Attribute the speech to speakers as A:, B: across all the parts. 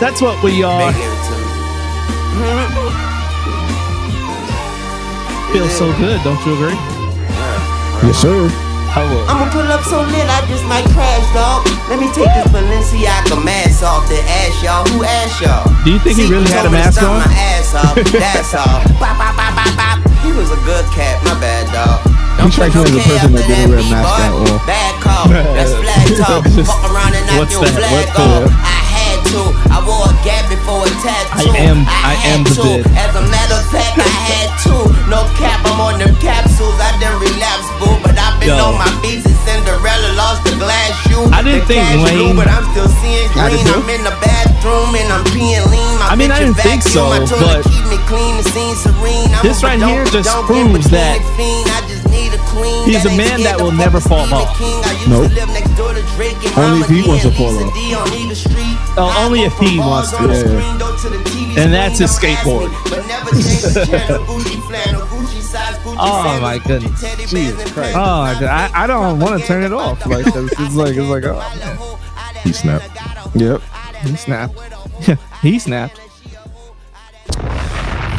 A: That's what we
B: They
A: are.
B: gave it to me.
A: Feels so good, don't you agree?
C: Yes, sir.
A: Hello.
B: I'ma pull up so lit, I just might crash, dog. Let me take this Balenciaga mask off the ass, y'all. Who asked y'all?
A: Do you think he really had a mask on?
B: My ass off, that's all. Bop, bop, bop, bop, bop. He was a good cat, my bad, dog.
C: You strike me as a person that didn't wear a mask at all.
B: Bad call, that's flag talk.
A: Just-
B: Fuck around and knock
A: what's
B: your
A: that?
B: flag
A: What the-
B: off. I had to. I wore a gap before a
A: I
B: tattoo.
A: am- I am
B: had
A: the
B: to.
A: bit.
B: As a matter of fact, I had to. No cap, I'm on them capsules. I didn't relapse, boo, but I've been
A: Yo.
B: on my beats since Cinderella lost the glass shoe.
A: I didn't
B: The
A: think
B: cash
A: Wayne-
B: blue, but I'm still seeing
C: I
B: green.
C: did too.
B: I'm in the bathroom and I'm peeing lean. My
A: I mean, I
B: bitch
A: didn't think
B: vacuum.
A: so,
B: I told her
A: but-
B: keep me clean, the scene serene. I'm
A: This
B: a
A: right
B: don't-
A: here just
B: don't get
A: proves
B: bikini
A: that
B: fiend. I just need a queen.
A: he's a
B: ain't
A: man
B: scared
A: that
B: to
A: will
B: fuck
A: never
B: with
A: fall
B: Stephen
A: off.
B: King. I used to
C: Nope.
B: live next door to Drake and
C: Only
B: Mama
C: if he
B: D
C: wants
B: and
C: to fall
B: Lisa
C: off.
B: D on either street.
A: Oh,
B: I
A: only
B: go
A: if
B: from
A: he
B: bars
A: wants to.
B: on the
C: Yeah.
B: screen, go to the TV
A: And that's
B: screen,
A: his
B: don't ask
A: skateboard.
B: me, but never change the channel. Gucci flannel, Gucci size, Gucci
A: Oh,
B: sandals,
A: my
B: Gucci
A: goodness.
B: teddy bears
C: Ah, Jesus
B: and
C: Christ.
B: pants.
A: Oh, my God. I- I don't wanna turn it off.
C: Like, it's- it's like- it's
A: uh,
C: like, oh, man.
B: He
C: snapped. Yep. He snapped.
A: he snapped.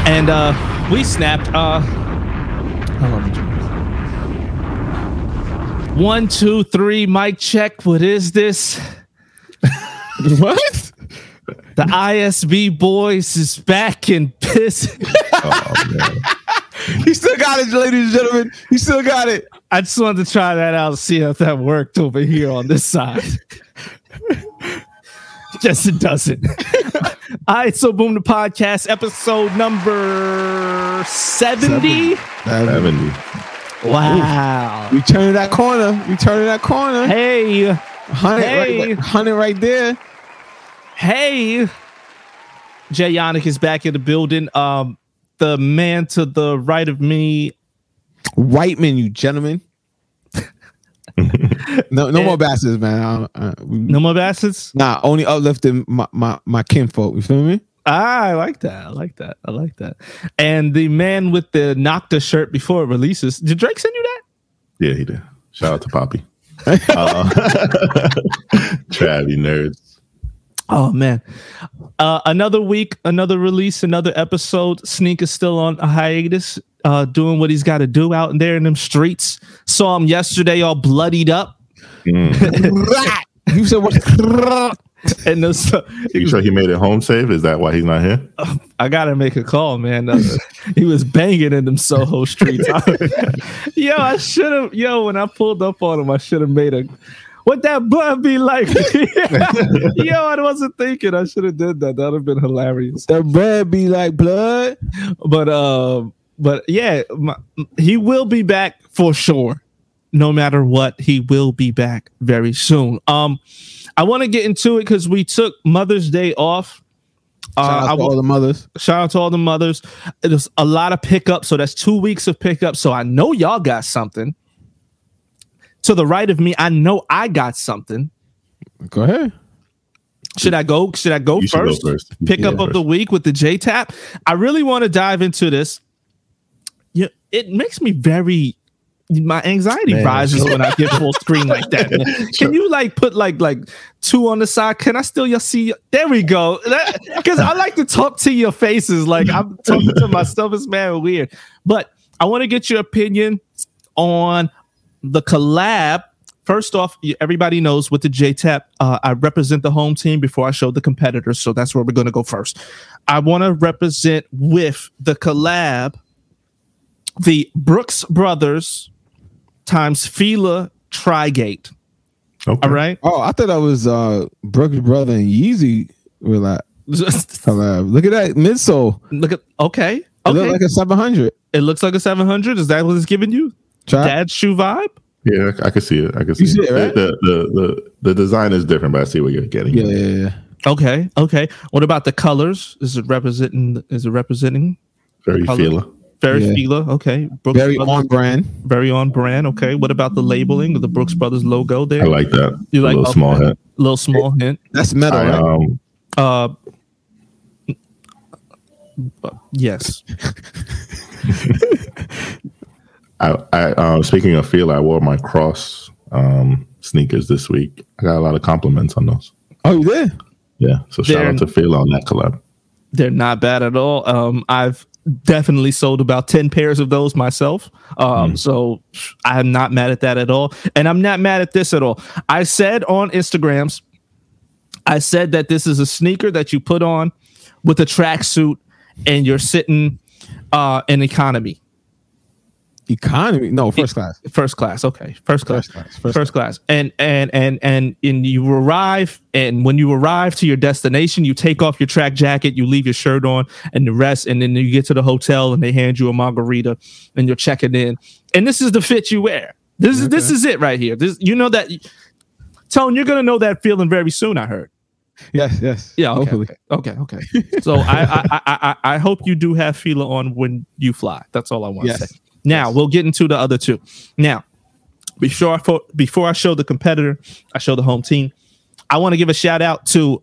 A: And uh, we snapped. Uh, hold on, let me check this. One, two, three, mic check. What is this?
C: What?
A: The ISB boys is back in piss.
C: He still got it, ladies and gentlemen. He still got it.
A: I just wanted to try that out, see if that worked over here on this side. Guess it doesn't. All right, so boom the podcast episode number 70.
D: Seventy.
A: Wow.
C: We turning that corner. We turning that corner.
A: Hey,
C: hundred,
A: hey.
C: right, hundred right there.
A: hey. Jay Yannick is back in the building. Um, the man to the right of me.
C: White men, you gentlemen. no, no
A: Yeah.
C: more bastards, man. I don't- I- we-
A: No more bassets.
C: Nah, only uplifting my my my kinfolk. You feel me?
A: Ah, I like that. I like that. I like that. And the man with the Nocta shirt before it releases. Did Drake send you that?
D: Yeah, he did. Shout out to Poppy. uh, Travy nerds.
A: Oh man. Uh, another week, another release, another episode. Sneak is still on a hiatus, uh, doing what he's got to do out there in them streets. Saw him yesterday, all bloodied up.
D: Mm.
C: you said what?
A: And those,
D: You sure he made it home safe? Is that why he's not here?
A: I gotta make a call, man. Uh, he was banging in them Soho streets. yo, I should have. Yo, when I pulled up on him, I should have made a. What that blood be like? yo, I wasn't thinking. I should have did that. That'd have been hilarious.
C: the bread be like blood.
A: but um but yeah my, he will be back for sure no matter what he will be back very soon um i want to get into it because we took mother's day off
C: Shout
A: uh,
C: out
A: I
C: to
A: wa-
C: all the mothers.
A: shout out to all the mothers it was a lot of pickup so that's two weeks of pickup so i know y'all got something to the right of me i know i got something
C: Go ahead.
A: should i go should i go
D: You should go
A: first
D: first. You should
A: pickup
D: go
A: of the
D: first.
A: week with the J Tap. I really want to dive into this. Yeah, it makes me very my anxiety
D: Man,
A: rises
D: sure.
A: when I get full screen like that. man. Can
D: Sure.
A: you like put like like two on the side? Can I still your see? There we go. Because I like to talk to your faces. Like I'm talking to myself. It's man weird. But I want to get your opinion on the collab. First off, you- everybody knows with the JTAP, uh, I represent the home team before I show the competitors. So that's where we're going to go first. I want to represent with the collab the Brooks Brothers times Fila Trigate.
D: Okay.
A: All right.
C: Oh, I thought that was uh Brooks' brother and Yeezy were like
A: Just
C: collab. Look at that midsole.
A: look at, okay.
C: It
A: Okay.
C: looked like a seven hundred.
A: it looks like a 700. Is that what it's giving you?
C: Try
A: Dad shoe vibe?
D: Yeah, I, I can see it. I can see,
C: see
D: it.
C: it, right?
D: the, the, the, the design is different, but I see what you're getting.
C: yeah, yeah, yeah.
A: Okay. Okay. What about the colors? Is it representing, is it representing
D: Very
A: Color.
D: feeler.
A: very
C: Yeah.
A: Fila? Okay. Brooks
C: Very
A: Brothers.
C: on brand.
A: very on brand. Okay. What about the labeling of the Brooks Brothers logo there?
D: I like that.
A: You
D: a
A: like-
D: little
A: okay.
D: small hint.
A: Little small hint.
C: That's metal.
D: I,
C: right?
D: um,
A: Uh, yes.
D: I, I um, speaking of feel, I wore my cross um, sneakers this week. I got a lot of compliments on those.
C: oh, you did?
D: Yeah. So shout
A: Darren-
D: out to Phil on that collab.
A: They're not bad at all. Um, I've definitely sold about 10 pairs of those myself. Um, so I'm not mad at that at all. And I'm not mad at this at all. I said on Instagrams, I said that this is a sneaker that you put on with a tracksuit and you're sitting uh, in economy.
C: Economy? No, first class.
A: First class, okay. First class.
C: First class,
A: First,
C: first
A: class. And and and and and you arrive and when you arrive to your destination, you take off your track jacket, you leave your shirt on and the rest and then you get to the hotel and they hand you a margarita and you're checking in. And this is the fit you wear. This is this is it right here. This you know that Tone, you're gonna know that feeling very soon, I heard.
C: Yes, yes.
A: Yeah, okay,
C: hopefully.
A: Okay, okay. So I, I, I, I, I hope you do have Fila on when you fly. That's all I want to
C: Yes.
A: say. Now we'll get into the other two. Now, before I fo- before I show the competitor, I show the home team. I want to give a shout out to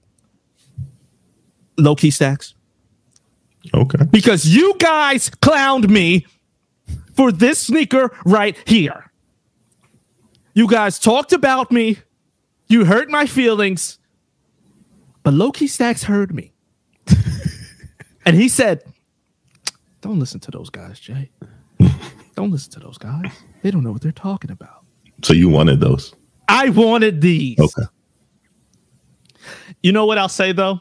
A: Low Key Stacks
D: Okay.
A: because you guys clowned me for this sneaker right here. You guys talked about me. You hurt my feelings. But Loki Stacks heard me. and he said, Don't listen to those guys, Jay. Don't listen to those guys. They don't know what they're talking about.
D: So you wanted those.
A: I wanted these.
D: Okay.
A: You know what I'll say though?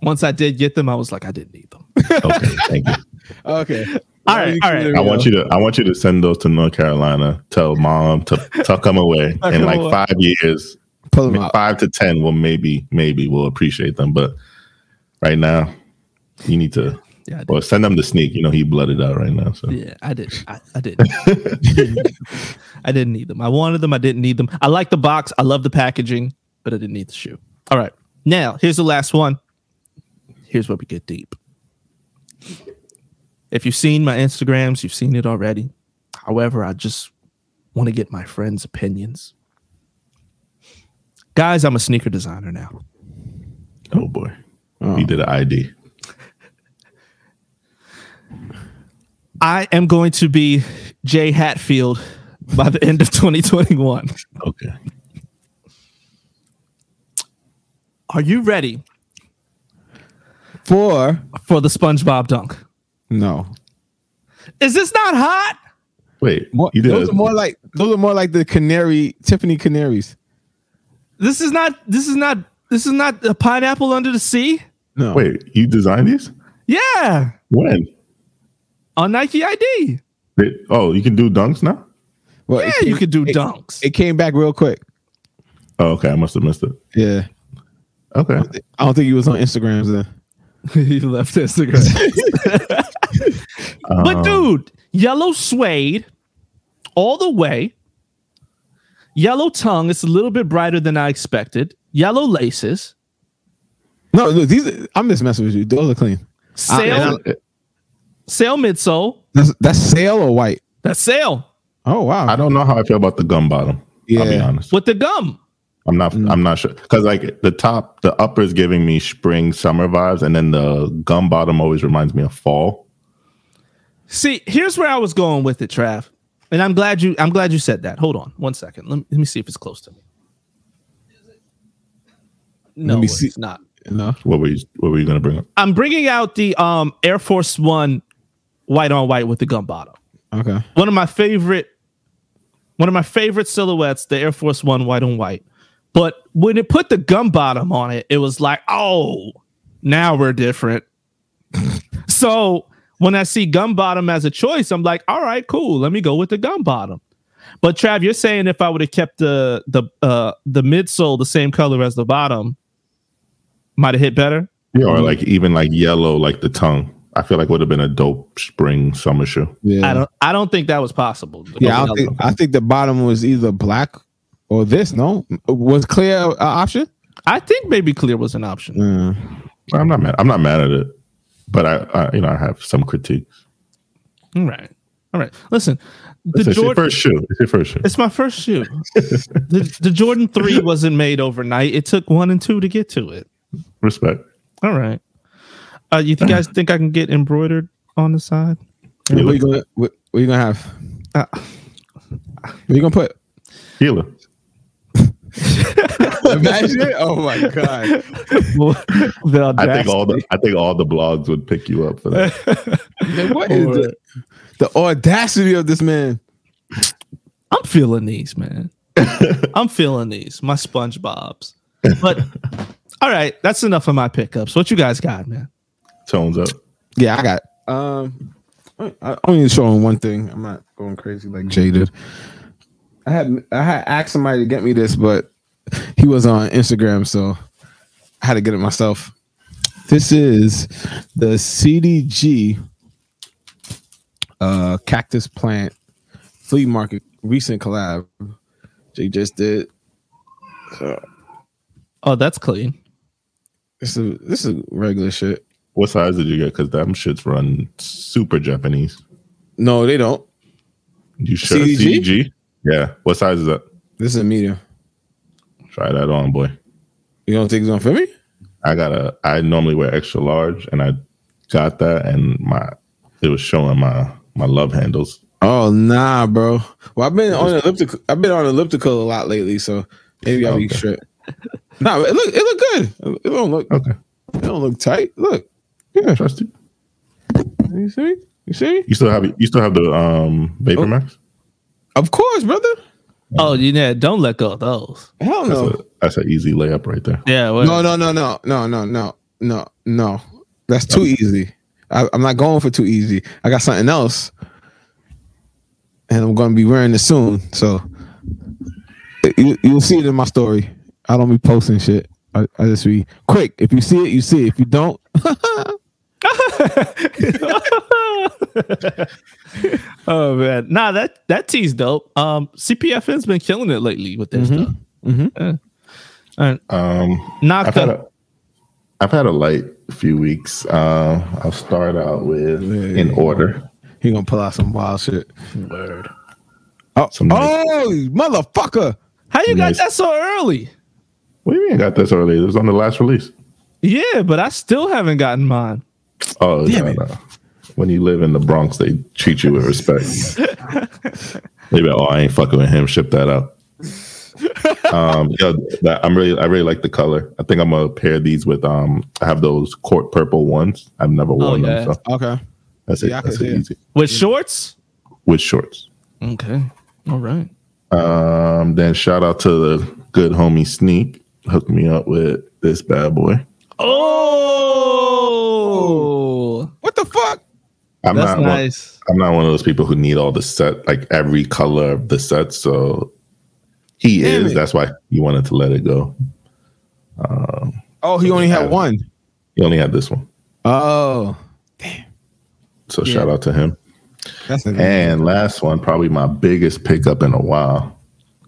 A: Once I did get them, I was like, I didn't need them.
D: Okay. Thank you.
C: Okay.
A: All right, all right.
D: I want you to I want you to send those to North Carolina. Tell mom to tuck them away.
A: Tuck
D: In
A: 'em
D: like
A: away.
D: five years,
C: to pull them out.
D: five to ten, well maybe maybe we'll appreciate them. But right now, you need to
A: Yeah, I did.
D: well send them the sneak. You know he blooded out right now. So
A: Yeah, I did. I, I didn't. I didn't need them. I wanted them. I didn't need them. I like the box. I love the packaging, but I didn't need the shoe. All right. Now, here's the last one. Here's where we get deep. If you've seen my Instagrams, you've seen it already. However, I just want to get my friends' opinions. Guys, I'm a sneaker designer now.
D: oh boy.
C: Oh.
D: He did an ID.
A: I am going to be Jay Hatfield by the end of 2021.
D: Okay.
A: Are you ready
C: Four.
A: for the SpongeBob dunk?
C: No.
A: Is this not hot?
D: Wait,
C: More,
D: you did
C: those
D: a-
C: are more like those are more like the canary Tiffany canaries.
A: This is not. This is not. This is not a pineapple under the sea.
C: No.
D: wait, you designed these?
A: Yeah,
D: When?
A: on Nike ID.
D: They- oh, you can do dunks now?
C: Well, it
A: Yeah,
C: came-
A: you could do
C: it-
A: dunks.
C: It came back real quick.
D: Oh, okay. I must have missed it.
C: Yeah.
D: Okay.
C: I don't think he was on Instagrams then.
A: he left Instagram. but dude, yellow suede, all the way. Yellow tongue. It's a little bit brighter than I expected. Yellow laces.
C: No, no, these are- I'm just messing with you. Those are clean.
A: Sail.
D: And I-
A: sail midsole.
C: That's that's sale or white.
A: That's sail
C: Oh wow.
D: I don't know how I feel about the gum bottom. I'll be
C: Yeah.
D: honest.
A: with the gum.
D: I'm not.
A: Mm.
D: I'm not sure because like the top, the upper is giving me spring, summer vibes, and then the gum bottom always reminds me of fall.
A: See, here's where I was going with it, Trav. And I'm glad you I'm glad you said that. Hold on one second. Let me, let me see if it's close to me. No,
C: me
A: it's
C: see.
A: not.
C: No.
D: What were you? What were you going to bring up?
A: I'm bringing out the um Air Force One white on white with the gum bottom.
C: Okay.
A: One of my favorite one of my favorite silhouettes, the Air Force One white on white. But when it put the gum bottom on it, it was like, oh, now we're different. so when I see gum bottom as a choice, I'm like, all right, cool. Let me go with the gum bottom. But Trav, you're saying if I would have kept the the uh the midsole the same color as the bottom, might have hit better.
D: Yeah, or like even like yellow, like the tongue. I feel like would have been a dope spring summer shoe.
C: Yeah.
A: I don't I don't think that was possible.
C: yeah, I, don't think, I think the bottom was either black or this. No, was clear an option?
A: I think maybe clear was an option.
C: Uh,
D: I'm not mad. I'm not mad at it, but I, I you know, I have some critiques.
A: All right. All right. Listen, the
D: It's your
A: Jordan
D: first shoe. It's your first shoe.
A: It's my first shoe. the, the Jordan 3 wasn't made overnight. It took one and two to get to it.
D: Respect.
A: All right. Uh, you think, guys think I can get embroidered on the side?
C: what you
D: Healer.
C: gonna what, what you gonna have?
A: Uh,
C: What you gonna put?
D: Healer.
C: Imagine. Oh my god.
A: the
D: I think all the I think all the blogs would pick you up for that.
C: Man, what is the, the audacity of this man?
A: I'm feeling these, man. I'm feeling these. My SpongeBob's. But all right, that's enough of my pickups. What you guys got, man?
D: Tones up.
C: Yeah, I got. Um, I I only showing one thing. I'm not going crazy like Jay did. I had I had asked somebody to get me this, but he was on Instagram, so I had to get it myself. This is the CDG uh, cactus plant flea market recent collab. Jay just did.
A: Oh, that's clean.
C: This is this is regular shit.
D: What size did you get? Because them shits run super Japanese.
C: No, they don't.
D: You sure?
C: CDG?
D: CDG? Yeah. What size is that?
C: This is a medium.
D: Try that on, boy.
C: You don't think it's gonna fit me?
D: I got a. I normally wear extra large, and I got that, and my it was showing my my love handles.
C: Oh nah, bro. Well, I've been on elliptical. I've been on elliptical a lot lately, so maybe I'll be
D: Okay.
C: stripped. No, it look it look good. It don't look
D: Okay.
C: it don't look tight. Look,
D: Yeah, trust you.
C: you see me? You see me?
D: You still have you still have the um Vapor
C: Oh.
D: Max?
C: Of course, brother.
A: Oh, you yeah, don't let go of those.
C: Hell
D: That's
C: no.
D: a that's an easy layup right there.
A: Yeah, well,
C: No, no, no, no, no, no, no, no, no. That's too easy. I, I'm not going for too easy. I got something else, and I'm going to be wearing it soon. So you, you'll see it in my story. I don't be posting shit. I, I just be quick. If you see it, you see it. If you don't,
A: oh man, nah, that that tea's dope. Um, CPFN's been killing it lately with their stuff. Mm-hmm.
D: Um, I've had
A: Naka,
D: a I've had a light few weeks. Uh, I'll start out with in order.
C: he gonna pull out some wild shit.
A: word.
C: Oh,
D: Some nice-
C: oh, you motherfucker!
A: How you
D: Nice.
A: got that so early?
D: What do you mean? I got this early. It was on the last release.
A: Yeah, but I still haven't gotten mine.
D: Oh,
C: Damn
D: no,
C: it.
D: no. When you live in the Bronx, they treat you with respect. they be like, oh, I ain't fucking with him. Ship that out. um, yo, that, I'm really, I really like the color. I think I'm gonna pair these with. Um, I have those court purple ones. I've never worn
A: yeah.
D: them, so
C: Okay,
D: that's
C: Oh, Yeah, I
D: it. That's
C: could see
D: it
C: it.
D: easy
A: With shorts?
D: with shorts.
A: Okay. All right.
D: Um, then shout out to the good homie Sneak. Hooked me up with this bad boy.
A: Oh,
C: what the fuck?
D: I'm
A: that's
D: not one,
A: nice.
D: I'm not one of those people who need all the set, like every color of the set. So he
C: Damn
D: is.
C: it.
D: That's why he wanted to let it go.
C: Oh, he only had one.
D: He only had this one.
C: Oh,
D: So
A: Yeah.
D: shout out to him.
C: that's a,
D: And last one, probably my biggest pickup in a while.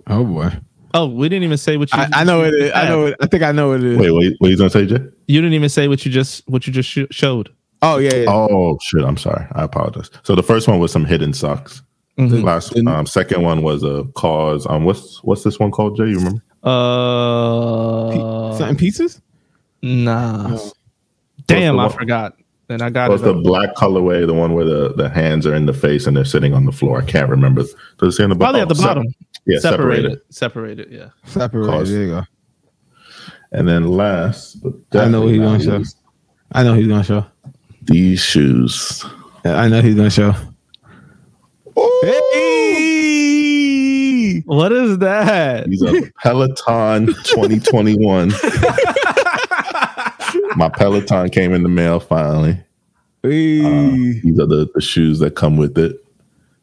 C: oh boy.
A: Oh, we didn't even say what you.
C: I, I know it is. I know it. I think I know what it is.
D: Wait, wait, what you gonna say, Jay?
A: You didn't even say what you just what you just sh- showed.
C: Oh yeah, yeah.
D: Oh shit, I'm sorry. I apologize. So the first one was some hidden socks.
A: Mm-hmm.
D: Last um, second one was a cause. Um, what's what's this one called, Jay? You remember? Oh.
A: Uh,
C: something pieces.
A: nah. Damn, I
D: What's the one-
A: forgot. And I got
D: What's
A: it.
D: Oh, the
A: up.
D: black colorway? The one where the, the hands are in the face and they're sitting on the floor. I can't remember. Does it say on the bottom?
A: Probably at the
C: Oh,
A: bottom.
D: yeah, separated.
A: separated. Separated. Yeah.
C: Separated.
D: Cause.
C: There you go.
D: And then last, but
C: I know what
D: definitely
C: he's gonna
D: not
C: show.
D: least,
C: I know he's gonna show.
D: These shoes.
C: I know he's gonna show. Hey!
A: What is that?
D: These are Peloton 2021. My Peloton came in the mail finally.
C: Hey.
D: These are the, the shoes that come with it.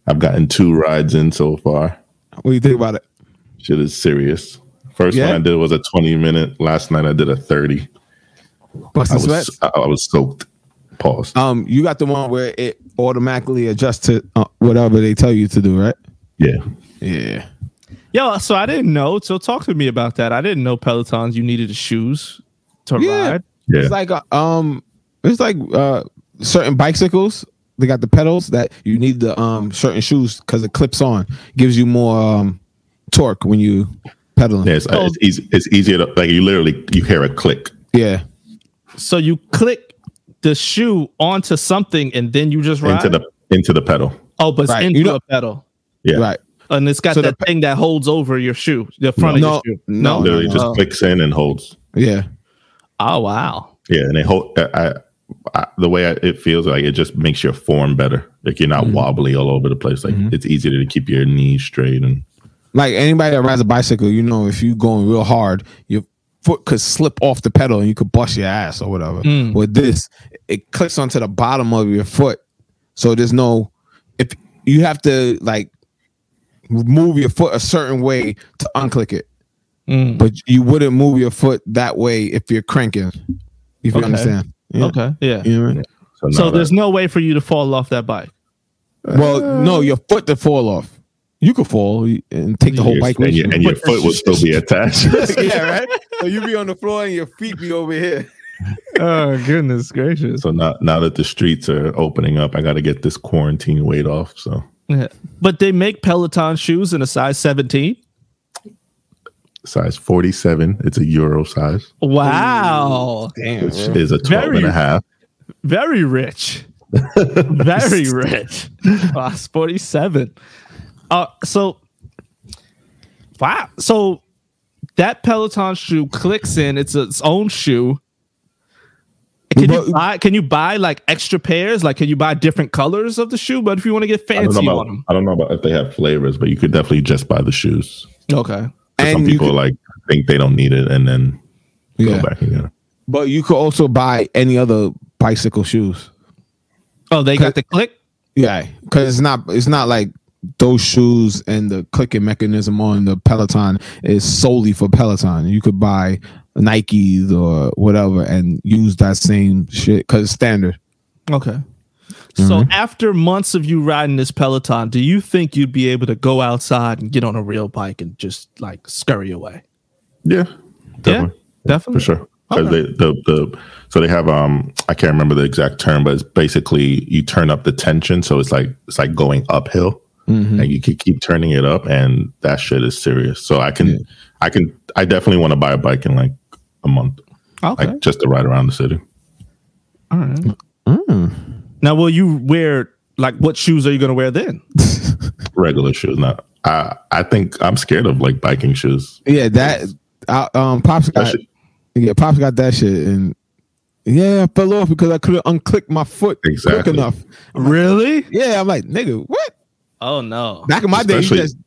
D: I've gotten two rides in so far.
C: What do you think about it?
D: Shit is serious. First
C: Yeah?
D: one I did was a 20 minute. Last night I did a 30. I
C: Busting sweat.
D: was, I, I was soaked. Pause.
C: Um, you got the one where it automatically adjusts to uh, whatever they tell you to do, right?
D: Yeah.
C: Yeah.
A: Yo, so I didn't know. So talk to me about that. I didn't know Pelotons. You needed the shoes to
C: Yeah.
A: ride.
D: Yeah.
C: It's like uh, um, it's like uh, certain bicycles. They got the pedals that you need the um certain shoes because it clips on, gives you more um torque when you pedaling.
D: yeah it's, it's, easy, it's easier to, like, you literally, you hear a click.
C: Yeah.
A: So you click the shoe onto something and then you just ride.
D: into the into the pedal.
A: oh, but it's
C: Right.
A: into
C: You know-
A: a pedal.
D: Yeah.
C: Right.
A: and it's got
C: So the
A: that thing that holds over your shoe, the front
C: No,
A: of your shoe.
C: no, Oh, no,
D: Literally
C: no.
D: just clicks in and holds.
C: Yeah.
A: Oh wow.
D: Yeah, and they hold. I, I, I the way I, it feels like it just makes your form better. Like you're not
C: Mm-hmm.
D: wobbly all over the place. Like it's easier to keep your knees straight and
C: Like anybody that rides a bicycle, you know, if you going real hard, your foot could slip off the pedal and you could bust your ass or whatever. With this, it clicks onto the bottom of your foot. So there's no if you have to like move your foot a certain way to unclick it.
A: Mm,
C: But you wouldn't move your foot that way if you're cranking. If you
A: Okay.
C: understand. Yeah.
A: Okay. Yeah.
C: You know what I mean?
D: so.
A: So
D: now
A: there's
D: that-
A: no way for you to fall off that bike.
C: Well, no, your foot to fall off. You could fall and take the whole
D: your-
C: bike with
D: and,
C: you.
D: your, and your foot would still be attached.
C: yeah, right. So you be on the floor and your feet be over here.
A: Oh goodness gracious.
D: so now now that the streets are opening up, I got to get this quarantine weight off. So
A: Yeah. But they make Peloton shoes in a size 17.
D: size 47, it's a euro size.
A: Wow.
C: Damn.
D: Which is a 12 and
A: Very-
D: a half.
A: Very rich. Very rich. Class 47. Uh, so, wow. So that Peloton shoe clicks in. It's its own shoe. Can you
C: But-
A: buy? Can you buy like extra pairs? Like, can you buy different colors of the shoe? But if you want to get
D: I don't, know
A: fancy on
D: about,
A: them,
D: I don't know about if they have flavors, but you could definitely just buy the shoes.
A: okay.
D: 'Cause Some
C: And you
D: people
C: could-
D: like think they don't need it and then
C: Yeah.
D: go back and get it.
C: But you could also buy any other bicycle shoes.
A: Oh, they got the click.
C: Yeah, because it's not it's not like those shoes and the clicking mechanism on the Peloton is solely for Peloton. You could buy Nikes or whatever and use that same shit because standard.
A: Okay. So
D: Mm-hmm.
A: after months of you riding this Peloton, do you think you'd be able to go outside and get on a real bike and just like scurry away?
D: Yeah. Definitely.
A: Yeah, definitely.
D: For sure. 'Cause
A: Okay.
D: they, the, the, so they have um I can't remember the exact term, but it's basically you turn up the tension, so it's like it's like going uphill, and you can keep turning it up, and that shit is serious. So I can I can I definitely want to buy a bike in like a month,
A: Okay.
D: like just to ride around the city.
A: All right.
D: mm.
A: Now, will you wear like what shoes are you going to wear then?
D: Regular shoes, not I I think I'm scared of like biking shoes.
C: Yeah, that I, um pops
D: That
C: got
D: shit-
C: yeah pops got that shit and yeah I fell off because I couldn't unclick my foot quick
D: Exactly.
C: enough.
A: Really?
C: Yeah, I'm like nigga, what?
A: Oh no.
C: Back in my day,
D: Especially-
C: you just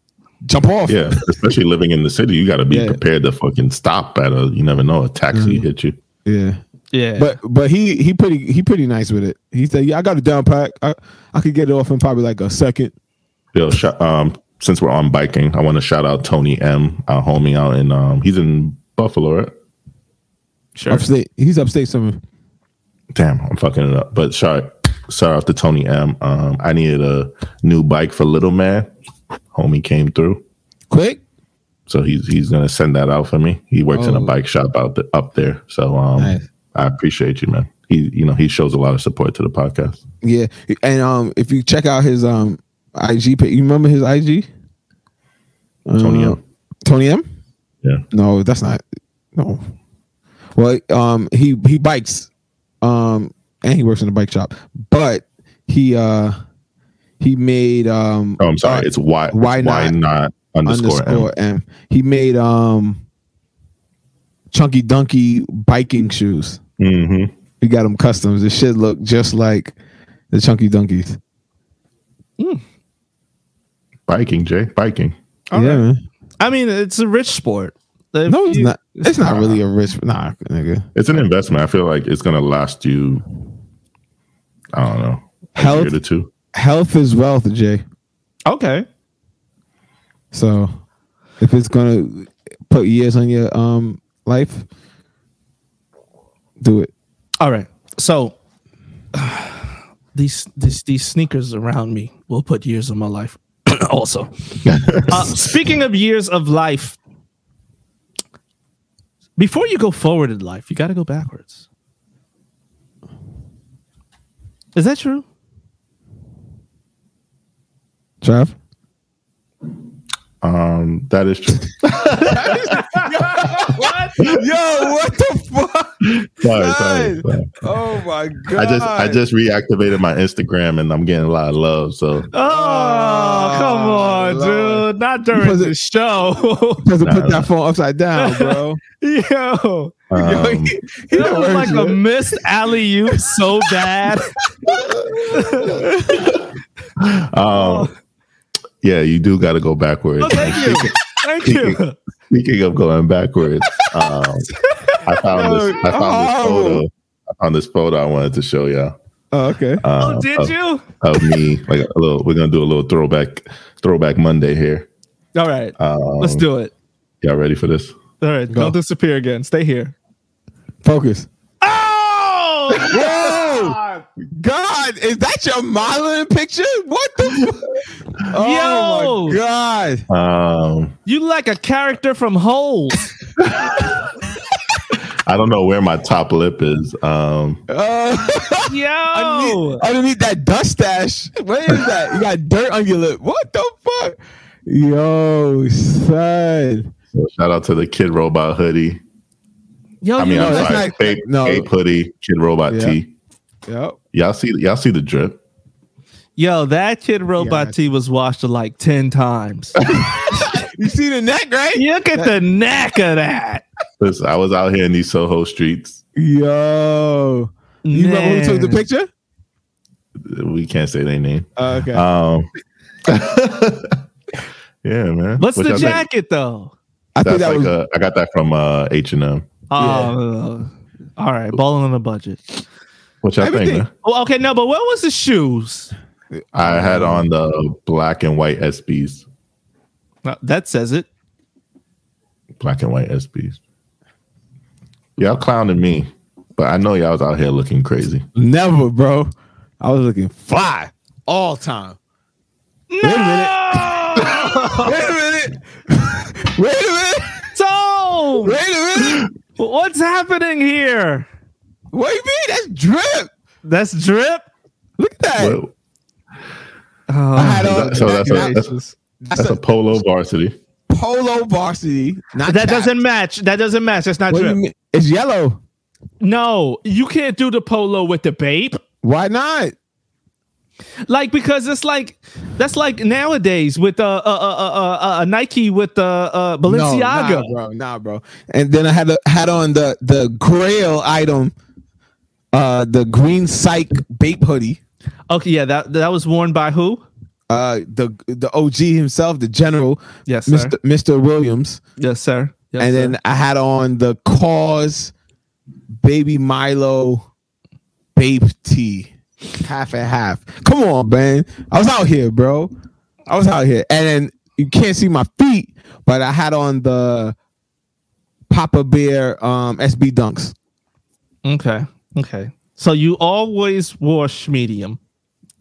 C: jump off.
D: Yeah, especially living in the city, you got to be
C: Yeah.
D: prepared to fucking stop at a you never know a taxi hit you.
C: yeah.
A: Yeah.
C: But but he he pretty he pretty nice with it. He said, "Yeah, I got it down pack. I I could get it off in probably like a second.
D: Yo, sh- um, since we're on biking, I want to shout out Tony M, our homie out in um, he's in Buffalo, right?
A: sure.
C: Upstate, he's upstate somewhere.
D: Damn, I'm fucking it up. But shout shout out to Tony M. Um, I needed a new bike for little man. Homie came through,
C: Quick,
D: so he's he's gonna send that out for me. He works in a
C: Oh.
D: bike shop out the, up there, so um,
C: Nice.
D: I appreciate you, man. He you know he shows a lot of support to the podcast.
C: yeah. And um, if you check out his um IG, pa- you remember his IG?
D: Tony
C: Uh,
D: M.
C: Tony M.
D: Yeah,
C: No, that's not. No. Well, um, he he bikes, um, and he works in a bike shop, but he uh he made um
D: oh, I'm sorry,
C: uh,
D: it's why
C: why
D: why not,
C: not
D: underscore,
C: underscore,
D: M.
C: M. He made um chunky dunky biking shoes.
D: Mm-hmm.
C: We got them customs. This shit look just like the chunky dunkies.
D: Biking, Jay, biking.
A: All
C: yeah,
A: right.
C: man.
A: I mean, it's a rich sport. If
C: No, it's
A: you-
C: not. It's not really a rich. Nah, nigga.
D: It's an investment. I feel like it's gonna last you. I don't know. a
C: Health.
D: year to two.
C: Health is wealth, Jay.
A: Okay.
C: So if it's gonna put years on your um life, do it.
A: All right. So these these these sneakers around me will put years of my life also. uh, speaking of years of life, before you go forward in life, you got to go backwards. Is that true?
C: Trav.
D: Um, that is true.
A: What?
C: Oh, what the fuck?
D: Sorry, sorry,
C: Nice.
D: sorry.
C: Oh my god!
D: I just I just reactivated my Instagram and I'm getting a lot of love. So
A: Oh, come on,
C: Ah, Lord.
A: dude. Not during
C: Because it-
A: the show.
C: Supposed to
D: Nah,
C: put that phone upside down, bro.
A: Yo.
C: Yo,
D: um,
C: he, he
A: That
C: done
A: was like
C: worse,
A: a
C: man.
A: missed alley oop so bad.
D: um, yeah, you do got to go backwards.
A: Oh, thank you. Thank you.
D: Speaking of going backwards, um, I found this. I found this photo. I found this photo I wanted to show y'all.
C: Oh, okay.
D: Uh,
A: Oh, did
D: of,
A: you?
D: of me? Like a little. We're gonna do a little throwback, throwback Monday here.
A: All right.
D: Um,
A: Let's do it.
D: Y'all ready for this?
A: All right.
C: Go.
A: Don't disappear again. Stay here.
C: Focus.
A: Oh!
C: Whoa! Oh, God, is that your modeling picture? What the? F- oh
A: Yo!
C: my god!
D: Um,
A: You like a character from Holes.
D: I don't know where my top lip is. Um,
C: Uh,
A: Yo.
C: underneath, underneath that dust stash. What is that? You got dirt on your lip. What the fuck? Yo, son.
D: so shout out to the Kid Robot hoodie.
A: Yo,
D: I mean,
A: you
C: No,
D: I'm
C: Oh, that's
D: sorry,
C: not-
D: Cape,
C: no.
D: Cape hoodie, Kid Robot
C: Yeah.
D: tee.
C: Yep.
D: Y'all see? Y'all see the drip?
A: Yo, that kid robot
C: Yeah.
A: T was washed like 10 times.
C: You see the neck, right?
A: Look at the neck of that.
D: Listen, I was out here in these Soho streets.
C: Yo. You remember who took the
A: Man.
C: picture?
D: We can't say their name.
C: Uh, okay.
D: Um, yeah, man.
A: What's
D: What
A: the
D: y'all think?
A: jacket though?
C: I think
D: That's
C: that
D: like
C: was.
D: uh, I got that from uh, H and M.
A: Oh, all right, balling on a budget.
D: What y'all
C: Everything.
D: think? Man?
A: Well, okay, no, but where was the shoes?
D: I had on the black and white SBs.
A: Uh, That says it.
D: Black and white SBs. Y'all clowning me, but I know y'all was out here looking crazy.
C: Never, bro. I was looking fly all time.
A: No!
C: a Wait a minute. Wait a minute.
A: Tone!
C: Wait a minute.
A: What's happening here?
C: What do you mean? That's drip.
A: That's drip.
C: Look at that.
D: What-
A: Oh,
C: I had on
D: So that's a-
C: that-
D: that's- that's a polo varsity.
C: polo varsity. Not
A: that
C: cap.
A: doesn't match. That doesn't match. That's not
C: What do you
A: drip.
C: mean? It's yellow.
A: No, you can't do the polo with the babe.
C: Why not?
A: Like because it's like that's like nowadays with uh uh uh, uh, uh, uh Nike with uh, uh Balenciaga.
C: No, nah, bro. Nah, bro. And then I had a, had on the the grail item, uh, the green psych bape hoodie.
A: Okay, yeah, that that was worn by who?
C: Uh, the the OG himself, the general,
A: Yes, sir.
C: Mr. Mr. Williams,
A: Yes, sir. Yes,
C: and
A: sir.
C: then I had on the cause, baby Milo, bape tee, half and half. Come on, man, I was out here, bro. I was out here, and then you can't see my feet, but I had on the Papa Bear um SB Dunks.
A: okay, okay. So you always wore medium.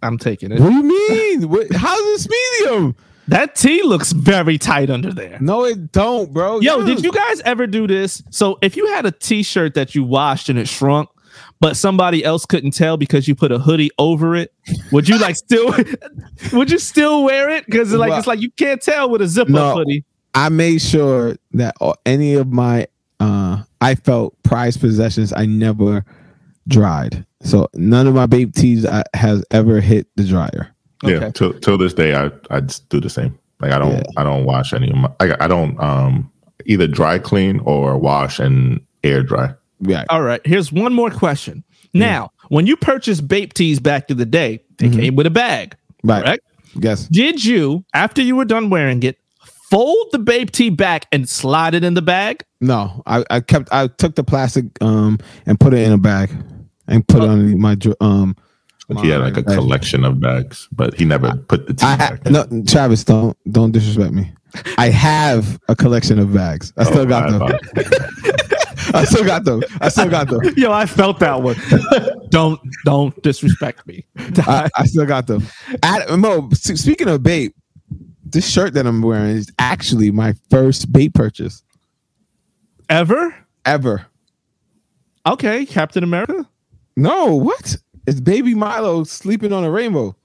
A: I'm taking it.
C: What do you mean? What, how's this medium?
A: That T looks very tight under there.
C: No, it don't, bro.
A: Yo,
C: Yeah.
A: did you guys ever do this? So if you had a T-shirt that you washed and it shrunk, but somebody else couldn't tell because you put a hoodie over it, would you like still? would you still wear it? Because like
C: Well-
A: it's like you can't tell with a zip
C: No.
A: up hoodie.
C: I made sure that all, any of my uh I felt prized possessions I never dried. So none of my babe tees I, has ever hit the dryer.
D: Yeah, till till this day, I I just do the same. Like I don't
C: Yeah.
D: I don't wash any of my. I, I don't um either dry clean or wash and air dry.
C: Yeah.
A: All right. Here's one more question. Now, when you purchased Bape tees back in the day, they came with a bag,
C: Right.
A: correct?
C: Yes.
A: Did you, after you were done wearing it, fold the Bape tee back and slide it in the bag?
C: No. I, I kept I took the plastic um and put it in a bag and put it on my dr- um
D: Like he had like a
C: my-
D: collection of bags, but he never put the tea
C: I ha-
D: back. in.
C: no, Travis, don't don't disrespect me. I have a collection of bags. I still
D: Oh,
C: got them.
D: thought-
C: I still got them. I still got them.
A: Yo, I felt that one. don't don't disrespect me.
C: I, I still got them. Ad, Mo, s- speaking of bait, this shirt that I'm wearing is actually my first bait purchase
A: Ever?
C: ever.
A: Okay, Captain America.
C: No, what? It's baby Milo sleeping on a rainbow.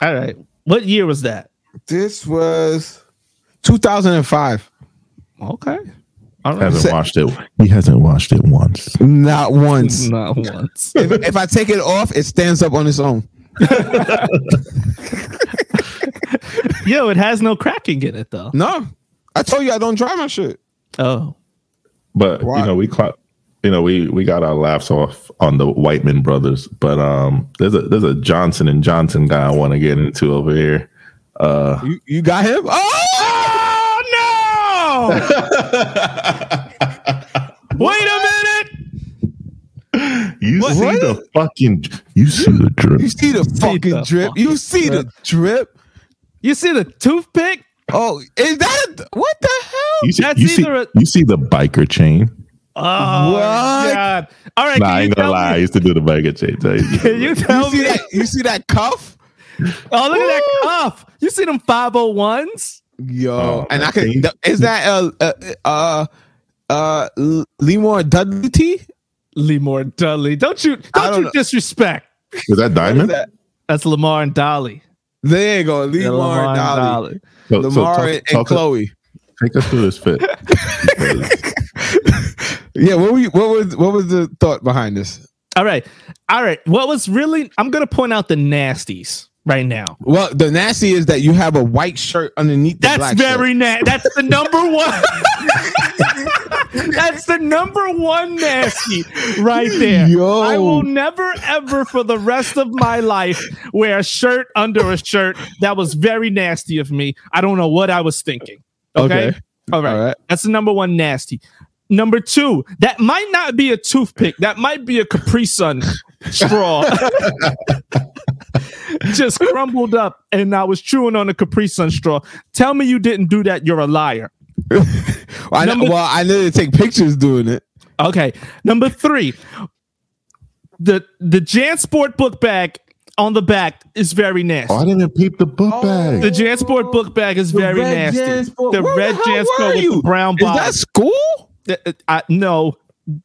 A: All right. What year was that?
C: This was 2005.
A: Okay. All right.
D: Hasn't
C: Say-
D: watched it. He hasn't watched it once.
C: Not once.
A: Not once.
C: if, if I take it off, it stands up on its own.
A: Yo, it has no cracking in it though.
C: No, I told you I don't dry my shit.
A: Oh.
D: But
C: Why?
D: you know, we caught. You know, we we got our laughs off on the Whiteman brothers. But um, there's a there's a Johnson and Johnson guy I want to get into over here. Uh,
C: You, you got him? Oh!
A: Oh no! Wait a minute.
D: you
C: What?
D: see
C: What?
D: the fucking you see the drip.
C: You see the fucking
A: the
C: drip? You
A: fucking
C: see the drip?
A: You see the toothpick?
C: Oh, is that a, what the hell?
D: You see,
A: That's
D: you, see
A: either a-
D: you see the biker chain.
A: Oh
C: What?
A: God! All right,
D: Nah,
A: can
D: I
A: you
D: ain't gonna
A: tell
D: lie. I
A: me?
D: used to do the biker chain. tell you.
A: Can you
C: You
A: tell
C: see
A: me?
C: that? You see that cuff?
A: Oh, look at that cuff! You see them five hundred ones?
C: Yo,
D: Oh,
C: and I
D: man.
C: can.
D: Can you-
C: Is that uh uh uh, uh Lemore Dudley T?
A: Lemore and Dudley, don't you? Don't,
C: don't
A: you
C: know.
A: disrespect?
D: Is that
C: What is
D: diamond?
C: that?
A: That's Lamar and Dolly.
C: There you go,
A: Yeah,
C: Lemore and Dolly,
D: So- so
C: Lamar
D: talk-
C: and, and
D: talk-
C: Chloe.
D: Take us through this fit. Because
C: Yeah, what were you, what was what was the thought behind this?
A: All right, all right. What was really? I'm gonna point out the nasties right now.
C: Well, the nasty is that you have a white shirt underneath the
A: That's
C: black
A: very na- That's the number one. That's the number one nasty right there.
C: Yo.
A: I will never ever for the rest of my life wear a shirt under a shirt. That was very nasty of me. I don't know what I was thinking. Okay.
C: Okay.
A: All, right.
C: All right.
A: That's the number one nasty. Number two, that might not be a toothpick. That might be a Capri Sun straw. Just crumbled up, and I was chewing on a Capri Sun straw. Tell me you didn't do that. You're a liar.
C: shirt. I,
A: Number-
C: well, I need to take pictures doing it.
A: Okay. Number three, the the Jan Sport book bag on the back is very nasty.
D: oh, I didn't peep the book bag.
A: the Jan Sport book bag is very nasty. The red Jan Sport with the brown
C: Is
A: bottom.
C: that school?
A: Th- uh, I, no,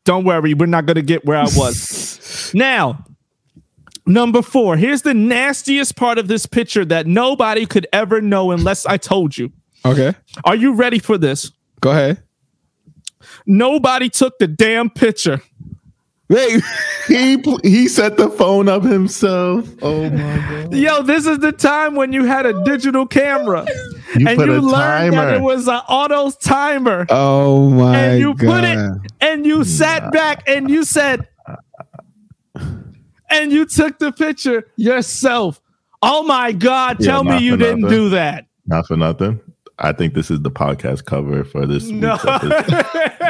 A: don't worry. We're not going to get where I was. now, number four. Here's the nastiest part of this picture that nobody could ever know unless I told you.
C: Okay.
A: Are you ready for this?
C: Go ahead.
A: Nobody took the damn picture.
C: Wait.
D: He pl- he set the phone up himself. Oh my god!
A: Yo, this is the time when you had a digital camera
D: You
A: and
D: put
A: you
D: a
A: learned that
D: timer.
A: it was an auto timer.
C: Oh my
A: and you
C: god.
A: put it and you sat back and you said and you took the picture yourself oh my god
D: Yeah,
A: tell me
D: not
A: you
D: for
A: didn't
D: nothing.
A: do that
D: Not for nothing. I think this is the podcast cover for this.
A: no
D: week's episode.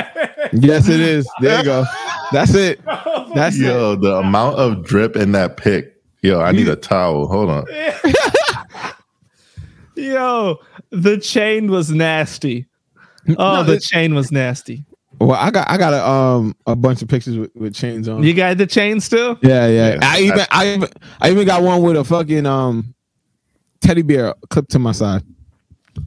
C: Yes, it is. There you go. That's it. That's it.
D: Yo, the amount of drip in that pic. Yo, I need a towel. Hold on.
A: yo the chain was nasty oh
C: No,
A: the
C: it-
A: chain was nasty
C: Well, I got I got a um a bunch of pictures with, with chains on.
A: you got the chain still
C: Yeah, yeah.
D: Yeah.
C: I even I even I even got one with a fucking um teddy bear clipped to my side.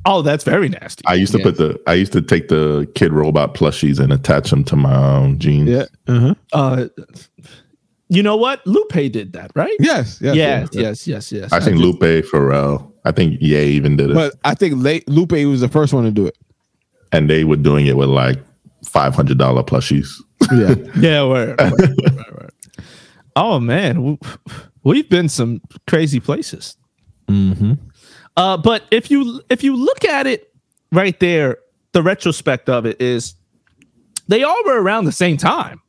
A: oh that's very nasty
D: I used to
C: Yeah.
D: put the. I used to take the kid robot plushies and attach them to my um, jeans.
C: Yeah. Uh-huh.
A: uh you know what lupe did that right
C: Yes, yes.
A: yes yes yes yes
D: I think Lupe Pharrell. I think Ye even did it,
C: But I think late Lupe was the first one to do it.
D: and they were doing it with like five hundred dollar plushies.
C: Yeah.
A: Yeah, word. word, word, word, word. Oh man, W- we've been some crazy places.
C: Mm-hmm.
A: Uh, but if you if you look at it right there, the retrospect of it is they all were around the same time.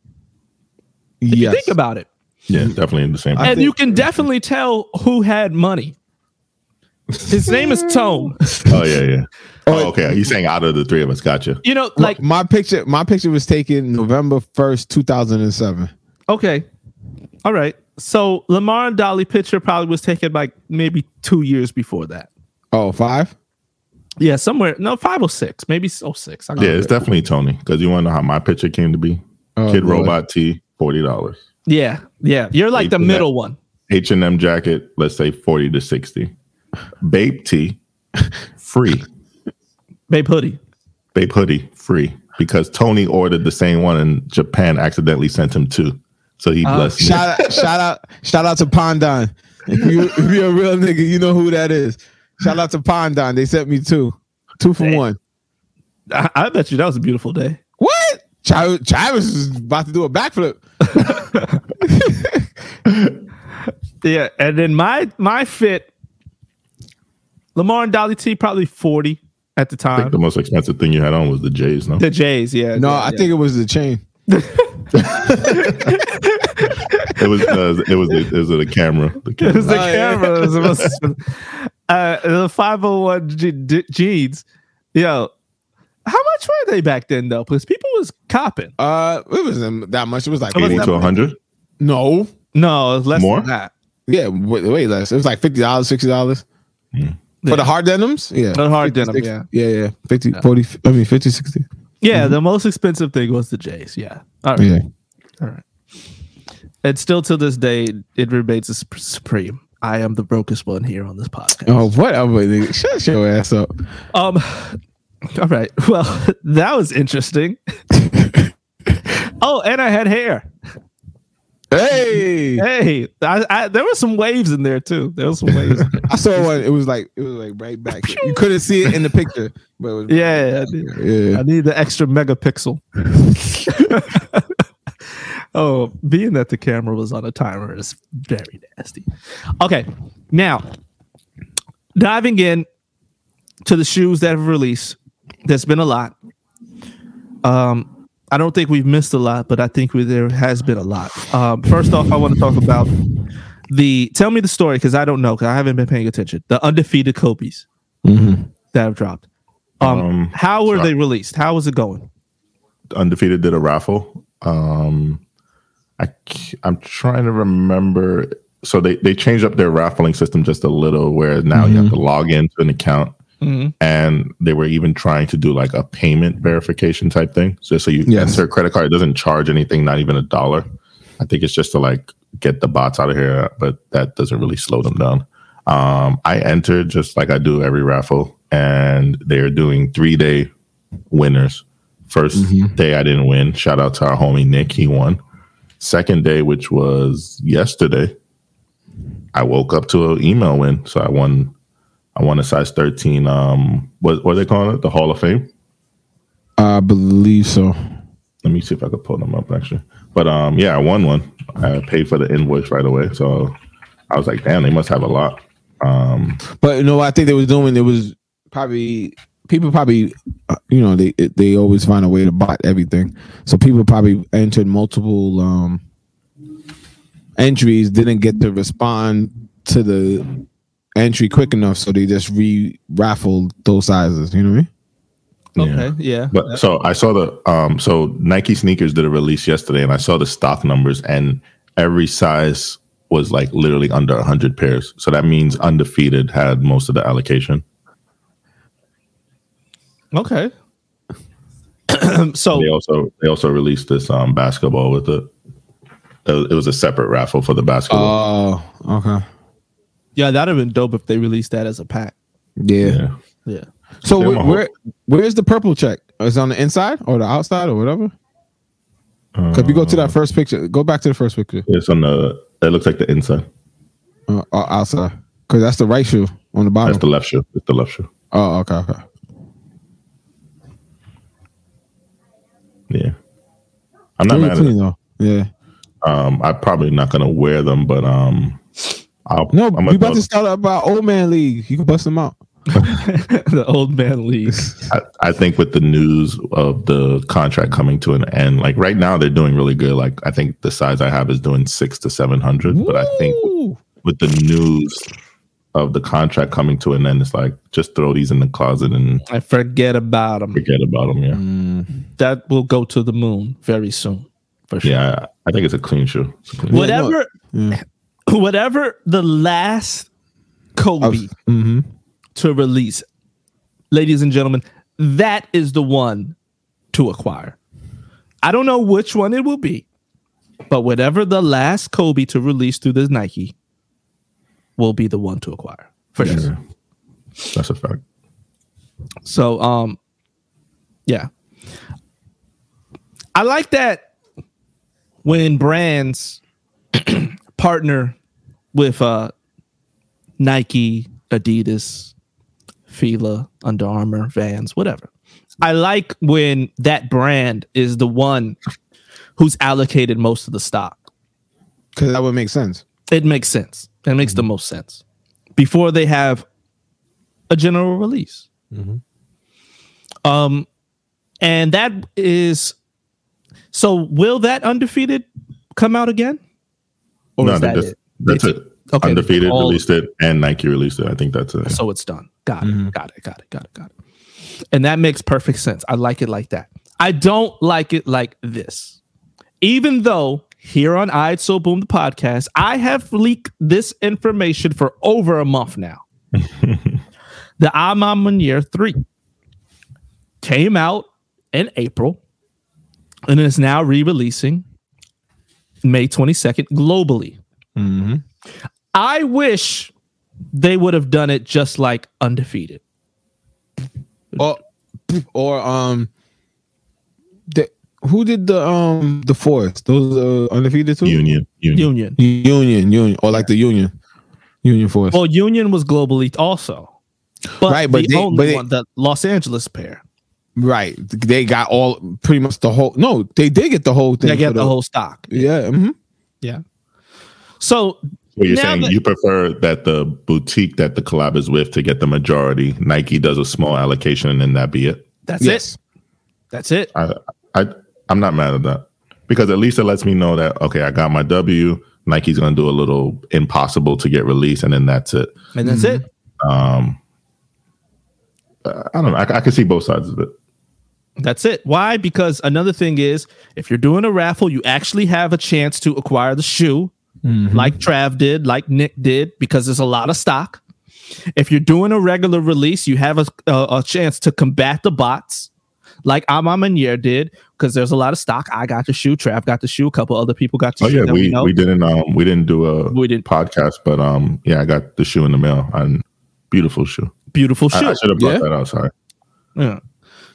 A: If
C: yes.
A: you think about it,
D: Yeah, definitely in the same.
C: I
A: and
C: think-
A: you can definitely tell who had money. His name is Tone.
D: Oh yeah, yeah. Oh, okay. He's saying out of the three of us, gotcha.
A: You know,
C: like
A: like
C: my picture my picture was taken November 1st, 2007.
A: okay, all right. So Lamar and Dolly picture probably was taken like maybe two years before that.
C: Oh, five?
A: Yeah, somewhere. No, five or six, maybe s- oh six. I don't
D: Yeah,
A: know.
D: it's definitely Tony. Because you want to know how my picture came to be?
C: Oh,
D: Kid
C: Lord.
D: Robot T, forty dollars.
A: yeah, yeah. You're like the
D: Eight
A: middle one.
D: H and M jacket, let's say forty to sixty. Babe T, free.
A: Babe hoodie.
D: Babe hoodie, free. Because Tony ordered the same one and Japan accidentally sent him two. So he
A: Uh,
D: blessed me.
C: Shout out shout out shout out to Pondon. If you if you're a real nigga, you know who that is. Shout out to Pondon. They sent me two. Two for
A: Damn.
C: one.
A: I, I bet you that was a beautiful day.
C: What? Travis, Travis is about to do a backflip.
A: Yeah, and then my my fit, Lamar and Dolly T probably forty at the
D: I think
A: time.
D: the most expensive thing you had on was the Jays, no?
A: The Jays, yeah.
C: No,
A: yeah,
C: I
A: yeah.
C: think it was the chain.
D: It was uh, it was the, it was the camera. The
A: it was the
D: camera.
A: camera. It
C: Oh, yeah.
A: was the most- uh, the five hundred one G- D- jeans. Yo, how much were they back then though? Because people was copping.
C: Uh, it wasn't that much. It was like
D: Eighty to hundred.
C: no,
A: No, it was less
D: More?
A: than that.
C: yeah, way, way less. It was like fifty dollars, sixty dollars
A: Hmm. Yeah.
C: for the hard denims. Yeah,
A: The hard denim,
C: 60,
A: yeah.
C: yeah, yeah. 50, 40, I mean 50, 60.
A: Yeah, the most expensive thing was the Jays. Yeah. All right.
C: Yeah,
A: And still to this day, it remains a sup- supreme. I am the brokest one here on this podcast.
C: oh, whatever. Nigga. Shut your ass up.
A: Um. All right. Well, that was interesting. oh, and I had hair.
C: Hey,
A: Hey, I, I, there were some waves in there too. There was some waves.
C: I saw one. It was like it was like right back. You couldn't see it in the picture, but it was
A: yeah, I need, I
C: yeah.
A: need the extra megapixel. oh, being that the camera was on a timer is very nasty. Okay, now diving in to the shoes that have released. There's been a lot. Um, I don't think we've missed a lot, but I think we, there has been a lot. Um, first off, I want to talk about the. Tell me the story because I don't know because I haven't been paying attention. The undefeated Kobe's that have dropped. Um,
D: Um,
A: how were
D: so-
A: they released? How was it going?
D: Undefeated did a raffle. Um, I c- I'm trying to remember. So they they changed up their raffling system just a little, where now you have to log into an account, and they were even trying to do like a payment verification type thing. So so you
C: Yes.
D: enter a credit card, it doesn't charge anything, not even a dollar. I think it's just to like get the bots out of here, but that doesn't really slow them down. Um, I entered just like I do every raffle, and they're doing three day winners. 1st day I didn't win. Shout out to our homie Nick, he won. Second day, which was yesterday, I woke up to an email win. So I won I won a size 13 um what what are they calling it? The Hall of Fame.
C: I believe so.
D: Let me see if I could pull them up actually. But um yeah, I won one. I paid for the invoice right away. So I was like, damn, they must have a lot. Um
C: But you know, what I think they was doing it was probably people probably uh, you know they they always find a way to bot everything. So people probably entered multiple um entries, didn't get to respond to the entry quick enough, so they just re raffled those sizes. You know what I mean?
A: Okay, yeah.
D: But so I saw the um so Nike sneakers did a release yesterday and I saw the stock numbers and every size was like literally under 100 pairs. So that means undefeated had most of the allocation.
A: okay. so
C: Oh.
D: They also they also released this um basketball with it. Uh, It was a separate raffle for the basketball.
C: Oh, okay,
A: yeah, that'd have been dope if they released that as a pack.
C: yeah.
D: yeah.
A: Yeah.
C: So
D: They're
C: where,
D: my
C: where where's the purple check? Is it on the inside or the outside or whatever? Because if you go to
D: Uh,
C: that first picture, go back to the first picture
D: It's on the it looks like the inside.
C: uh, or outside, because that's the right shoe on the bottom.
D: That's the left shoe. It's the left shoe.
C: Oh, okay, okay.
D: Yeah. I'm not
C: Very
D: mad at it.
C: clean, though. Yeah.
D: Um, I'm probably not gonna wear them, but um, I'll
C: No,
D: I'm
C: we about to start up our old man league. You can bust them out.
A: the old man league.
D: I, I think with the news of the contract coming to an end, like right now they're doing really good. Like I think the size I have is doing six to seven hundred, but I think
C: Ooh.
D: with the news of the contract coming to an end, it's like just throw these in the closet and
A: I forget about them.
D: forget about them. Yeah,
A: Mm. That will go to the moon very soon, for sure.
D: yeah. I, I think it's a clean shoe. It's a clean-
A: Whatever, whatever the last Kobe to release, ladies and gentlemen, that is the one to acquire. I don't know which one it will be, but whatever the last Kobe to release through this Nike will be the one to acquire for sure.
D: Yeah. That's a fact.
A: So um yeah. I like that when brands partner with uh Nike, Adidas, Fila, Under Armour, Vans, whatever. I like when that brand is the one who's allocated most of the stock.
C: because that would make sense.
A: It makes sense. It makes
D: Mm-hmm.
A: the most sense before they have a general release.
D: Mm-hmm.
A: Um, and that is so. Will that undefeated come out again? Or
D: No,
A: is
D: they
A: that
D: just-
A: it?
D: That's it.
A: Okay,
D: Undefeated
A: all-
D: released it, and Nike released it. I think that's it.
A: So it's done. Got it. Got it. Got it. Got it. Got it. And that makes perfect sense. I like it like that. I don't like it like this. Even though here on I'd So Boom the podcast, I have leaked this information for over a month now. the Amam Year 3 came out in April and is now re releasing May 22nd globally. I wish they would have done it just like undefeated.
C: Or, or um, the, who did the um the forest? Those uh, undefeated too.
D: Union,
C: Mm-hmm.
D: union.
A: Union.
C: Union, union, or like the union, union force.
A: Well, Union was globally also. But
C: Right, but
A: the
C: they-
A: only
C: but it-
A: one, the Los Angeles pair.
C: right, they got all pretty much the whole. No, they did get the whole thing.
A: They
C: for
A: get the whole stock.
C: Yeah. hmm
A: Yeah. So
D: So you're
A: now
D: saying
A: that-
D: you prefer that the boutique that the collab is with to get the majority. Nike does a small allocation, and then that be it.
A: that's
C: Yes.
A: it. That's it.
D: I, I, I'm not mad at that because at least it lets me know that okay, I got my W. Nike's gonna do a little impossible to get released, and then that's it.
A: And that's
C: Mm-hmm.
A: it.
D: I don't know. I, I can see both sides of it.
A: That's it. Why? Because another thing is, if you're doing a raffle, you actually have a chance to acquire the shoe, like Trav did, like Nick did, because there's a lot of stock. If you're doing a regular release, you have a, a, a chance to combat the bots, like Amam Manier did, because there's a lot of stock. I got the shoe, Trav got the shoe, a couple other people got the
D: Oh
A: shoe.
D: yeah,
A: that
D: we,
A: know.
D: we didn't um we didn't do a
A: We didn't-
D: podcast, but um yeah, I got the shoe in the mail and beautiful shoe.
A: Beautiful
D: I-
A: shoe.
D: I, should have brought
C: yeah.
D: that out. Sorry.
A: Yeah.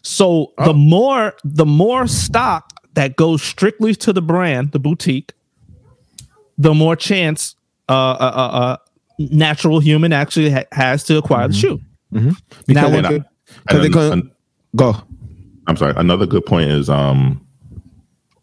A: So the more the more stock that goes strictly to the brand, the boutique, the more chance uh, uh, uh, uh, natural human actually ha- has to acquire the shoe.
C: Because
A: Now,
C: they
D: and
C: could-
D: I- and
C: they
D: an-
C: couldn't-
D: an-
C: go.
D: I'm sorry. Another good point is um,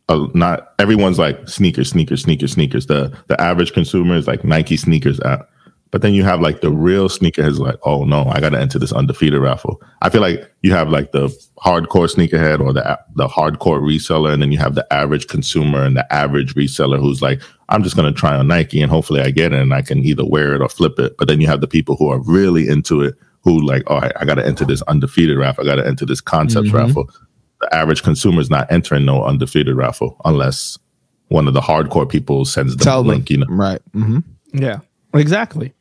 D: uh, not everyone's like sneakers, sneakers, sneakers, sneakers. The the average consumer is like Nike sneakers app, but then you have like the real sneakerheads like, oh no, I got to enter this undefeated raffle. I feel like you have like the hardcore sneakerhead or the a- the hardcore reseller, and then you have the average consumer and the average reseller who's like, I'm just gonna try on Nike and hopefully I get it and I can either wear it or flip it. But then you have the people who are really into it. Who like, all right, I gotta enter this undefeated raffle, I gotta enter this concepts raffle the average consumer is not entering no undefeated raffle unless one of the hardcore people sends them
C: Tell
D: a
C: them.
D: link. You know,
C: Right. hmm
A: Yeah, exactly.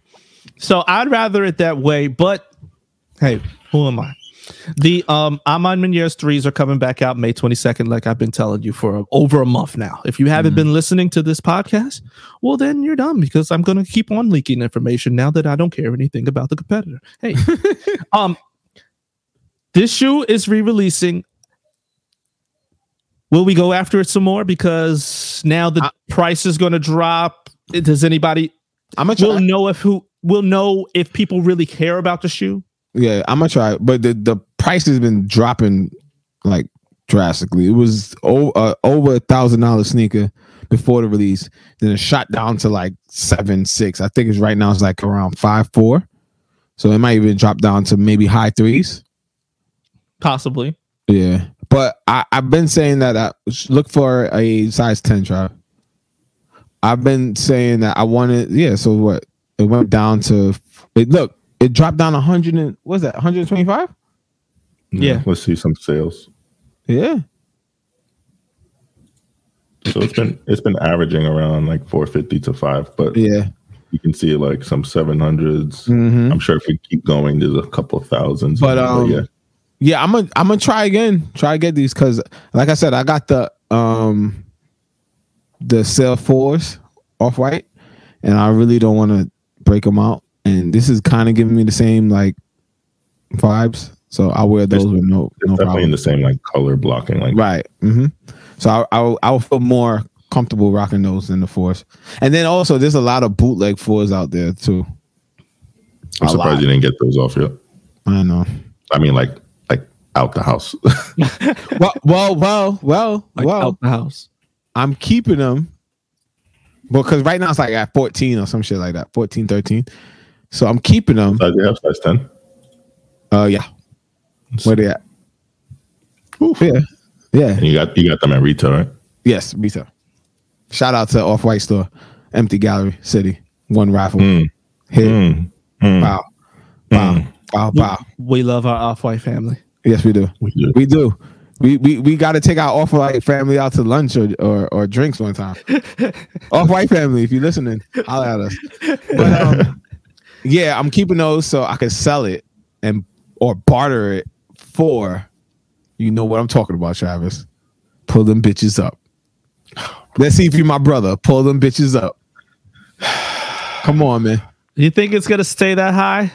A: So I'd rather it that way, but hey, who am I? The um Amon Meniere's threes are coming back out May 22nd, like I've been telling you for over a month now. If you haven't been listening to this podcast, well then you're dumb because I'm gonna keep on leaking information now that I don't care anything about the competitor. Hey, um this shoe is re-releasing. Will we go after it some more? Because now the price is gonna drop. Does anybody
C: I'm gonna try.
A: we'll know if who we'll know if people really care about the shoe.
C: yeah, I'm gonna try. But the the price has been dropping like drastically. It was o- uh, over a thousand dollar sneaker before the release. Then it shot down to like seven six. I think it's right now it's like around five four. So it might even drop down to maybe high threes.
A: Possibly.
C: Yeah, but I I've been saying that I sh- look for a size ten try. I've been saying that I wanted yeah. So what? It went down to it. Look, it dropped down a hundred and what's that? One hundred twenty five.
A: Yeah.
D: let's see some sales.
C: Yeah.
D: So it's been it's been averaging around like four fifty to five, but
C: Yeah.
D: you can see like some seven
C: Mhm.
D: I'm sure if we keep going, there's a couple thousands.
C: But, um, Yeah, I'm gonna I'm gonna try again. Try to get these because, like I said, I got the um the Cell Fours off white, and I really don't want to break them out. And this is kind of giving me the same like vibes, so I wear those with no
D: it's
C: no
D: definitely in
C: problem.
D: the same like color blocking. Like
C: Right. hmm So I I'll, I'll feel more comfortable rocking those than the fours. And then also, there's a lot of bootleg fours out there too.
D: I'm
C: a
D: surprised
C: lot.
D: you didn't get those off yet.
C: I know.
D: I mean, like like out the house.
C: Well, well, well, well,
A: like
C: well.
A: out the house.
C: I'm keeping them because right now it's like at 14 or some shit like that, 14, 13. So I'm keeping them.
D: Size you have size ten.
C: Uh, yeah. Where they at? Yeah, yeah.
D: And you got you got them at retail, right?
C: Yes, retail. Shout out to Off White Store, Empty Gallery City, One Rifle. Hit.
D: Mm.
C: Wow. Wow. Wow. Wow.
A: We love our off-white family.
C: Yes, we do.
D: We do.
C: We do. We we, we got to take our off white family out to lunch or, or, or drinks one time. off white family, if you're listening, holler at us. But um, yeah, I'm keeping those so I can sell it and or barter it for. You know what I'm talking about, Travis. Pull them bitches up. Let's see if you're my brother. Pull them bitches up. Come on, man.
A: You think it's gonna stay that high?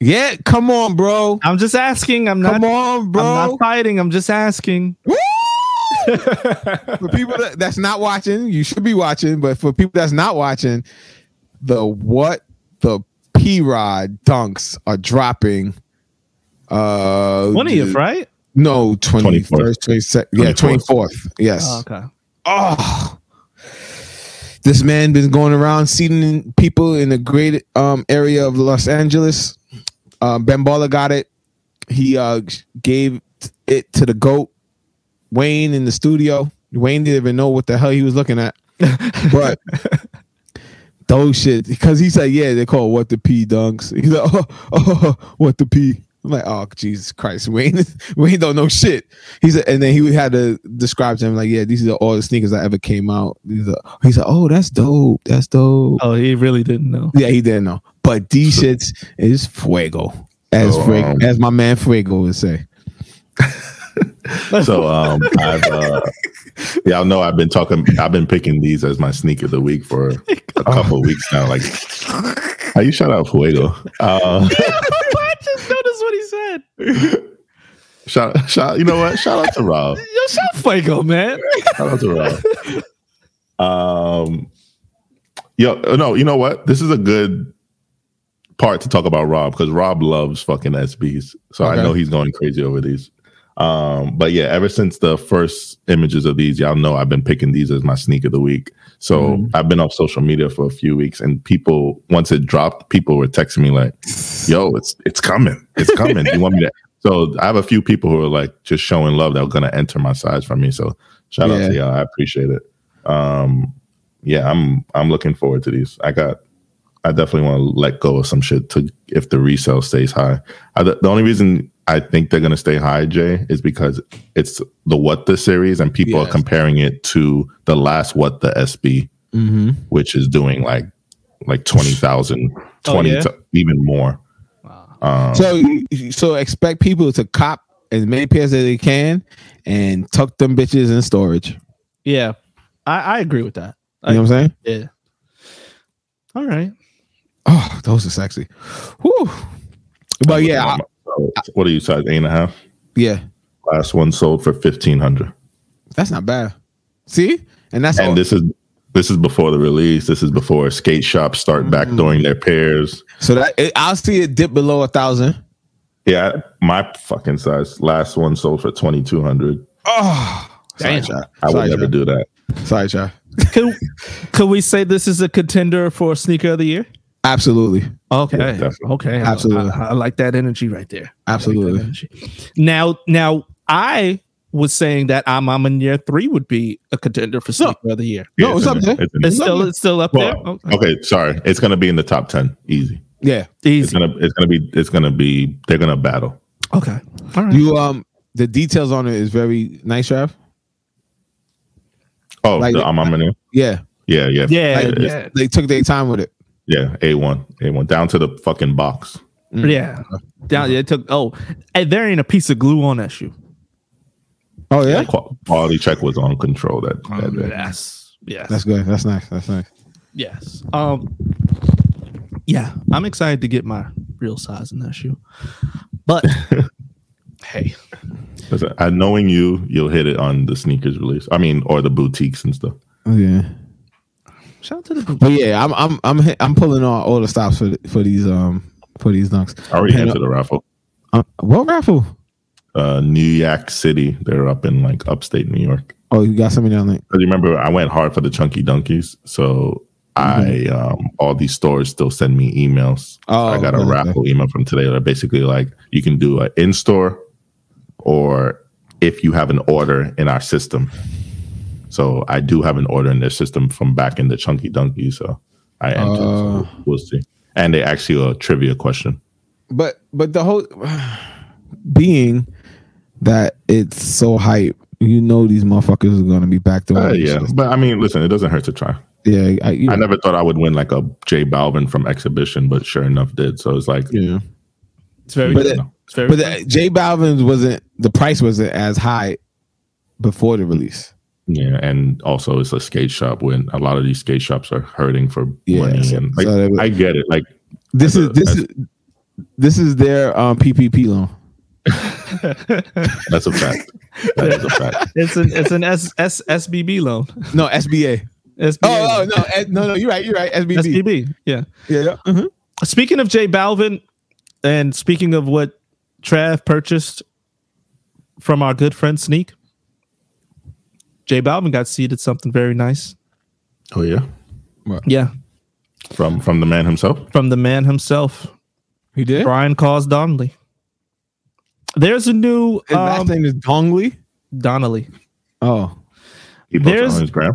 C: Yeah, come on, bro.
A: I'm just asking. I'm not.
C: Come on, bro. Oh,
A: I'm not fighting. I'm just asking.
C: for people that, that's not watching, you should be watching, but for people that's not watching, the what the P Rod dunks are dropping. Uh,
A: One of you, right?
C: No, 21st, 22nd. Yeah,
D: 24th.
C: 24th. Yes.
A: Oh, okay.
C: Oh, this man been going around seating people in the great um, area of Los Angeles. Uh, ben Baller got it. He uh, gave it to the goat Wayne in the studio. Wayne didn't even know what the hell he was looking at, but those shit because he said, "Yeah, they call what the p dunks." He's like, "Oh, oh, oh, what the p." I'm like, "Oh, Jesus Christ, Wayne, Wayne don't know shit." He's and then he had to describe to him like, "Yeah, these are all the sneakers that ever came out." He's like, he's like "Oh, that's dope. That's dope."
A: Oh, he really didn't know.
C: Yeah, he didn't know, but these shits is fuego, as
D: So,
C: Fue-
D: um,
C: as my man Fuego would say.
D: So um, I've uh, yeah, I know I've been talking. I've been picking these as my sneak of the week for a couple of weeks now. Like, how you shout out Fuego? Uh,
A: I just noticed what he said.
D: shout, shout. You know what? Shout out to Rob.
A: Yo, shut Fuego, man.
D: Shout out to Rob. Um, yo, no, you know what? This is a good part to talk about Rob because Rob loves fucking SBs, so
C: Okay.
D: I know he's going crazy over these. Um, but yeah, ever since the first images of these, y'all know I've been picking these as my sneak of the week. So
C: Mm-hmm.
D: I've been off social media for a few weeks, and people once it dropped, people were texting me like, "Yo, it's it's coming, it's coming." you want me to? So I have a few people who are like just showing love that are gonna enter my size for me. So shout out to
C: Yeah.
D: y'all, I appreciate it. Um, yeah, I'm I'm looking forward to these. I got I definitely want to let go of some shit to if the resale stays high. I, the, the only reason I think they're gonna stay high, Jay, is because it's the what the series and people are
C: Yes.
D: comparing it to the last what the SB,
C: Mm-hmm.
D: which is doing like like 20,000,
C: Oh,
D: 20,
A: yeah?
D: to- even more. Um,
C: So so expect people to cop as many pairs as they can and tuck them bitches in storage. You
A: Yeah, I, I agree with that.
C: know what I'm saying?
A: Yeah. All right.
C: Oh, those are sexy. Whew. But yeah, I-
D: Um, what are you size eight and a half?
C: yeah,
D: Last one sold for fifteen hundred,
C: that's not bad. See, and that's all.
D: and this is this is before the release. This is before skate shops start
C: Mm.
D: backdooring their pairs.
C: so that it, I'll see it dip below a thousand.
D: Yeah, my fucking size. Last one sold for twenty two hundred.
C: Oh,
A: Damn.
C: Sorry, child.
D: I would
C: Sorry,
D: never
C: child.
D: do that.
C: Sorry, child.
A: Could, could we say this is a contender for sneaker of the year?
C: Absolutely,
A: Okay.
D: Yeah, definitely.
A: okay. I-
C: Absolutely.
A: I, I like that energy right there. I like that
C: Absolutely.
A: energy. Now, now I was saying that I'm I'm in year three would be a contender for sneaker of the year.
C: No,
D: Yeah,
C: it's up
D: in
C: there.
D: It's in
A: It's
D: there.
A: still it's still up there.
D: Well,
A: Okay.
D: okay, sorry. It's gonna be in the top ten. Easy.
C: yeah.
D: It's
A: Easy.
D: gonna it's gonna be it's gonna be they're gonna battle.
A: Okay. All right.
C: You um, the details on it is very nice, Trav.
D: Oh,
C: Like-
D: the, I'm, I'm in here.
C: Yeah,
D: Yeah, yeah,
A: yeah,
C: like,
A: yeah,
C: they took their time with it.
D: yeah. A one, A one, down to the fucking box.
A: Mm. yeah. Down it took oh and there ain't a piece of glue on that shoe.
C: Oh yeah,
D: Qu- Quality check was on control that,
A: Oh,
D: that day.
A: Um, Yes. Yes.
C: that's good. That's nice. That's nice.
A: Yes. Um. Yeah, I'm excited to get my real size in that shoe, but hey,
D: Listen, I knowing you, you'll hit it on the sneakers release. I mean, or the boutiques and stuff.
C: Oh, yeah.
A: shout out to the
C: But yeah, I'm I'm I'm hit- I'm pulling all, all the stops for for these um for these dunks.
D: I already
C: Pen-
D: entered the raffle.
C: uh, what raffle?
D: uh, New York City. They're up in like upstate New York.
C: Oh, you got something down there.
D: Because remember, I went hard for the chunky donkeys, so I um, all these stores still send me emails.
C: Mm-hmm. Oh,
D: I got a
C: okay,
D: raffle email from today that basically like you can do an in store or if you have an order in our system. So I do have an order in their system from back in the chunky donkey. So I entered.
C: Uh.
D: so we'll see. And they asked you a trivia question.
C: But but the whole being that it's so hype, you know these motherfuckers are gonna be back to
D: Uh, yeah, but I mean, listen, it doesn't hurt to try.
C: yeah. I, you
D: I
C: know,
D: never thought I would win like a J Balvin from exhibition, but sure enough, did. So it's like,
C: yeah.
A: It's very.
C: But
A: good.
C: it-
A: it's very.
C: But
A: good.
C: the, J Balvin's wasn't the price wasn't as high before the release.
D: yeah, and also it's a skate shop when a lot of these skate shops are hurting for
C: Yeah,
D: money, and like
C: so they would-
D: I get it. Like
C: This
D: As
C: is
D: a-
C: this
D: as-
C: is this is their um, PPP loan.
D: that's a fact. that is a fact.
A: it's an it's an S, S, SBB loan.
C: No SBA.
A: SBB.
C: Oh, oh no, eh, no, no. You're right. You're right. SBB.
A: SBB. Yeah.
C: Yeah. yeah. mhm.
A: Speaking of Jay Balvin, and speaking of what Trav purchased from our good friend Sneak, Jay Balvin got seated something very nice.
D: Oh yeah,
A: Yeah,
D: from from the man himself.
A: from the man himself,
C: He did.
A: Brian Cause Donnelly. There's a new
C: His last
A: um,
C: name is Dongley.
A: Donnelly.
C: Oh,
D: He posted
A: There's-
D: on his gram.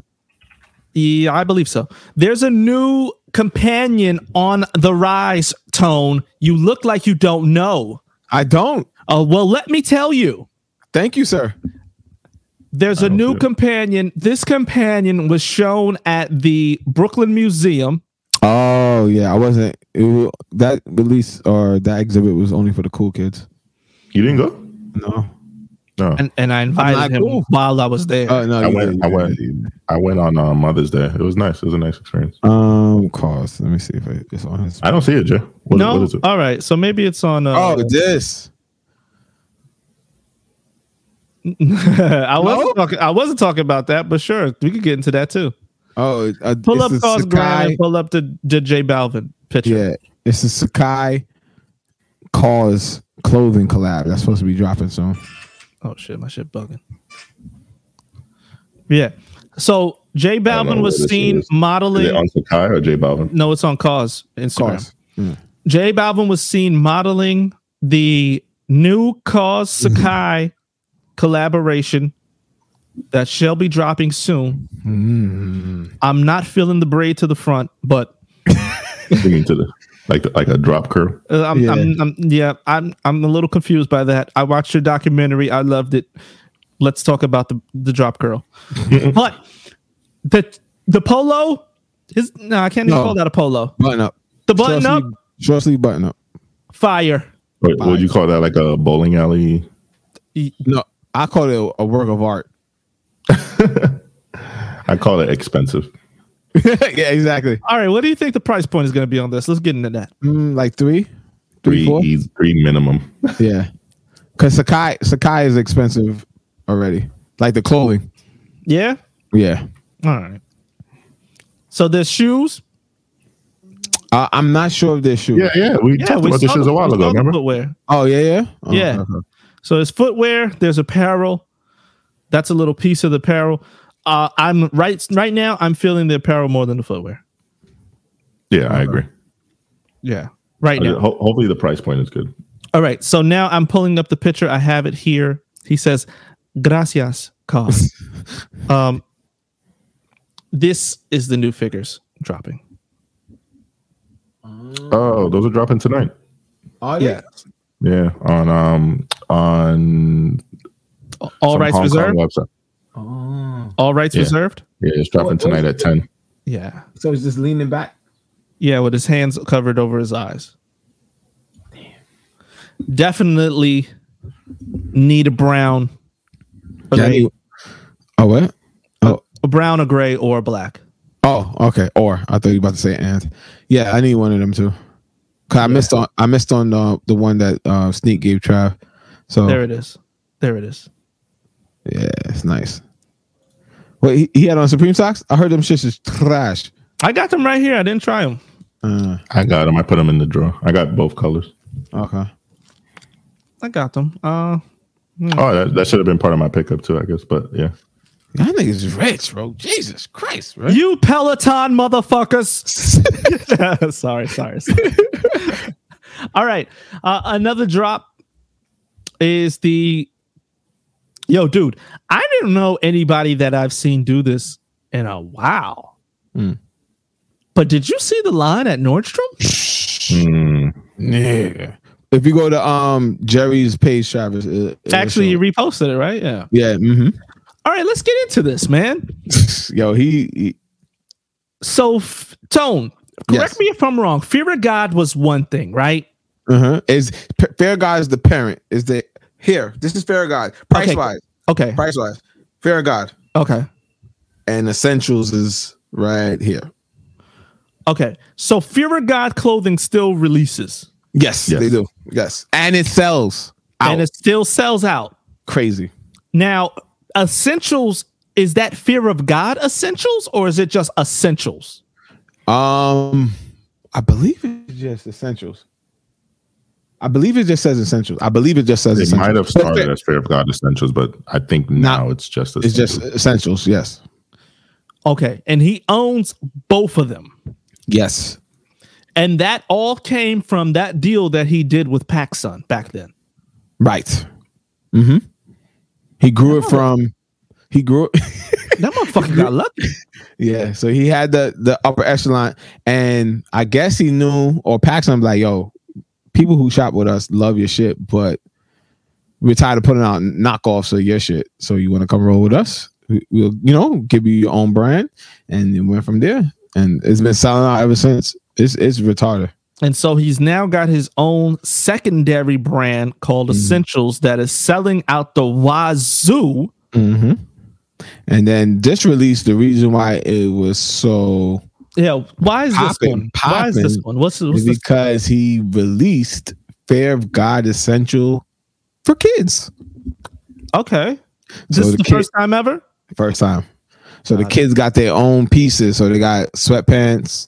A: Yeah, I believe so. There's a new companion on the rise. Tone, you look like you don't know.
C: I don't.
A: Uh, well, let me tell you.
C: Thank you, sir.
A: There's a
D: don't
A: new
D: see it.
A: companion. This companion was shown at the Brooklyn Museum.
C: Oh yeah, I wasn't. It, wa- that release or that exhibit was only for the cool kids.
D: You didn't go?
C: No.
D: No,
A: And, and I
C: not
A: invited him
C: cool.
A: while I was there.
C: Oh no.
D: I
C: you
D: went-
C: did,
D: I
C: you
D: went.
C: did.
D: I went on uh, Mother's Day. It was nice. It was a nice experience.
C: Um, cause let me see if I, it's on his.
D: I don't see it, Jay. What,
A: no,
D: what is it?
A: all right. So maybe it's on. Uh,
C: Oh, this.
A: I wasn't
C: no?
A: talking. I wasn't talking about that, but sure, we could get into that too.
C: Oh, uh,
A: Pull
C: it's
A: up
C: a
A: Cause Graham
C: Sakai.
A: and pull up the, the J Balvin picture.
C: Yeah, it's a Sakai Cause clothing collab that's supposed to be dropping soon.
A: Oh shit, my shit bugging. Yeah. So J
D: don't know
A: Balvin
D: where
A: was
D: this
A: seen
D: is. Is it
A: modeling.
D: on Sakai or J Balvin?
A: no, it's on Cause Instagram.
C: Cause. Mm.
A: J Balvin was seen modeling the new Cause Sakai collaboration that shall be dropping soon.
C: Mm-hmm.
A: I'm not feeling the braid to the front, but
D: You mean to the like the, like a drop curve?
A: uh, I'm,
C: Yeah.
A: I'm, I'm, yeah, I'm, I'm a little confused by that. I watched your documentary. I loved it. Let's talk about the, the drop girl. but the, the polo is, no, I can't even
C: No.
A: call that a polo.
C: Button up.
A: The button
C: Short
A: up,
C: sleeve- Short sleeve button up.
A: fire.
D: What, what would you call that? Like a bowling alley?
C: No, I call it a work of art.
D: I call it expensive.
C: yeah, exactly.
A: All right. What do you think the price point is going to be on this? Let's get into that.
C: Mm, like three, three,
D: Three
C: four.
D: eas- three minimum.
C: Yeah, because Sakai Sakai is expensive already. Like the clothing.
A: Yeah.
C: Yeah,
A: All right. So there's shoes.
C: I, I'm not sure of this shoe.
D: Yeah, yeah. We talked about this
A: saw
D: shit
A: the-
D: a while
A: we
D: ago.
A: saw the
D: Remember?
A: Footwear.
C: Oh yeah, yeah. Oh,
A: Yeah.
C: okay.
A: So there's footwear. There's apparel. That's a little piece of the apparel. Uh, I'm right right now. I'm feeling the apparel more than the footwear.
D: Yeah, I agree.
A: Um, Yeah. Right now.
D: Ho- hopefully, the price point is good.
A: All right. So now I'm pulling up the picture. I have it here. He says, "Gracias, cause." um, this is the new figures dropping.
D: Oh, those are dropping tonight.
C: Oh, yeah.
D: Yeah, on um on
A: All
D: some
A: rights
D: Hong Kong
A: reserved.
D: website.
A: All rights
D: Yeah.
A: reserved.
D: Yeah, it's dropping
C: What- what
D: tonight
C: is
D: at ten.
A: Yeah.
C: So it's just leaning back.
A: Yeah, with his hands covered over his eyes. Definitely need a brown, a,
C: Yeah, I
A: gray-
C: need- oh what? Oh,
A: a brown, a gray, or a black.
C: oh, okay. Or I thought you were about to say and. Yeah, I need one of them too. Cause I missed on I missed on the the one that uh, Sneak gave Trav. So
A: There it is. There it is.
C: yeah, it's nice. Wait, he, he had on Supreme socks. I heard them shits is trash.
A: I got them right here. I didn't try them.
C: Uh,
D: I got them. I put them in the drawer. I got both colors.
C: okay.
A: I got them. Uh,
D: Oh, that, that should have been part of my pickup too, I guess. But yeah,
C: Y'all niggas is rich, bro. Jesus Christ, right?
A: You Peloton motherfuckers. sorry, sorry, sorry. All right. Uh, another drop is the. Yo, dude, I didn't know anybody that I've seen do this in a while.
C: Hmm.
A: But did you see the line at Nordstrom?
D: Mm.
C: Yeah. If you go to um Jerry's page, Travis. it- it'll
A: Actually, you
C: show-
A: reposted it, right? Yeah.
C: yeah. hmm
A: All right, let's get into this, man.
C: mm-hmm. Yo, he, he-
A: So, F- Tone, correct
C: Yes.
A: me if I'm wrong. Fear of God was one thing, right?
C: uh-huh. is P- fair guy is the parent. Is the here? This is fair guy. Price wise,
A: Okay.
C: price wise, fair god,
A: Okay.
C: and essentials is right here.
A: Okay. So, Fear of God clothing still releases
C: Yes,
D: Yes.
C: they do. Yes, and it sells out.
A: and it still sells out.
C: crazy.
A: Now, essentials is that fear of God essentials or is it just essentials?
C: Um, I believe it's just essentials. I believe it just says essentials. I believe it just says
D: It
C: essentials.
D: might have
C: But fair-
D: started as Fear of God Essentials, but I think now it's just
C: It's just
D: Essentials.
C: essentials. Yes.
A: Okay. And he owns both of them.
C: Yes.
A: And that all came from that deal that he did with PacSun back then.
C: Right. Oh. Mm-hmm. He grew it from. He grew.
A: That motherfucker got lucky.
C: yeah. So he had the the upper echelon, and I guess he knew or Paxton was like, yo, people who shop with us love your shit, but we're tired of putting out knockoffs of your shit. So you want to come roll with us? We- We'll, you know, give you your own brand, and it went from there. And it's been selling out ever since. It's it's retarded.
A: And so he's now got his own secondary brand called
C: Mm-hmm.
A: Essentials that is selling out the wazoo.
C: hmm And then this release, the reason why it was so
A: Yeah, why is this
C: Poppin',
A: one? Why is this
C: poppin'.
A: one? What's, what's
C: is
A: this?
C: because he released Fair of God Essential for kids.
A: Okay, this
C: So
A: is
C: the
A: the
C: kid-
A: first time ever.
C: First time. So the kids got their own pieces. So they got sweatpants,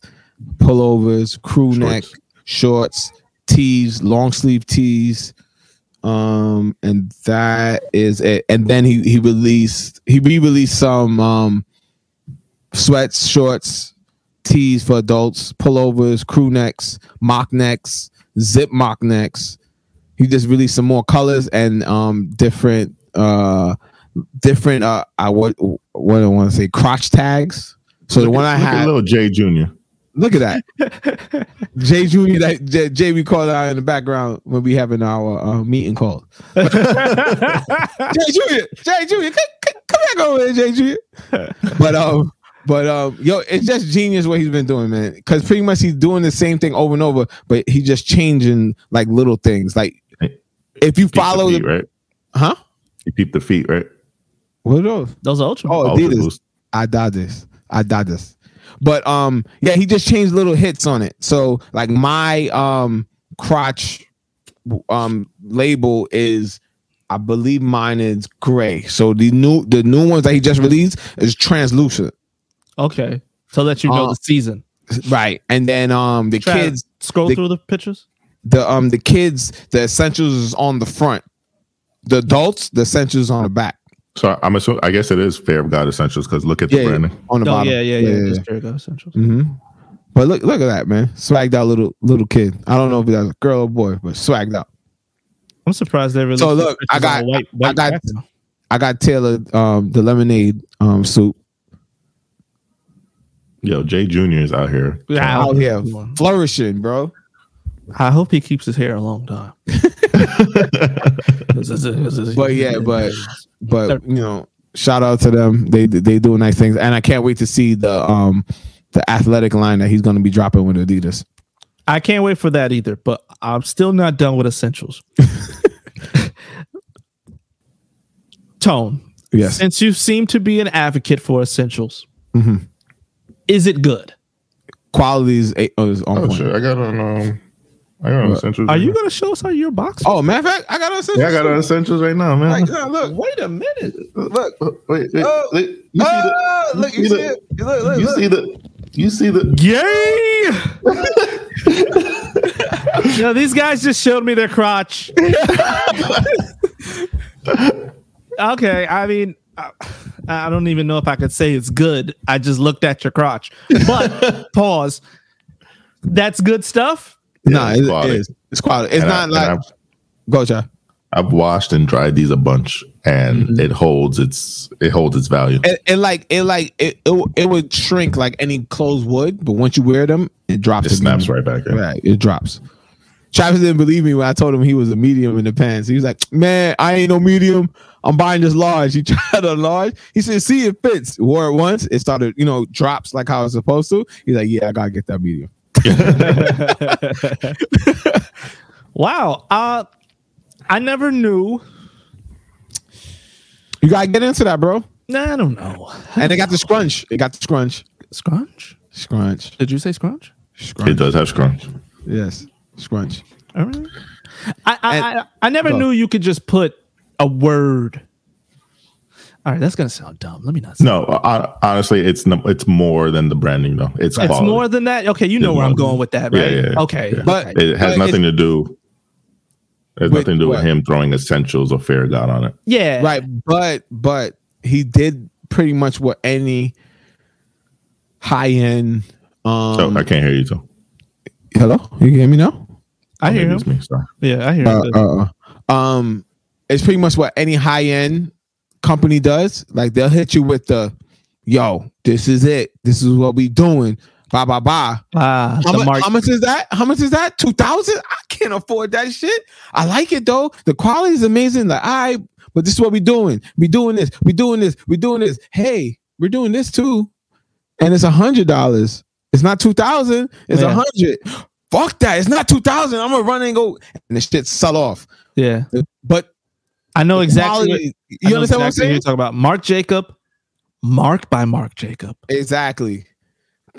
C: pullovers, crew neck, shorts, tees, long sleeve tees. Um, and that is it. And then he he released he re-released some um sweats, shorts, tees for adults, pullovers, crew necks, mock necks, zip mock necks. He just released some more colors and um different uh different uh I what what do I want to say crotch tags. So the one I
D: Look at
C: had,
D: Little Jay Junior.
C: look at that, Jay Junior, that Jay, Jay we call out in the background when we having our uh, meeting call. Jay Junior, Jay Junior, come, come- come back over here, Jay Junior. But um, but um, yo, it's just genius what he's been doing, man. Because pretty much he's doing the same thing over and over, but he's just changing like little things. Like if you follow,
D: the
C: the,
D: feet, right.
C: huh?
D: You peep the feet, right?
C: What are those?
A: Those are ultra.
C: Oh,
D: Ultra
C: Adidas.
D: Boost.
C: I did this. I did this. But um, yeah, he just changed little hits on it. So like my um crotch um label is I believe mine is gray. So the new the new ones that he just released is translucent.
A: Okay, so let you know
C: Uh,
A: the season.
C: Right. And then um the
A: Try to
C: kids
A: scroll
C: they-
A: through the pictures.
C: the um the kids the essentials is on the front. The adults, the essentials is on the back.
D: So I'm assuming. I guess it is Fear of God Essentials because look at the
C: Yeah, yeah,
D: branding.
C: on the
A: Oh
C: bottom.
A: yeah, yeah, yeah. Just there it goes, Essentials.
C: hmm But look, look at that man, swagged out little little kid. I don't know if that's a girl or boy, but swagged out.
A: Mm-hmm. I'm surprised they released.
C: So
A: these
C: look, I
A: pictures on
C: got-
A: a white,
C: I
A: white
C: got-
A: background.
C: I got Taylor um, the lemonade um, suit
D: Yo, Jay Junior is out here.
A: Yeah.
C: out here
A: Come on.
C: flourishing, bro.
A: I hope he keeps his hair a long time.
C: But
A: but
C: yeah, but but you know, shout out to them. They they doing nice things, and I can't wait to see the um the athletic line that he's going to be dropping with Adidas.
A: I can't wait for that either, but I'm still not done with essentials. Tone,
C: Yes,
A: since you seem to be an advocate for essentials,
C: Mhm.
A: is it good?
C: quality is, a- oh, is on
D: Oh
C: point.
D: shit! I got on. Um, I got on Essentials.
A: Are
D: right
A: you
D: now.
A: going to show us how your box?
C: Oh, matter of fact, I got on.
D: Yeah, I got on Essentials right now, man.
C: Like, no, look,
A: wait a minute.
C: look,
D: wait, wait,
C: Oh.
D: wait. You see the?
C: oh, look, you
D: you
C: see
D: see
C: it?
D: the-
C: Look, look,
D: You
C: look.
D: see the? You see the?
A: Yay! you know, these guys just showed me their crotch. okay. I mean, I, I don't even know if I could say it's good. I just looked at your crotch. But pause. That's good stuff.
C: nah,
D: it's
C: it- it
D: quality.
C: is. It's quality. It's
D: And I-
C: not
D: and
C: like
D: I've-
C: go, Jai.
D: I've washed and dried these a bunch, and it holds its it holds its value.
C: It, it like it like it, it it would shrink like any clothes would, but once you wear them, it drops.
D: It snaps
C: again.
D: right back in.
C: Right, it drops. Travis didn't believe me when I told him he was a medium in the pants. He was like, "Man, I ain't no medium. I'm buying this large." He tried a large. He said, "See, it fits." Wore it once. It started, you know, drops like how it's supposed to. He's like, "Yeah, I gotta get that medium."
A: Wow. Uh, I never knew.
C: You gotta get into that, bro.
A: Nah, I don't know.
C: And they got the scrunch. It got the scrunch.
A: Scrunch?
C: Scrunch.
E: Did you say scrunch?
D: It
C: Scrunch.
D: does have scrunch.
C: Yes, scrunch.
A: All right. I I,
C: And-
A: I, I never
C: Go.
A: knew you could just put a word. All right, that's gonna sound dumb. Let me not. Say
D: No, I, honestly, it's no, it's more than the branding though. It's
A: it's
D: quality.
A: more than that. Okay, you know where I'm
D: more.
A: going with that,
D: Yeah,
A: right?
D: yeah, yeah.
A: okay,
D: Yeah.
C: But-
A: okay.
D: it has
C: But
D: nothing to do. It has
C: With
D: nothing to do
C: what?
D: with him throwing essentials or fair god on it.
A: yeah,
C: Right, but but he did pretty much what any high end.
D: Oh,
C: Um,
D: I can't hear you. So
C: hello, you can hear me now?
A: I hear him.
D: it's me. Sorry.
A: Yeah, I hear
C: Uh,
A: him.
C: uh, uh. um, it's pretty much what any high end company does. Like they'll hit you with the, "Yo, this is it. This is what we doing." Blah blah blah.
A: Ah,
C: How,
A: the
C: mu-
A: mark.
C: how much is that? How much is that? Two thousand? I can't afford that shit. I like it though. The quality is amazing. Like, all right, but this is what we doing. We doing this. We doing this. We doing this. Hey, we're doing this too, and it's a hundred dollars. It's not two thousand. It's a
A: Yeah.
C: hundred. Fuck that. It's not two thousand. I'm gonna run and go, and the shit sell off.
A: yeah,
C: But
A: I know exactly. what-
C: quality-
A: I
C: you
A: know
C: understand
A: exactly
C: what
A: you're
C: I'm saying?
A: talking about Mark Jacob, Mark by Mark Jacob.
C: Exactly.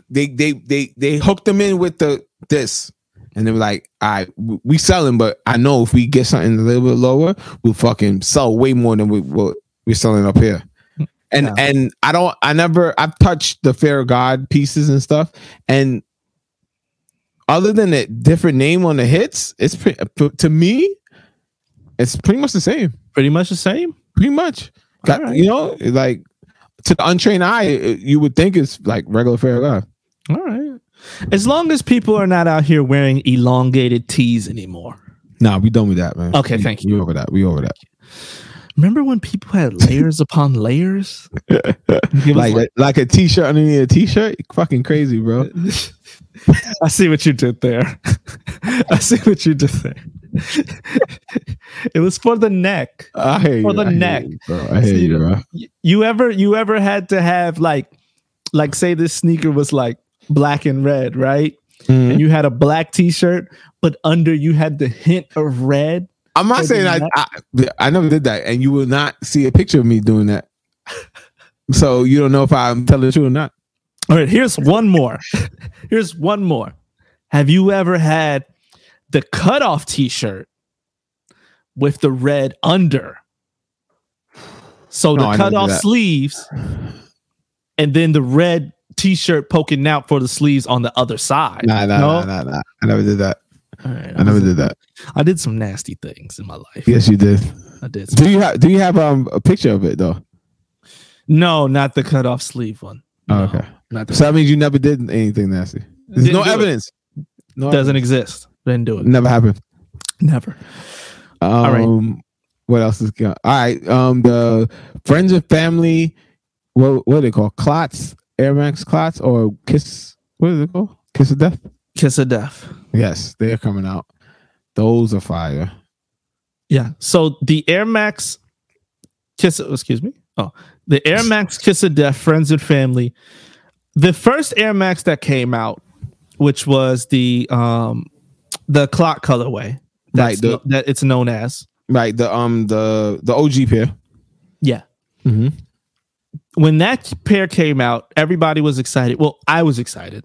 C: They they they they hooked them in with the this, and they were like, "All right, w- we selling, but I know if we get something a little bit lower, we'll fucking sell way more than we what we're selling up here." And
A: Yeah.
C: and I don't I never I've touched the Fair God pieces and stuff, and other than a different name on the hits, it's pre- to me, it's pretty much the same
A: Pretty much the same.
C: pretty much. Got,
A: Alright.
C: You know, like to the untrained eye, it- you would think it's like regular fair life.
A: All right. As long as people are not out here wearing elongated tees anymore.
C: Nah, we done with that, man.
A: Okay,
C: We-
A: thank you.
C: We over that. We over that.
A: Remember when people had layers upon layers? Give us
C: Like
A: like-
C: like, a t-shirt underneath a t-shirt, fucking crazy, bro.
A: I see what you did there. I see what you did there. it was for the neck.
C: I hear you.
A: For the
C: I hear
A: neck.
C: you, bro. I hear
A: See,
C: you, bro.
A: Y- You ever you ever had to have like like say this sneaker was like black and red, right?
C: Mhm.
A: And you had a black t-shirt, but under you had the hint of red.
C: I'm
A: for
C: not
A: the
C: saying I,
A: neck.
C: I I never did that, and you will not see a picture of me doing that. So you don't know if I'm telling the truth or not.
A: All right, here's one more. here's one more. Have you ever had the cutoff t-shirt with the red under? So
C: No,
A: the
C: I never do
A: cutoff
C: that.
A: sleeves and then the red t-shirt poking out for the sleeves on the other side.
C: Nah, nah,
A: No?
C: nah, nah, nah. I never did that.
A: All right,
C: I
A: I,
C: never
A: was-
C: did that.
A: I did some nasty things in my life.
C: Yes, you did.
A: I did. some-
C: Do you have Do you have um a picture of it though?
A: no, not the cutoff sleeve one.
C: Oh,
A: No,
C: okay.
A: Not the,
C: So that means you never did anything nasty. There's
A: Didn't
C: no
A: do it.
C: evidence. No,
A: doesn't exist. Didn't do
C: evidence.
A: it.
C: never happened.
A: Never.
C: Um,
A: right.
C: What else is going? All right. Um, the friends and family. What what are they called? Clots, Air Max clots, or kiss? What is it called? Kiss of death.
A: Kiss of death.
C: Yes, they are coming out. Those are fire.
A: Yeah. So the Air Max Kiss, excuse me. Oh, the Air Max Kiss of Death, Friends and Family. The first Air Max that came out, which was the um the clock colorway. That's
C: Right, the-
A: kno- that it's known as.
C: Right. The um the the OG pair.
A: Yeah.
C: Mhm.
A: Mm-hmm. When that pair came out, everybody was excited. Well, I was excited.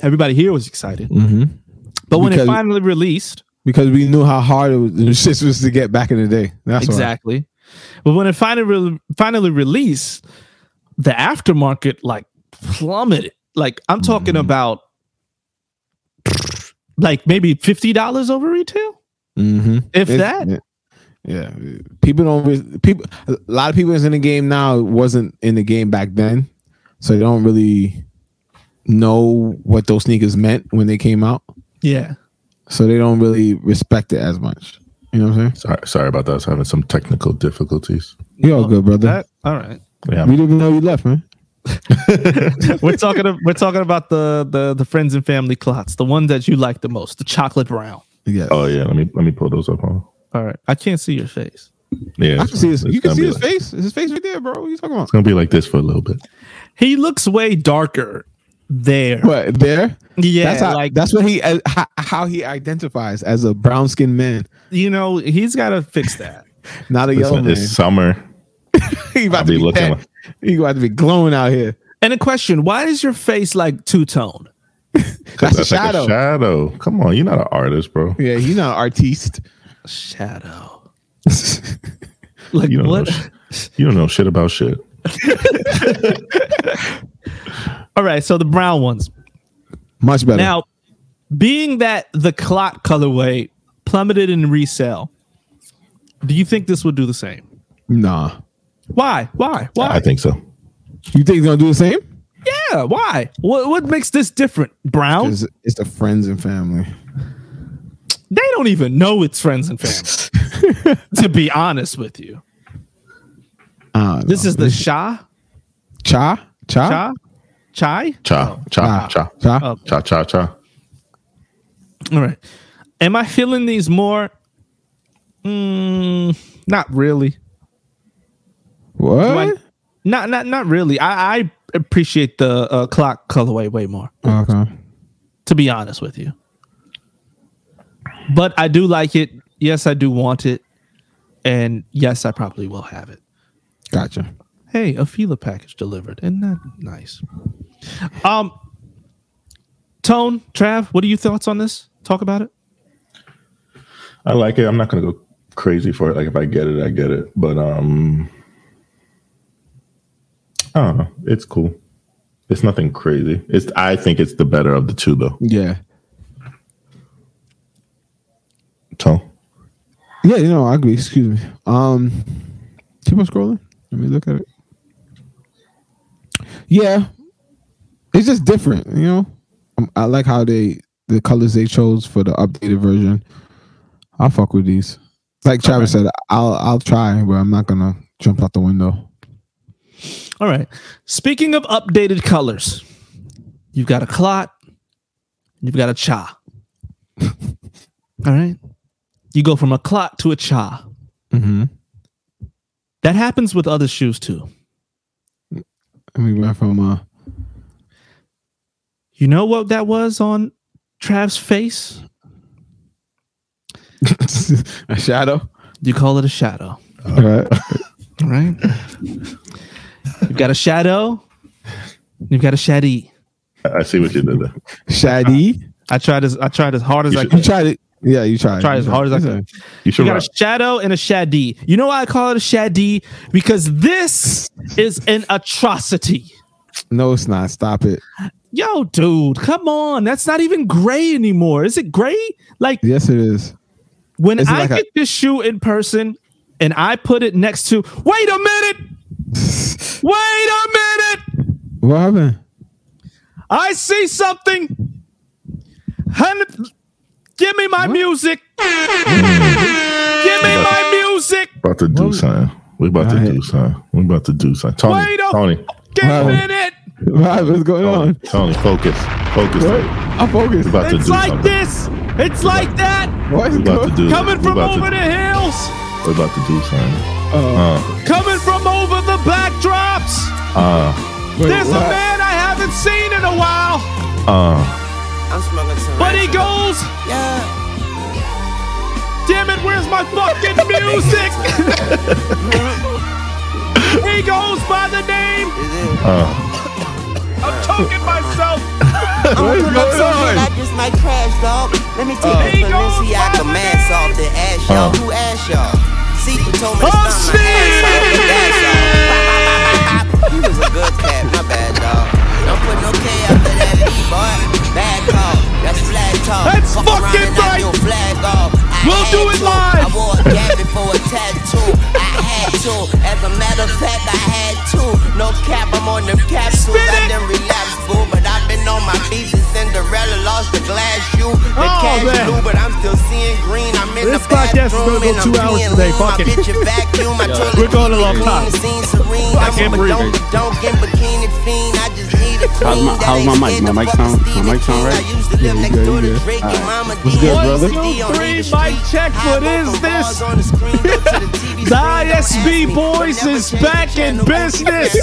A: Everybody here was excited.
C: Mm-hmm.
A: But when
C: Because-
A: it finally released,
C: Because we knew how hard it was, the shit was to get back in the day. That's why.
A: exactly. But when it finally re- finally released, the aftermarket like plummeted. Like I'm talking about like maybe fifty dollars over retail,
C: Mm-hmm.
A: if
C: It's-
A: that.
C: yeah. Yeah, people don't re- people. A lot of people is in the game now wasn't in the game back then, so they don't really know what those sneakers meant when they came out.
A: Yeah.
C: So they don't really respect it as much. You know what I'm saying?
D: Sorry, sorry about that. I was having some technical difficulties.
C: You all good, brother.
A: That- all right.
D: Yeah,
C: we didn't even know you left, man.
A: We're talking. ab- We're talking about the the the friends and family clots, the one that you like the most, the chocolate brown.
C: Yeah.
D: Oh yeah, let me let me pull those up. Huh?
A: All right. I can't see your face.
D: Yeah,
C: I can see his. You can
D: gonna
C: see
D: be
C: his
D: like-
C: face. His face right there, bro. What you talking about?
D: It's gonna be like this for a little bit.
A: He looks way darker there.
C: But there,
A: Yeah,
C: that's how,
A: like
C: that's what he uh, how, how he identifies as a brown skinned man,
A: you know, he's got to fix that.
C: not a yellow
D: Listen,
C: man.
D: it's summer.
C: he about
D: I'll
C: to
D: be
C: be,
D: looking
C: fat.
D: like-
C: He about to be glowing out here.
A: And a question: Why is your face like two tone?
D: 'Cause
C: That's, a shadow.
D: Like a shadow. Come on, you're not an artist, bro.
C: yeah, he's not an artiste.
A: Shadow. Like
D: You don't
A: what?
D: know. sh- You don't know shit about shit.
A: All right. So the brown ones.
C: Much better.
A: Now, being that the clot colorway plummeted in resale, do you think this would do the same?
C: nah.
A: Why? Why?
D: I
A: Why?
D: think so.
C: You think he's gonna do the same?
A: Yeah. Why? What? What makes this different? Brown?
C: 'Cause It's the friends and family.
A: They don't even know it's friends and family. to be honest with you,
C: I don't
A: this
C: know.
A: is the Sha
C: Uh, cha cha
A: Cha Chai.
D: Cha
C: Nah.
D: cha cha
C: Cha?
A: Oh.
D: cha cha cha.
A: All right. Am I feeling these more? Mm, not really. Do I-
C: What?
A: not not not really. I, I appreciate the uh, clock colorway way more.
C: Okay.
A: To be honest with you, but I do like it. Yes, I do want it, and yes, I probably will have it.
C: Gotcha.
A: Hey, a Fila package delivered, isn't that nice? Um, Tone Trav, what are your thoughts on this? Talk about it.
D: I like it. I'm not gonna go crazy for it. Like if I get it, I get it. But um, I don't know. It's cool. It's nothing crazy. It's I think it's the better of the two though.
C: Yeah.
D: So
C: Yeah, you know, I agree. Excuse me. Um, keep on scrolling. Let me look at it. Yeah, it's just different, you know. Um, I like how they the colors they chose for the updated version. I'll fuck with these. Like Travis said, I'll I'll try, but I'm not gonna jump out the window.
A: All right. Speaking of updated colors, you've got a clot, you've got a cha. All right. You go from a clot to a cha.
C: Mm-hmm.
A: That happens with other shoes too.
C: And we went from uh,
A: You know what that was on Trav's face?
C: a shadow.
A: You call it a shadow.
C: All right.
A: All right. you've got a shadow, you've got a shady.
D: I I see what you did there.
C: Shady.
A: I tried as I tried as hard as
D: You
A: I
D: should-
A: could.
C: You tried it. Yeah, you tried.
A: Try
C: You
A: as hard as I
C: You
A: could.
D: You
A: You
D: should.
A: got
D: rock-
A: a shadow and a shadi. You know why I call it a shadi? Because this is an atrocity.
C: No, it's not. Stop it.
A: Yo, dude, come on. That's not even gray anymore. Is it gray? Like
C: Yes, it is.
A: when
C: Is it
A: I
C: like a-
A: get this shoe in person and I put it next to wait a minute. Wait a minute.
C: What happened?
A: I see something. Hun- Give me my music. Give me my music.
D: about to do something. We about
C: All
D: to
C: right.
D: do something. We about to do something. Tony,
A: Wait a
D: Tony,
A: Give
C: Wow.
A: me it.
C: Rob, what's going
D: Tony,
C: on?
D: Tony, focus, focus.
C: What?
D: Tony.
C: I'm focused.
D: We Oh. about to
A: It's
D: do
A: like
D: something.
A: this. It's like that.
C: What is
D: We about
C: going
D: to do.
A: Coming
D: we
A: from
D: about
A: over
D: to,
A: the hills.
D: We're about to do something.
A: Coming from over the backdrops.
D: Uh,
C: Wait,
A: There's a
C: what?
A: man I haven't seen in a while,
D: uh.
B: I'm smoking some.
A: but he
B: ratchet.
A: goes,
B: Yeah.
A: damn it, where's my fucking music? he goes by the name
B: It is.
D: uh.
A: of choking myself.
C: What is going on?
B: I just might crash, dog. Let me take this
A: He goes
B: Balenciaga
A: by the
B: mask
A: name.
B: off the ass, y'all.
D: Uh.
B: Who asked y'all? See, you told me to
A: Oh,
B: stop my ass off the
A: shit.
B: dash, y'all. He was a good cat, my bad, dog. Don't put no K after that E, boy. Bad call. That's flag talk.
A: That's
B: Fuck around
A: fucking
B: and knock
A: right.
B: your flag off. I
A: We'll
B: had
A: do it
B: to.
A: live.
B: I wore a gap before a tag had to, I had to. As a matter of fact, I had to. No cap, I'm on them capsules. I didn't relapse, boo, but I've been on my feet since Cinderella lost the glass shoe. The
A: Oh,
B: cash
A: man.
B: blue, but I'm still seeing green. I'm in
A: This
B: the
A: podcast is
B: bathroom
A: gonna go
B: and I'm
A: two hours
B: peeing
A: today,
B: lean.
A: fuck
B: My
A: it.
B: bitch a vacuum. My toilet
A: We're going a long
B: clean,
A: time.
B: scene serene. I'm
A: can't
B: a
A: breathe.
B: don't, don't get bikini fiend. I just need a
E: How's
B: queen
E: my-
B: that
E: how's
B: ain't
E: my mic?
B: scared
E: My
B: to
E: mic
B: fuck
E: sound-
B: with Stevie
E: my mic sound
B: King.
E: right?
B: I used to live
C: Yeah,
B: next
C: yeah,
B: door to
C: yeah.
B: Drake and Mama D.
C: What's good,
B: One,
C: brother?
B: two,
A: Three,
B: three,
A: mic check.
B: High
A: What
B: both
A: is
B: of
A: this?
B: ours on the screen, go to the TV screen,
A: The
B: don't ask
A: ISB
B: me.
A: boys
B: Don't
A: is
B: never
A: back
B: change the
A: in
B: channel.
A: business.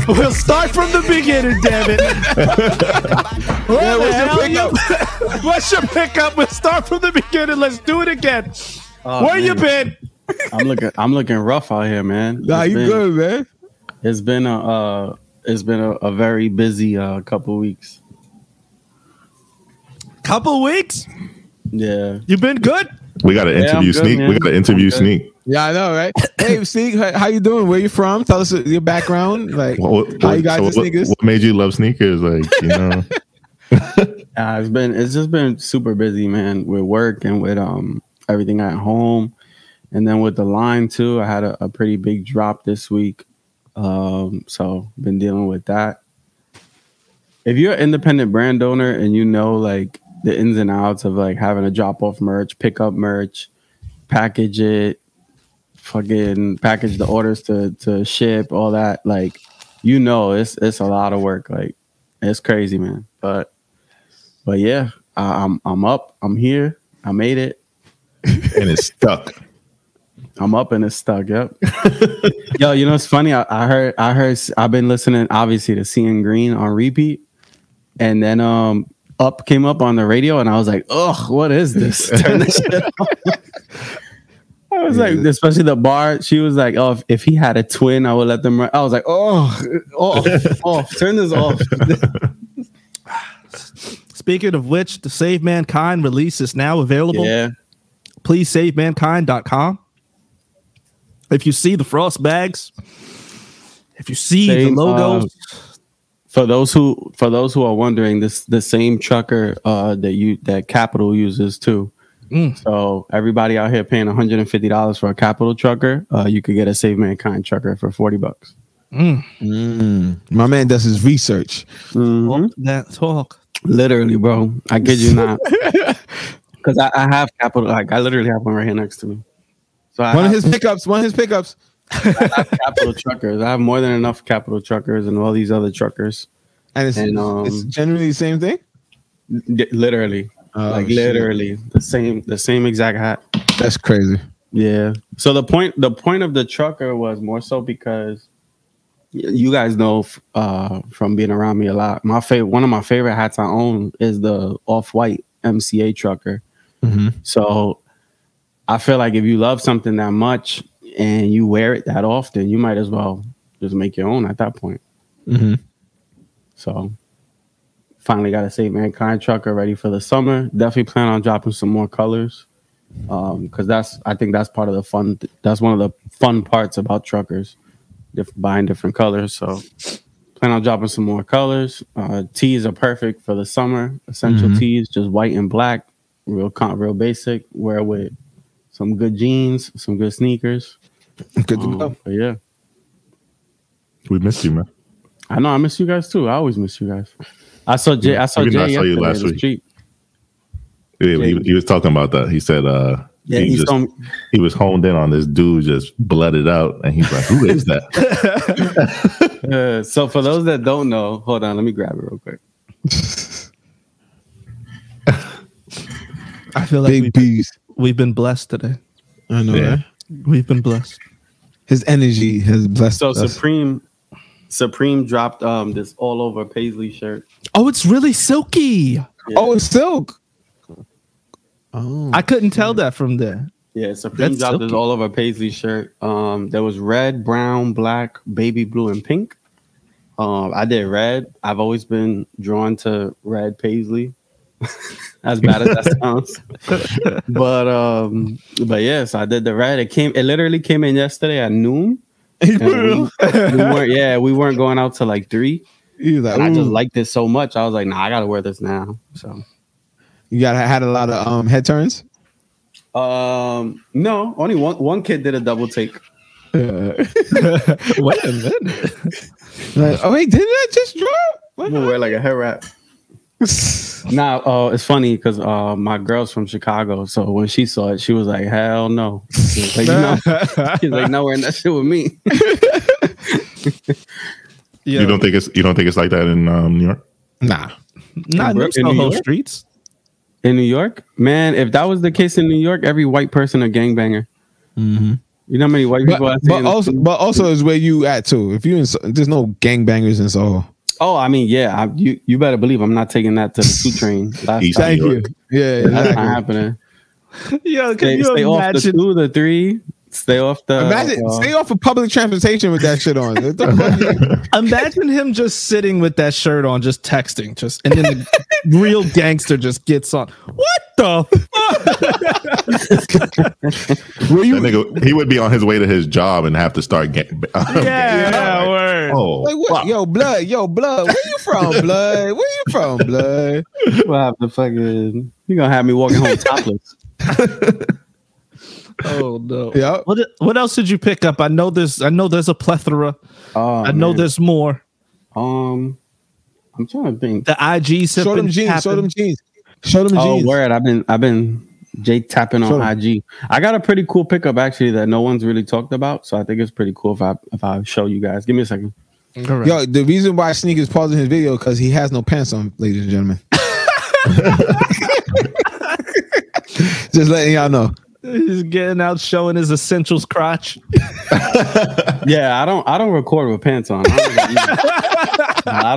A: We'll start from the beginning, damn it. Where
C: Yeah,
A: the
C: what's your
A: hell you- what's your pickup? We'll start from the beginning. Let's do it again. Where you been?
E: I'm looking. I'm looking rough out here, man.
C: Nah,
E: It's
C: you
E: been-
C: good, man.
E: It's been a. Uh, it's been a, a very busy uh, couple weeks.
A: Couple weeks?
E: Yeah.
A: You been good?
D: We got to
E: Yeah, I'm
D: interview
E: good,
D: sneak.
E: man.
D: We got to interview
E: I'm good.
D: sneak.
C: Yeah, I know, right? hey, Sneak, how how you doing? Where you from? Tell us your background. Like,
D: What, what-
C: how you guys
D: so
C: the
D: what-
C: sneakers?
D: what made you love sneakers? Like you know,
E: Uh, it's been it's just been super busy, man, with work and with um everything at home, and then with the line too. I had a, a pretty big drop this week, um, so been dealing with that. If you're an independent brand owner and you know like the ins and outs of like having to drop off merch, pick up merch, package it, fucking package the orders to to ship, all that, like you know, it's it's a lot of work. Like it's crazy, man, but but yeah, I, I'm I'm up. I'm here. I made it.
D: and it's stuck.
E: I'm up and it's stuck. Yep. Yo, you know it's funny. I, I heard I heard I've been listening obviously to Seeing Green on repeat, and then um up came up on the radio, and I was like, ugh, what is this? Turn this shit off. I was like, especially the bar. She was like, "Oh, if, if he had a twin, I would let them." Run. I was like, "Oh, off, off, turn this off."
A: Speaking of which, the Save Mankind release is now available.
E: yeah,
A: Please save mankind.com. If you see the frost bags, if you see the
E: Same,
A: logos,
E: for those who for those who are wondering this the same trucker uh that you that capital uses too
C: Mm.
E: so everybody out here paying $150 for a capital trucker uh you could get a save mankind trucker for 40 bucks
C: mm. My man does his research.
A: talk that talk.
E: literally bro i kid you not because I, I have capital like i literally have one right here next to me so i
C: One of
E: have
C: his pickups. One of his pickups.
E: capital truckers i have more than enough capital truckers and all these other truckers
C: And it's,
E: And, um,
C: it's generally the same thing.
E: D- literally
C: Oh,
E: like
C: shit.
E: literally the same the same exact hat
C: That's crazy.
E: Yeah. So the point the point of the trucker was more so because y- you guys know f- uh from being around me a lot. My favorite one of my favorite hats I own is the off-white MCA trucker. So I feel like if you love something that much and you wear it that often, you might as well just make your own at that point. So finally got to save mankind trucker ready for the summer. Definitely plan on dropping some more colors um because that's i think that's part of the fun that's one of the fun parts about truckers diff- buying different colors so plan on dropping some more colors uh tees are perfect for the summer essential
D: Mm-hmm.
E: tees just white and black real con real basic wear with some good jeans some good sneakers
C: Good to
E: Um,
C: go.
E: but yeah
D: We missed you, man.
E: i know i miss you guys too i always miss you guys i saw jay i saw
D: Even
E: jay
D: though I saw you
E: yesterday
D: last
E: in the
D: week.
E: street.
D: Yeah, he, he was talking about that. He said, uh,
E: yeah
D: he,
E: he's
D: just,
E: on
D: he was honed in on this dude just blooded out, and he's like, "Who is that?"
E: Uh, so for those that don't know, hold on, let me grab it real quick.
A: I feel like
C: Big
A: we've,
C: B's.
A: we've been blessed today.
C: I know.
D: Yeah.
C: right?
A: We've been blessed.
C: His energy has blessed
E: So
C: us.
E: Supreme Supreme dropped um this all over paisley shirt.
A: Oh, it's really silky.
C: Oh, it's silk. Oh,
A: I couldn't tell that from there.
E: Yeah, Supreme
A: That's
E: dropped this
A: silky.
E: all over paisley shirt. Um there was red, brown, black, baby blue and pink. Um I did red. I've always been drawn to red paisley. as bad as that sounds. but um but yes, I did the red. It came it literally came in yesterday at noon. And we, we weren't yeah, we weren't going out till like 3.
C: He's like,
E: And I just
C: "Ooh."
E: liked it so much. I was like, nah, I gotta wear this now. So
C: you got had a lot of um head turns.
E: Um, no, only one one kid did a double take.
A: Wait a minute.
C: Like, oh wait, didn't that just drop?
E: I'm gonna wear like a head wrap. Nah, uh, it's funny because uh, my girl's from Chicago, so when she saw it, she was like, "Hell no!" She's like, you know, she's like, "No, wearing that shit with me."
A: Yo,
D: You don't think it's you don't think it's like that in um, New York?
C: Nah.
A: not
E: Bro-
A: in
E: in New
A: whole
E: York?
A: streets.
E: In New York, man, if that was the case in New York, every white person a gangbanger. You know how many white
C: Mm-hmm. But,
E: people? I see in
C: but
E: the-
C: also, but also is where you at too. If you in, So- there's no gangbangers in Soho.
E: oh, I mean, yeah, I, you you better believe I'm not taking that to the two train. That's,
D: East-
E: that's
C: Thank
D: New
C: you.
D: York.
C: Yeah,
E: not
C: exactly.
E: happening.
A: Yo, can
E: Stay,
A: you
E: stay off the
A: imagine?
E: two, the three. Stay off the.
C: Imagine
E: uh,
C: stay off of public transportation with that shit on. What the fuck?
A: Imagine him just sitting with that shirt on, just texting, just and then the real gangster just gets on. What the?
C: Were
D: That
C: you
D: nigga, he would be on his way to his job and have to start getting.
A: Yeah, yeah, word.
D: Oh,
C: like what?
D: fuck.
C: Yo, blood. Yo, blood. Where you from, blood? Where you from, blood?
E: We'll have the fucking. You're gonna have me walking home topless.
A: Oh no.
C: Yep.
A: What What else did you pick up? I know there's I know there's a plethora.
E: Oh,
A: I know
E: man.
A: there's more.
E: Um, I'm trying to think.
A: The IG
C: Show
A: sipping
C: them jeans. Show them
A: happened.
C: jeans. Show them
E: Oh,
C: jeans.
E: word! I've been I've been Jay tapping on
C: Sure.
E: IG. I got a pretty cool pickup actually that no one's really talked about, so I think it's pretty cool if I if I show you guys. Give me a second.
A: Correct.
C: Yo, the reason why Sneak is pausing his video because he has no pants on, ladies and gentlemen. Just letting y'all know.
A: He's getting out showing his essentials crotch.
E: Yeah, I don't I don't record with pants on. I don't, I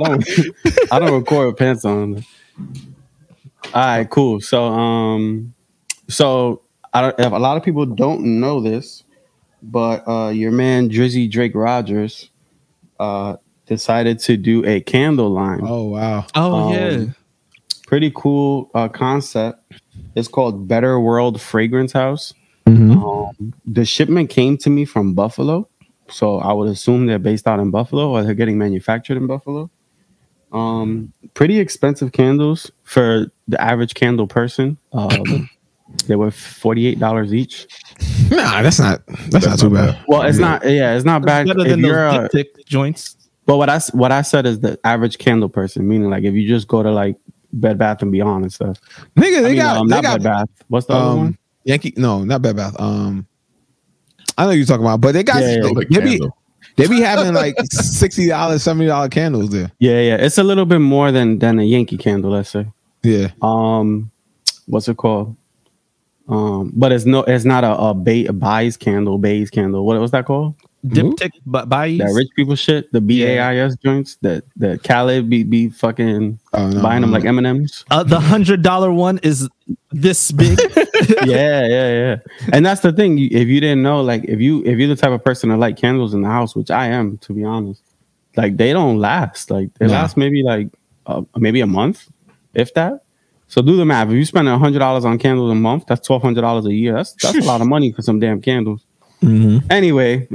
E: don't I don't record with pants on. All right, cool. So um, so I don't. If a lot of people don't know this, but uh, your man Drizzy Drake Rogers, uh, decided to do a candle line.
C: Oh wow.
A: Oh
E: Um, pretty cool uh, concept. It's called Better World Fragrance House. Um, the shipment came to me from Buffalo, so I would assume they're based out in Buffalo or they're getting manufactured in Buffalo. Um, pretty expensive candles for the average candle person. Um, they were forty eight dollars each.
C: Nah, that's not that's, not too bad.
E: Well, it's not. Yeah, it's not bad.
A: better
E: if
A: than those
E: you're a-
A: dipstick joints.
E: but what I s- what I said is the average candle person, meaning like if you just go to like Bed Bath and Beyond and stuff.
C: Nigga, they
E: I mean,
C: got
E: um,
C: they
E: not
C: got
E: Bed Bath. What's the other one?
C: um Yankee no, not Bed Bath. Um I know you're talking about, but they got
E: Yeah, yeah,
C: they,
D: Like
C: they be
D: candle.
C: they be having like sixty dollars, seventy dollar candles there.
E: Yeah, yeah. It's a little bit more than than a Yankee candle, let's say.
C: Yeah.
E: Um, what's it called? Um, but it's no, it's not a, a, ba- a buys candle, bays candle. What was that called?
A: Diptych but buys.
E: That rich people shit, the BAIS joints that that Khaled be be fucking
C: Oh, no,
E: buying them
C: no.
E: like M and M's.
A: Uh, the hundred dollar one is this big.
E: Yeah, yeah, yeah. And that's the thing. you- If you didn't know, like, if you if you're the type of person that like candles in the house, which I am, to be honest, like they don't last. Like they
C: Nah.
E: last maybe like uh, maybe a month, if that. So do the math. If you spend hundred dollars on candles a month, that's twelve hundred dollars a year. That's that's a lot of money for some damn candles. Anyway,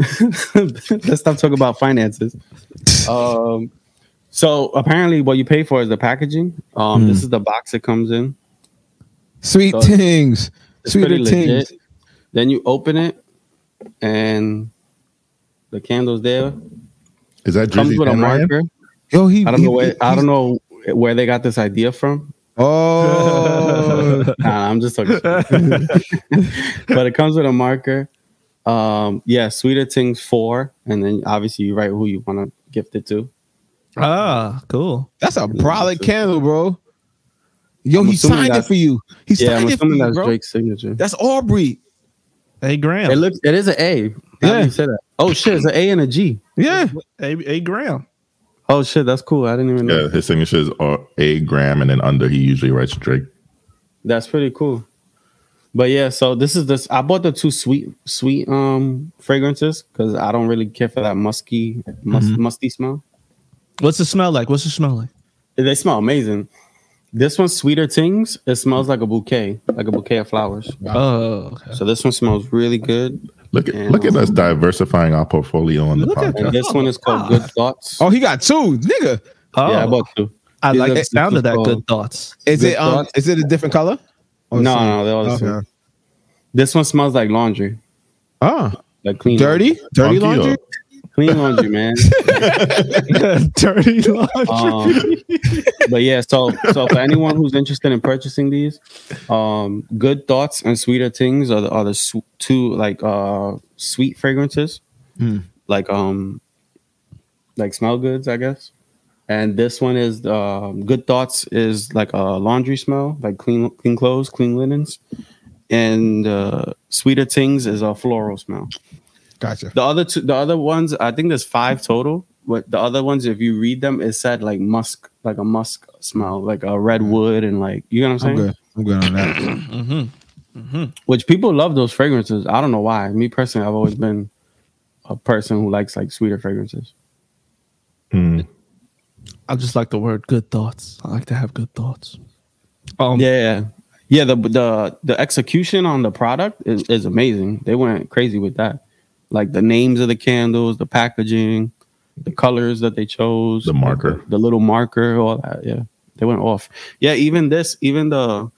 E: let's stop talking about finances. Um, so apparently, what you pay for is the packaging. Um, This is the box it comes in.
C: Sweet
E: So-
C: things.
E: It's pretty
C: Sweeter things.
E: legit. Then you open it, and the candle's there.
D: Is that
E: Comes
D: Drizzy
E: with a
D: Penryan?
E: marker.
C: Yo, he
E: I don't know
C: he-
E: where
C: he-
E: I don't know where they got this idea from.
C: Oh
E: Nah, I'm just talking. shit. but it comes with a marker. Um, yeah, sweeter things four, and then obviously you write who you want to gift it to.
A: ah, cool.
C: That's a brolic candle, bro. Yo,
E: I'm
C: he
E: assuming
C: signed it
E: that's-
C: for you. He
E: yeah, I'm
C: signed it for
E: assuming
C: you,
E: that's
C: bro.
E: Drake's signature.
C: That's Aubrey.
A: Hey Graham.
E: It looks. It is an A. Now
C: Yeah.
E: you said that. Oh shit, it's an A and a G.
C: Yeah.
A: hey, hey Graham.
E: Oh shit, that's cool. I didn't even know.
D: Yeah, his signature is R- A Graham, and then under he usually writes Drake.
E: That's pretty cool. But yeah, so this is this. I bought the two sweet, sweet um fragrances because I don't really care for that musky, mus-
C: Mm-hmm.
E: musty smell.
A: What's the smell like? What's the smell like?
E: They smell amazing. This one's sweeter things. It smells like a bouquet, like a bouquet of flowers.
A: Oh, okay.
E: So this one smells really good,
D: Look at
E: Yeah.
D: look at us diversifying our portfolio on the
A: Look at
D: podcast.
E: and this one is called Good Thoughts.
C: Oh, he got two, nigga.
A: oh
E: yeah, I bought two.
A: I
E: These
A: like
E: are-
A: the sound of that.
E: these are
A: Good thoughts.
C: Is
E: Good
C: it um?
E: thoughts.
C: Is it a different color? Or
E: No,
C: same?
E: no, they're all the same. This one smells like laundry,
C: Ah,
E: like clean,
C: dirty, dirty
D: Funky,
C: laundry.
E: clean laundry, man.
A: Dirty
C: Uh,
A: laundry.
E: Um, but yeah, so so for anyone who's interested in purchasing these, um, good thoughts and sweeter things are the, are the sw- two like uh sweet fragrances,
C: Mm.
E: like um, like smell goods, I guess. And this one is um, good thoughts is like a laundry smell, like clean clean clothes, clean linens, and uh, sweeter things is a floral smell.
C: Gotcha.
E: The other two, the other ones, I think there's five total. But the other ones, if you read them, it said like musk, like a musk smell, like a redwood, and like you know what I'm
C: I'm
E: saying.
C: good. I'm good on that.
E: Which people love those fragrances. I don't know why. Me personally, I've always been a person who likes like sweeter fragrances.
D: Mm.
A: I just like the word good thoughts. I like to have good thoughts.
D: Oh.
A: Um,
E: Yeah, yeah. The the the execution on the product is, is amazing. They went crazy with that. Like the names of the candles, the packaging, the colors that they chose,
D: The marker.
E: the little marker, all that. Yeah, they went off. Yeah, even this, even the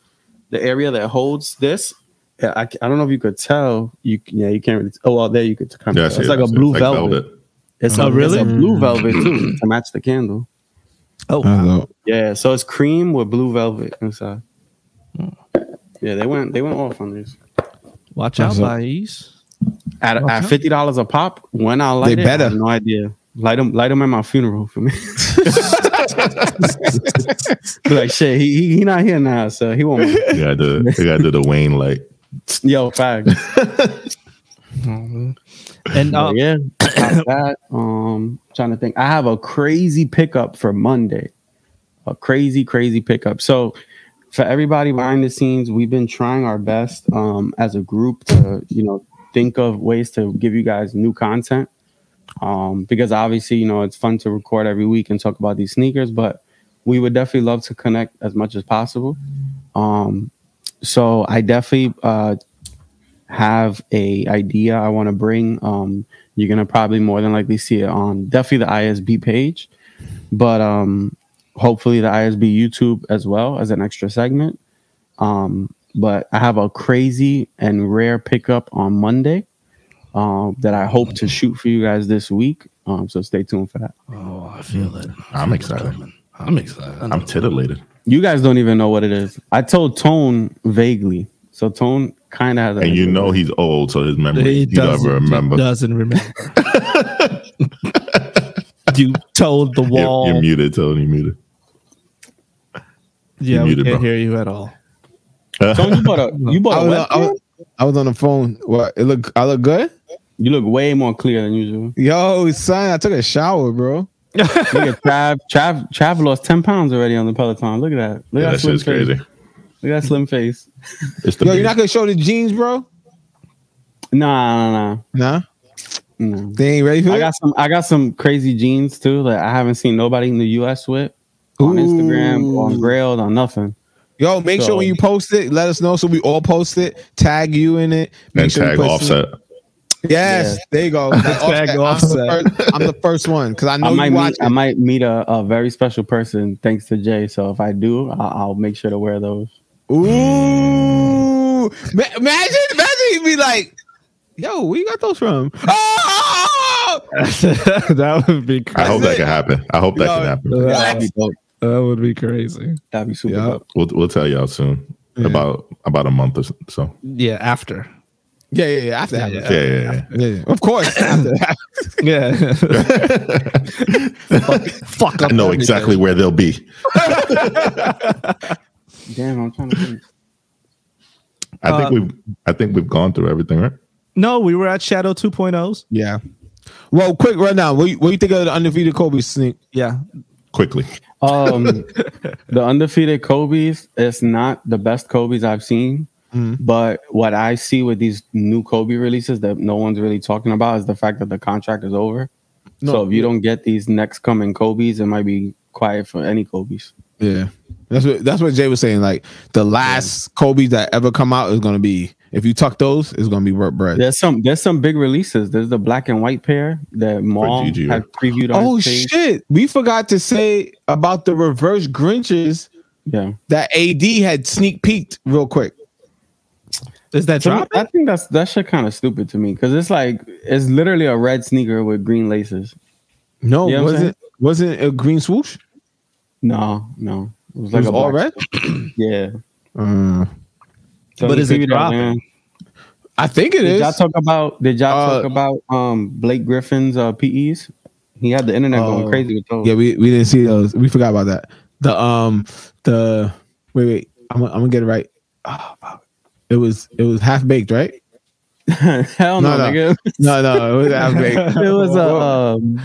E: the area that holds this. Yeah, I, I don't know if you could tell. You yeah, you can't really. Oh well, there you could kind
D: Yeah,
E: of.
D: I
E: tell.
D: see
E: it's
D: it.
E: like
D: I
E: a
D: see it.
E: blue
D: Like
E: velvet. It's a,
A: Oh,
E: really?
A: really?
E: blue velvet too to match the candle.
A: Oh,
E: Uh,
C: I love-
E: Yeah, so it's cream with blue velvet inside. Yeah, they went they went off on these
A: watch out,
C: Absolutely.
A: Baiz.
E: at, at
A: Okay.
E: fifty dollars a pop. When I light
C: They
E: it, I
C: better.
E: have no idea. Light them, light them at my funeral for me. Be like shit, he, he he not here now, so he won't.
D: You gotta do, you gotta do the Wayne like
E: Yo, fact.
A: And uh,
E: But yeah, besides that. Um, trying to think. I have a crazy pickup for Monday. A crazy, crazy pickup. So for everybody behind the scenes, we've been trying our best um, as a group to, you know, think of ways to give you guys new content. Um, because obviously, you know, it's fun to record every week and talk about these sneakers, but we would definitely love to connect as much as possible. Um, so I definitely uh, have a idea I want to bring. Um, you're gonna probably more than likely see it on definitely the ISB page, but um, hopefully the ISB YouTube as well as an extra segment. Um, but I have a crazy and rare pickup on Monday um, that I hope to shoot for you guys this week. Um, so stay tuned for that.
F: Oh, I feel it.
D: I'm excited.
F: I'm excited.
D: I'm titillated.
E: You guys don't even know what it is. I told Tone vaguely, so Tone kind of has. an
D: And you
E: idea.
D: know he's old, so his memory
A: he
D: he doesn't
A: doesn't
D: remember.
A: Doesn't remember. you told the
D: You're-
A: wall.
D: You're, muted, Tony. Muted.
A: yeah, we
D: muted,
A: can't
D: bro.
A: hear you at all.
E: Tone, you bought a you
C: I
E: bought a
C: was, I,
E: webcam?
C: was, I was on the phone. What? It look. I look good.
E: You look way more clear than usual.
C: Yo, son, I took a shower, bro.
E: Look at Trav. Trav. Trav lost ten pounds already on the Peloton. Look at that. Look
D: Yeah,
E: at that
D: that
E: slim
D: shit's
E: face.
D: crazy.
E: Look at that slim face.
D: It's the
C: Yo, you're
D: beard.
C: not gonna show the jeans, bro?
E: Nah, nah,
C: Nah,
E: nah. nah.
C: they ain't ready for
E: I
C: it.
E: got some. I got some crazy jeans too that I haven't seen nobody in the U.S. with on Instagram, on
C: Ooh.
E: Grailed, on nothing.
C: Yo, make
E: So-
C: sure when you post it, let us know so we all post it. Tag you in it. Make
D: and
C: sure you
D: tag
C: put some-
D: offset.
C: Yes,
E: Yeah.
C: there you go. That
A: Tag
C: I'm, the first, I'm the first one because I know
E: I
C: you
E: might meet.
C: watch.
E: I
C: it.
E: might meet a, a very special person thanks to Jay. So if I do, I'll, I'll make sure to wear those.
C: Ooh, Ma- imagine, imagine you'd be like, "Yo, where you got those from?" Oh,
A: that would be
D: I
A: crazy.
D: hope that
C: it.
D: can happen. I hope that
C: Yo,
D: can happen.
A: Uh,
E: That'd be dope.
A: That would be crazy.
E: That'd be super
C: Yeah.
E: dope.
D: We'll we'll tell y'all soon.
C: Yeah.
D: About about a month or so.
A: Yeah, after.
C: yeah, yeah, yeah. After that,
A: Yeah,
D: Yeah, yeah, yeah.
C: yeah, yeah. of course. After that.
A: Yeah.
D: Fuck. I know exactly where they'll be.
E: Damn, I'm trying to. Think.
D: I
A: Uh,
D: think we've I think we've gone through everything, right?
A: no, we were at Shadow 2.0s.
C: Yeah. Well, quick right now. What you, what you think of the undefeated Kobe sneak?
A: Yeah.
D: Quickly.
E: Um, the undefeated Kobe's. It's not the best Kobe's I've seen,
C: Mm-hmm.
E: but what I see with these new Kobe releases that no one's really talking about is the fact that the contract is over. so if you don't get these next coming Kobe's, it might be quiet for any Kobe's.
C: Yeah, that's what that's what Jay was saying. Like the last Kobe that ever come out is gonna be if you tuck those, it's gonna be worth bread.
E: There's some there's some big releases. There's the black and white pair that Maul
D: GG,
E: had previewed on
C: Oh
E: his page.
C: shit! We forgot to say about the reverse Grinches
E: Yeah.
C: that AD had sneak peeked real quick.
A: Is that
E: To me,
A: drop?
E: I think that's that shit kind of stupid to me because it's like it's literally a red sneaker with green laces.
C: No,
E: Yeah, I'm saying-
C: wasn't wasn't it a green swoosh?
E: No, no, it was
C: It was all
E: black-
C: red.
E: Yeah,
C: Uh,
E: So
A: But
E: the
A: is it
E: people that
A: dropping?
E: land-
C: I think it
E: Did
C: is.
E: y'all talk about? Did y'all
C: Uh,
E: talk about um Blake Griffin's uh, PEs? He had the internet
C: Oh.
E: going crazy with those.
C: yeah, we, we didn't see those. We forgot about that. The um the wait wait I'm gonna- I'm gonna get it right. Oh, fuck. it was it was half baked, right?
E: Hell
C: No,
E: no,
C: no.
E: nigga.
C: No, no, it was half baked.
E: It was uh, um,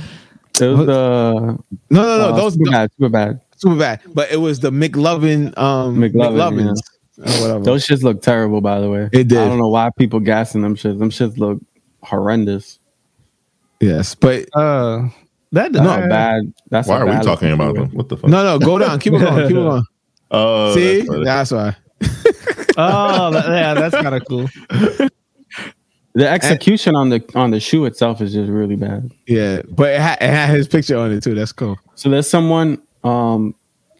E: it was
C: What?
E: uh,
C: No, no, no.
E: uh,
C: those
E: super bad, super bad.
C: super bad. But it was the McLovin um
E: McLovin,
C: McLovins. Or whatever.
E: Those shits look terrible, by the way.
C: It did.
E: I don't know why people gassing them shits. Them shits look horrendous.
C: yes, but
A: Uh, that
E: That's
A: no
E: a bad. That's
D: Why
E: a
D: are we
E: bad
D: talking about
E: look.
D: them? What the fuck?
C: no, no. Go down. Keep it going. Keep it going.
D: Oh,
C: see,
D: that's what it-
C: that's why.
A: Oh, that- yeah, that's kind of cool.
E: The execution on the on the shoe itself is just really bad.
C: Yeah, but it had, it had his picture on it too. That's cool.
E: So there's someone. Um,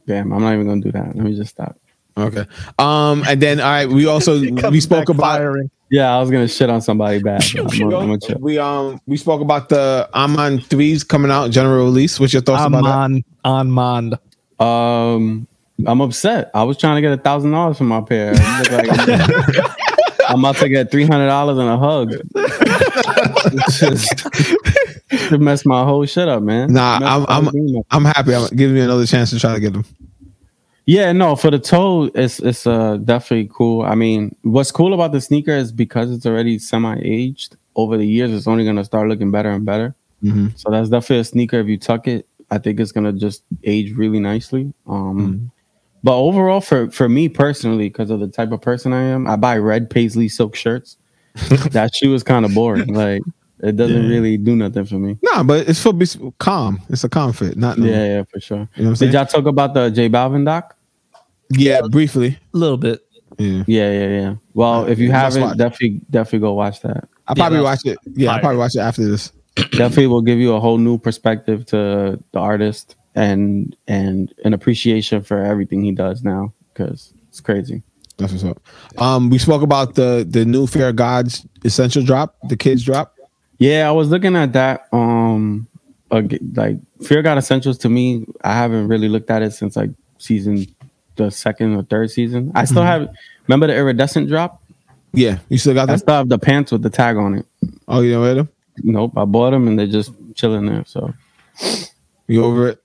E: damn, I'm not even gonna do that. Let me just stop.
C: Okay. Um, and then all right, we also we spoke about
A: firing.
E: Yeah, I was gonna shit on somebody bad. but I'm gonna, I'm gonna chill.
C: we um we spoke about the Amon threes coming out general release. What's your thoughts
A: I'm
C: about that?
A: on on Mond.
E: Um, I'm upset. I was trying to get a thousand dollars for my pair. It look like- I'm about to get three hundred dollars and a hug. It's just it messed my whole shit up, man.
C: Nah,
E: It messed
C: I'm-
E: my whole
C: I'm-
E: game up.
C: I'm happy. I'm giving me another chance to try to get them.
E: Yeah, no, for the toe, it's it's uh definitely cool. I mean, what's cool about the sneaker is because it's already semi-aged. Over the years, it's only gonna start looking better and better.
C: Mhm.
E: So that's definitely a sneaker. If you tuck it, I think it's gonna just age really nicely. Um, but overall, for for me personally, because of the type of person I am, I buy red paisley silk shirts. that shoe is kind of boring. Like it doesn't
D: Yeah.
E: really do nothing for me.
C: Nah, but it's for bes- calm. It's a calm fit. Not no.
E: Yeah,
C: yeah.
E: yeah, for sure.
C: You know what I'm saying?
E: Did y'all talk about the J Balvin doc?
C: Yeah, briefly.
A: A little bit.
C: Yeah,
E: Yeah, yeah, yeah. Well, if you
C: Must
E: haven't,
C: watch.
E: definitely, definitely go watch that.
C: I probably
A: that was
C: watch it. Yeah, I
A: fire.
C: probably watch it after this.
E: definitely will give you a whole new perspective to the artist and and an appreciation for everything he does now because it's crazy.
C: That's what's up. Um, we spoke about the the new Fair Gods essential drop, the kids drop.
E: Yeah, I was looking at that. Um, ag- like Fear God Essentials to me, I haven't really looked at it since like season the second or third season. I still
C: Mm-hmm.
E: have. Remember the iridescent drop?
C: Yeah, you still got
E: I
C: that?
E: still have the pants with the tag on it.
C: Oh, you didn't wear them?
E: Nope, I bought them and they're just chilling there. So
C: You over it?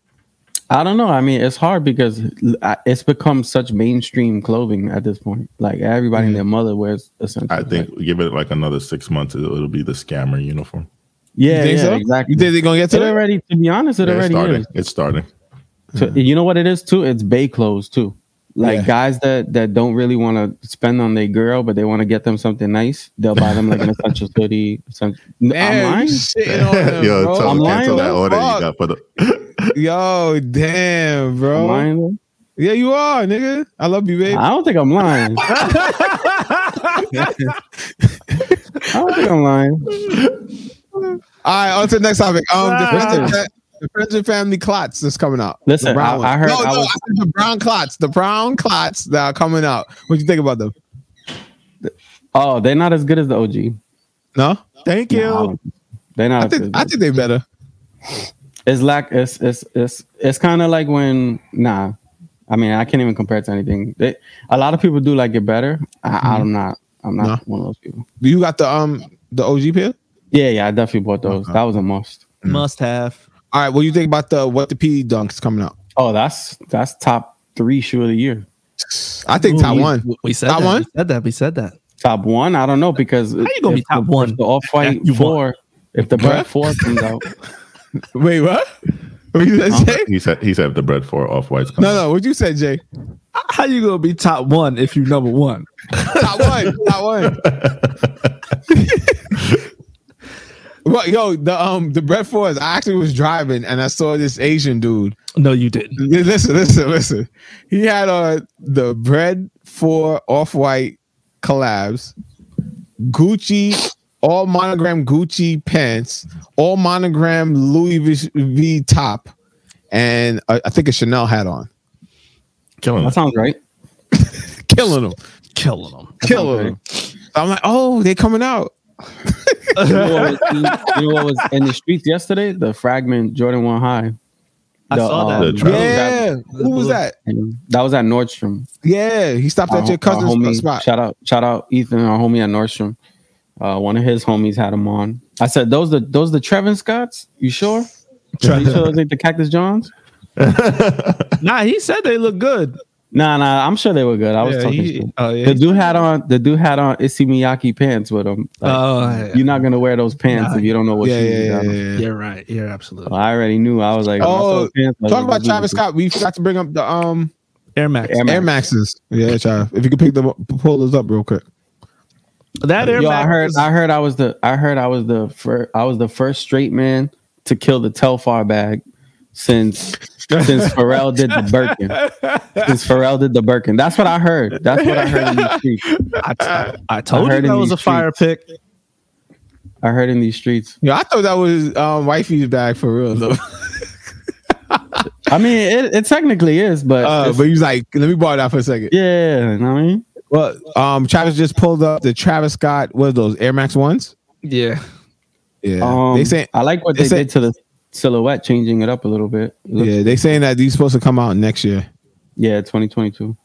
E: I don't know. I mean, it's hard because l- I- it's become such mainstream clothing at this point. Like everybody
C: Mm.
E: and their mother wears essentially.
D: I think give it like another six months. It'll, it'll be the scammer uniform.
E: yeah,
C: you think
E: yeah,
C: so?
E: exactly.
C: You think they're gonna get to
E: it
C: that?
E: already, to be honest, it
D: Yeah, it's
E: already
D: starting.
E: is.
D: It's starting.
E: So, You know what it is too? It's bay clothes too. Like
C: Yeah.
E: guys that that don't really want to spend on their girl, but they want to get them something nice. They'll buy them like an essential hoodie. Some, I'm
C: Damn,
E: lying.
C: you shitting on them,
D: Yo,
C: bro.
D: tell them
E: I'm lying,
D: cancel that
E: bro.
D: order you
C: Fuck.
D: got for the.
C: Yo, damn,
E: I'm
C: bro.
E: lying though?
C: Yeah, you are, nigga. I love you, babe.
E: I don't think I'm lying. I don't think I'm lying.
C: All right, on to the next topic. Um, the
A: Ah.
C: friends, and, Fa- the friends and family clots that's coming out.
E: Listen,
C: The brown
E: I- I
C: ones.
E: heard-
C: No,
E: I
C: no,
E: was-
C: I said the brown clots. The brown clots that are coming out. What you think about them?
E: Oh, they're not as good as the OG.
C: No,
A: Thank you.
E: No, I don't- they're not.
C: I
E: as
C: think
E: good
C: I
E: as
C: think they better.
E: it's like it's it's it's it's kind of like when nah i mean i can't even compare it to anything they, a lot of people do like it better I,
A: Mm-hmm.
E: i'm not i'm not
C: No.
E: one of those people
C: You got the um the OG pill.
E: yeah yeah i definitely bought those that was a must
A: Must have.
C: All right, what do you think about the what the P dunks coming out?
E: oh that's that's top three shoe of the year
C: I think
A: Ooh,
C: top
A: we-
C: one.
A: We said that.
C: Taiwan?
A: We said that. We said that.
E: top one i don't know because how
A: you gonna be top one?
E: the off-white
A: That you
E: four if the
C: Huh?
E: bread four comes out
C: Wait, what? What you said, Jay?
D: He said he said the bread for off whites.
C: No, no. What you said, Jay?
A: How you gonna be top one if you number one?
C: Top one. Top one. Well, yo, the um the Brett Fours. I actually was driving and I saw this Asian dude.
A: No, you didn't.
C: Yeah, Listen, listen, listen. He had uh the bread for off white collabs, Gucci, all monogram Gucci pants, all monogram Louis V, v top, and uh, I think a Chanel hat on.
D: killing
E: that
D: it.
E: sounds right
C: Killing him,
A: Killing them.
C: killing him. I'm like, oh, they coming out.
E: You know, what was, you know what was in the streets yesterday? The fragment Jordan One High.
A: I
E: The,
A: saw that.
E: um,
D: The
E: that
D: Travis.
E: was at-
C: Yeah, who was that?
E: That was at Nordstrom.
C: Yeah, he stopped at
E: Our-
C: your cousin's
E: our homie,
C: spot.
E: Shout out, shout out, Ethan, our homie at Nordstrom. Uh, one of his homies had him on. I said, "Those the those the Trevin Scotts? You sure? you sure those ain't the Cactus Johns?
A: Nah, he said they look good.
E: Nah, nah. I'm sure they were good. I was
A: Yeah,
E: talking.
A: he-
E: shit.
C: uh,
A: oh, yeah,
E: the
A: he-
E: dude had on the dude had on Issey Miyake pants with him. Like,
A: Oh, yeah.
E: you're not gonna wear those pants if you don't know what
C: Yeah,
E: shoes
C: yeah,
E: you
C: yeah,
E: got on.
C: yeah, yeah.
F: You're right. You're absolutely.
E: I already knew. I was like,
C: Oh, Talk
E: talking
C: about Travis Scott. We forgot to bring up the um
A: Air Max.
E: Air Max.
C: Air Maxes. Yeah, Trav. If you could pick them up, pull those up real quick.
A: That Air
E: Yo,
A: Max.
E: I heard,
A: is-
E: I heard, I was the, I heard, I was the, fir- I was the first straight man to kill the Telfar bag since, since Pharrell did the Birkin. Since Pharrell did the Birkin, that's what I heard. That's what I heard in these streets.
A: I, I, I told
E: heard
A: you that
E: in
A: was
E: these
A: a fire pick.
E: I heard in these streets.
C: Yeah, I thought that was um wifey's bag for real though.
E: I mean, it, it technically is, but,
C: Uh,
E: it's-
C: but he was like, let me borrow that for a second.
E: yeah, you know what I mean,
C: Well, um, Travis just pulled up the Travis Scott. What are those Air Max ones?
F: Yeah.
C: Yeah,
E: um,
C: they saying
E: I like what
C: they
E: they,
C: say-
E: did to the silhouette, changing it up a little bit. It looks-
C: yeah they saying that these supposed to come out next year,
E: yeah, 2022.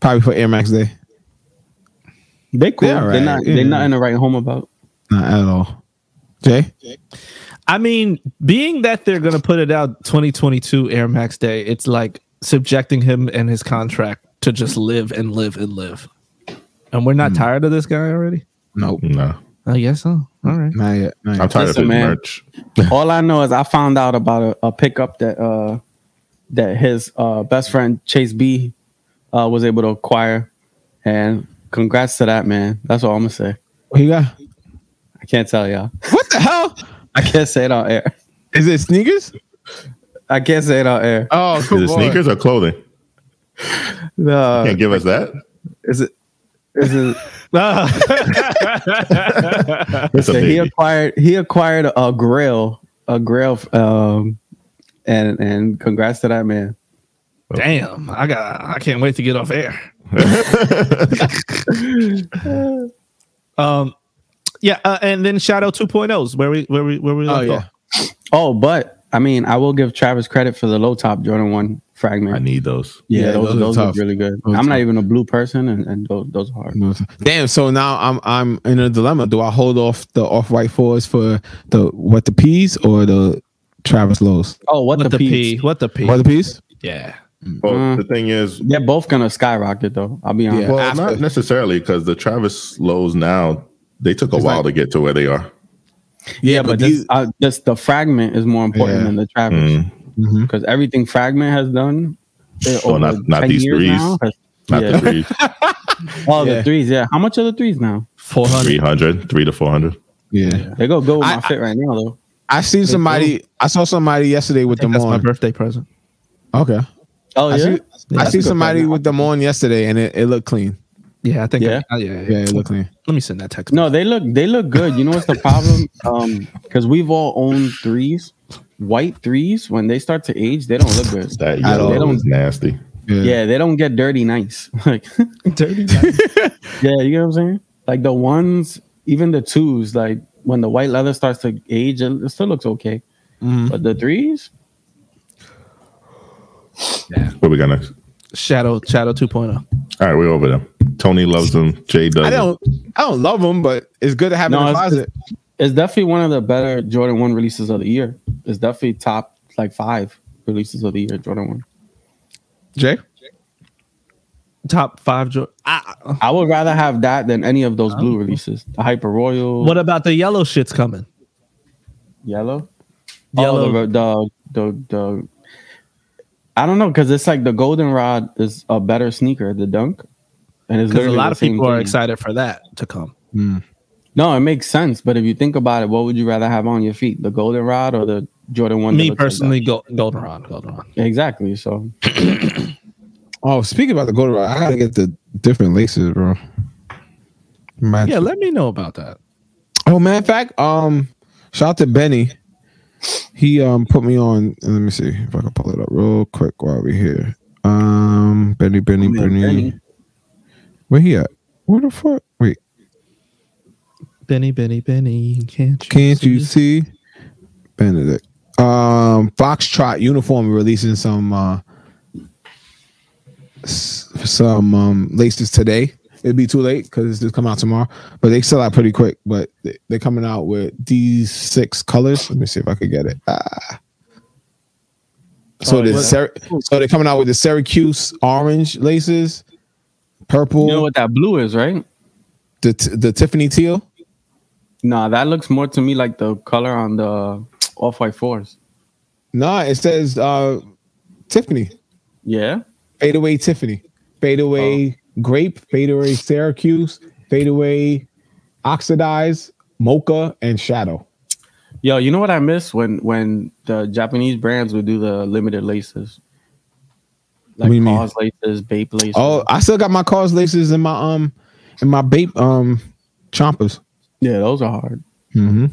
C: probably for Air Max Day.
E: They cool.
C: They're
E: They're,
C: alright,
E: not.
C: yeah.
E: They're not in the right home about.
C: Not at all. Jay,
A: I mean, being that they're going to put it out 2022 Air Max Day, it's like subjecting him and his contract to just live and live and live. And we're
E: Hmm.
A: not tired of this guy already?
C: nope,
D: no,
A: I guess so. All right.
C: not yet. Not
D: I'm
C: yet.
D: tired
E: Listen,
D: of his
E: man.
D: merch.
E: All I know is I found out about a, a pickup that uh that his uh best friend Chase B uh was able to acquire. And congrats to that man. That's all I'm gonna say.
C: What you got?
E: I can't tell y'all.
C: What the hell?
E: I can't say it on air.
C: Is it sneakers?
E: I can't say it on air.
C: Oh,
D: Is it sneakers or clothing?
E: No,
D: Uh, Can't give us that.
E: is it Uh, is it
D: It's a
E: so he
D: baby.
E: acquired he acquired a grill, a grill um and and congrats to that man.
A: Damn. I got I can't wait to get off air. um yeah, uh, and then Shadow 2.0s where we where we where we
C: Oh
A: left
C: yeah.
A: off.
E: Oh, but I mean, I will give Travis credit for the low top Jordan one fragment.
D: I need those.
E: Yeah,
C: Yeah,
E: those,
C: those are
E: those, are
C: tough.
E: really good.
C: Those
E: I'm
C: tough.
E: not even a blue person, and, and those, those are hard.
C: Damn. So now I'm I'm in a dilemma. Do I hold off the off white fours for the what the peas or the Travis Lowe's?
E: Oh, what,
A: What the
E: the, P?
A: P? What the P?
C: What the peas?
A: yeah.
D: Well,
E: Mm.
D: the thing is,
E: They're both gonna skyrocket, though. I'll be honest.
C: Yeah.
D: well,
C: after-
D: not necessarily because the Travis Lowe's now they took a
C: It's
D: while
C: like-
D: to get to where they are.
E: Yeah, but
C: these-
E: this, uh, this the fragment is more important
C: Yeah.
E: than the Travis
D: Mm.
C: Mhm.
E: because everything fragment has done. eh,
D: Oh,
E: over
D: not- not
E: 10
D: these
E: years
D: threes.
E: now, has-
D: Not
E: yeah.
D: the three,
E: Oh,
C: Yeah.
E: the threes. Yeah, how much are the threes now?
A: 400.
D: 300, three to four hundred.
C: yeah.
E: They go go with
C: I-
E: my fit right now though.
C: I seen somebody. I saw somebody yesterday with
A: I think
C: them
A: that's my
C: on.
A: birthday present.
C: Okay.
E: Oh
C: I
E: yeah,
C: see. I
E: that's
C: see
E: good
C: somebody
E: right now.
C: with them on yesterday, and it, it looked clean.
A: Yeah, I think
E: Yeah?
A: I- yeah, yeah.
C: Yeah, it looked clean.
A: Let me send that text.
E: No, they look they look good. You know what's the problem? Um, because we've all owned threes, white threes. When they start to age, they don't look good.
D: That
C: I
D: yellow
E: don't-
D: is nasty.
E: Yeah, they don't get dirty nice. Like,
A: dirty.
E: yeah, you know what I'm saying? Like the ones, even the twos, like when the white leather starts to age, it it still looks okay.
A: Mm-hmm.
E: But the threes,
D: Where we got next?
A: Shadow Shadow oh. 2.0.
D: All right, we're over them. Tony loves them. Jay does.
C: I don't. I don't love them, but it's good to have in
E: No,
C: the
E: it's-
C: closet.
E: it's definitely one of the better Jordan 1 releases of the year. It's definitely top like five releases of the year, Jordan 1.
C: Jay.
A: Top 5 jo- I,
E: I would rather have that than any of those blue releases. The Hyper Royal,
A: Oh. What about the yellow shit's coming?
E: yellow?
A: Yellow.
E: Oh, the, the, the, the, I don't know, because it's like the Goldenrod is a better sneaker, the Dunk. And it's
A: because a
E: literally
A: lot
E: the
A: of
E: same
A: people are
E: thing.
A: excited for that to come.
E: No, it makes sense. But if you think about it, what would you rather have on your feet, the goldenrod or the Jordan one? that
A: Me
E: looks like
A: personally, go, Goldenrod, Goldenrod.
E: that? exactly. So
C: Oh, speaking about the golden rod, I gotta get the different laces, bro. Man.
A: Yeah, let me know about that.
C: Oh, matter of fact, um, shout out to Benny. He um put me on. Let me see if I can pull it up real quick while we're here. Um, Benny, Benny,
E: Man,
C: Benny.
E: Benny.
C: Where he at? Where the fuck? Wait.
F: Benny, Benny, Benny, can't you?
C: Can't you see? Benedict. Um, Foxtrot uniform releasing some uh s- some um laces today. It'd be too late because it's just come out tomorrow, but they sell out pretty quick. But they- they're coming out with these six colors. Let me see if I could get it. Ah. So
E: Oh,
C: the
E: yeah.
C: Syr- so they're coming out with the Syracuse orange laces, purple,
E: You know what that blue is, right?
C: the t- the Tiffany teal.
E: Nah, that looks more to me like the color on the off white fours.
C: Nah, it says uh Tiffany.
E: Yeah.
C: Fade away Tiffany, fade away grape, fade away Syracuse, fade away oxidize, mocha, and shadow.
E: Yo, you know what I miss when when the Japanese brands would do the limited laces,
C: What
E: like
C: do you mean?
E: cause laces, bape laces.
C: Oh, I still got my cause laces in my um in my bape um chompers.
E: yeah, those are hard.
C: Mm-hmm.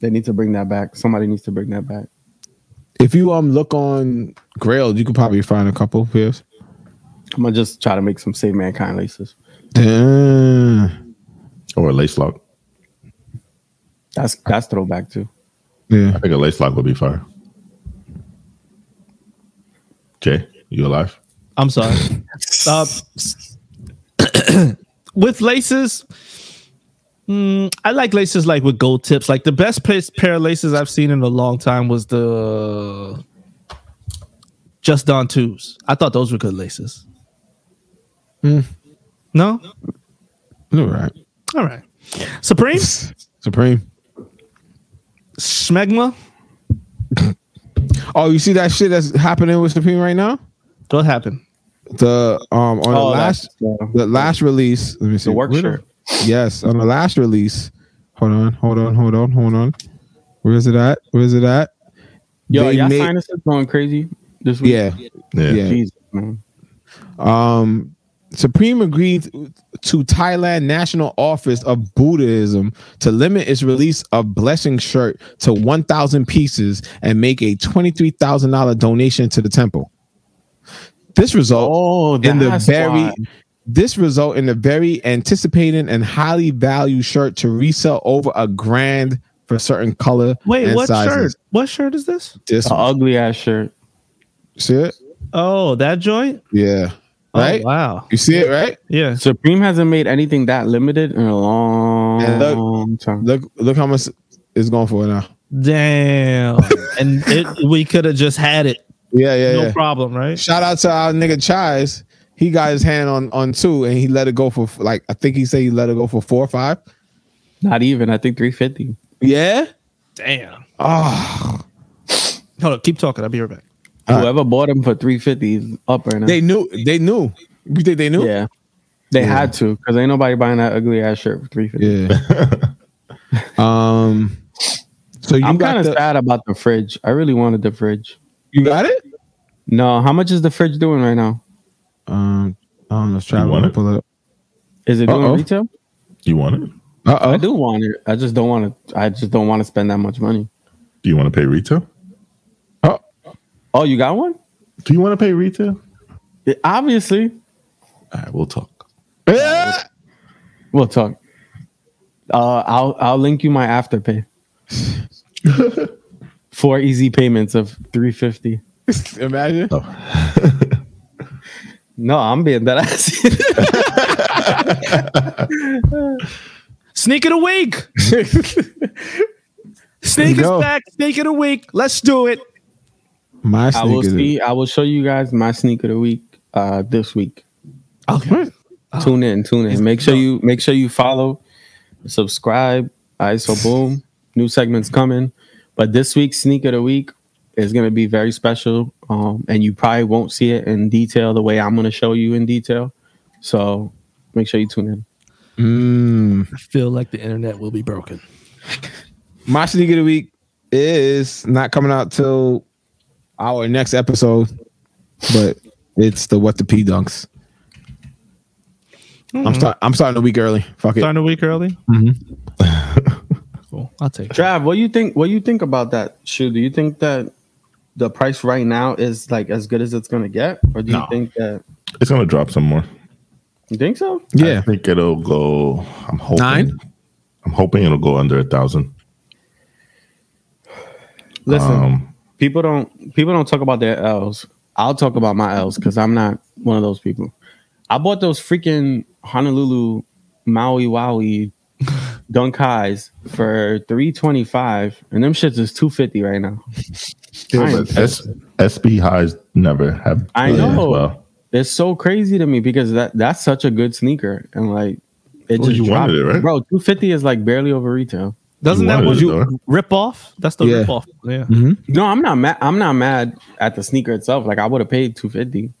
E: They need to bring that back. Somebody needs to bring that back.
C: If you um look on Grailed, you could probably find a couple pairs.
E: I'm gonna just try to make some save mankind laces.
C: Damn.
D: or a lace lock.
E: That's that's throwback too.
C: Yeah.
D: I think a lace lock would be fire. Jay, you alive?
F: I'm sorry. uh,
A: with laces. mm, I like laces like with gold tips. Like the best place, pair of laces I've seen in a long time was the Just Don twos. I thought those were good laces.
C: Hmm.
A: No,
C: All right.
A: all right. Supreme
C: Supreme.
A: Smegma.
C: Oh, you see that shit that's happening with Supreme right now?
A: What happened?
C: The um on the last
E: that's, uh,
C: the last release. Let me see.
E: the work
C: Where
E: shirt.
C: Yes, on the last release. Hold on, hold on, hold on, hold on. Where is it at? Where is it at?
E: Yo,
C: They
E: y'all
C: made-
E: sinuses going crazy this week.
C: Yeah.
D: Yeah.
C: Yeah.
E: Jesus, man.
C: Um Supreme agreed to Thailand National Office of Buddhism to limit its release of blessing shirt to 1,000 pieces and make a $23,000 donation to the temple. This result
E: Oh,
C: in the
E: that's
C: very
E: why.
C: this result in the very anticipated and highly valued shirt to resell over a grand for certain color.
A: Wait,
C: and
A: what
C: sizes.
A: shirt? What shirt is this?
C: This
E: the ugly ass shirt.
C: see it?
A: Oh, that joint.
C: Yeah.
A: Oh,
C: Right?
A: wow.
C: You see it, right?
A: Yeah.
E: Supreme hasn't made anything that limited in a long
C: And look-
E: time.
C: Look look how much it's going for now.
A: Damn. and it, we could have just had it.
C: Yeah, yeah,
A: No
C: yeah.
A: problem, right?
C: Shout out to our nigga Chise. He got his hand on on two and he let it go for like I think he said he let it go for four or five.
E: Not even. I think 350.
C: Yeah.
A: Damn.
C: Oh
A: Hold up. Keep talking. I'll be right back.
C: All right.
E: Whoever bought them for 350 is up right now.
C: they knew they knew. You think they knew?
E: yeah. They
C: Yeah.
E: had to because ain't nobody buying that ugly ass shirt for 350.
C: Yeah. um so you
E: I'm kind
C: got
E: of
C: the,
E: sad about the fridge. I really wanted the fridge.
C: you got it?
E: No, how much is the fridge doing right now?
C: Um I don't know,
D: You
C: Travis
D: want
C: to
D: it?
C: pull it up.
E: Is it doing
C: Uh-oh.
E: retail?
D: You want it?
C: Uh
E: I
C: oh.
E: do want it. I just don't want to. I just don't want to spend that much money.
D: Do you want to pay retail?
C: Oh,
E: Oh, you got one?
D: Do you want to pay retail?
E: Yeah, obviously,
D: All right, we'll talk.
C: yeah.
E: we'll talk. Uh, I'll I'll link you my afterpay. Four easy payments of three fifty.
C: Imagine.
D: Oh.
E: No, I'm being that ass.
A: Sneak it a week. Sneak
C: There you
A: is
C: go.
A: back. Sneak it a week. Let's do it.
C: My
E: I will
C: sneakers.
E: see. I will show you guys my sneak of the week uh, this week.
A: Okay.
E: Tune in, tune in. Make sure you make sure you follow, subscribe. ISO boom. New segments coming, but this week's sneak of the week is going to be very special, um, and you probably won't see it in detail the way I'm going to show you in detail. So make sure you tune in.
C: Mm.
F: I feel like the internet will be broken.
C: My sneaker of the week is not coming out till our next episode, but it's the what the p dunks. I'm
E: Mm-hmm.
C: start, I'm starting the week early. Fuck it.
A: Starting a week early. cool. I'll take it.
E: Trav, what do you think? What do you think about that shoe? Do you think that the price right now is like as good as it's going to get, or do
C: No.
E: you think that
D: It's gonna drop some more.
E: you think so?
C: Yeah.
D: I think it'll go. I'm hoping.
C: Nine?
D: I'm hoping it'll go under a thousand.
E: Listen,
D: Um,
E: people don't people don't talk about their L's. I'll talk about my L's because I'm not one of those people. I bought those freaking Honolulu Maui Wowie Dunk Highs for three twenty five, and them shits is two fifty right now. I ain't-
D: S- SB highs never have.
E: I
D: done as
E: know.
D: Well.
E: it's so crazy to me because that that's such a good sneaker, and like it
D: Well,
E: just
D: you
E: dropped.
D: wanted it, right?
E: bro. Two fifty is like barely over retail.
A: Doesn't that
D: wanted
A: was
D: it,
A: you
D: though.
A: rip off? That's the
C: Yeah.
A: rip off. Yeah.
E: No, I'm not mad. I'm not mad at the sneaker itself. Like I would have paid two fifty.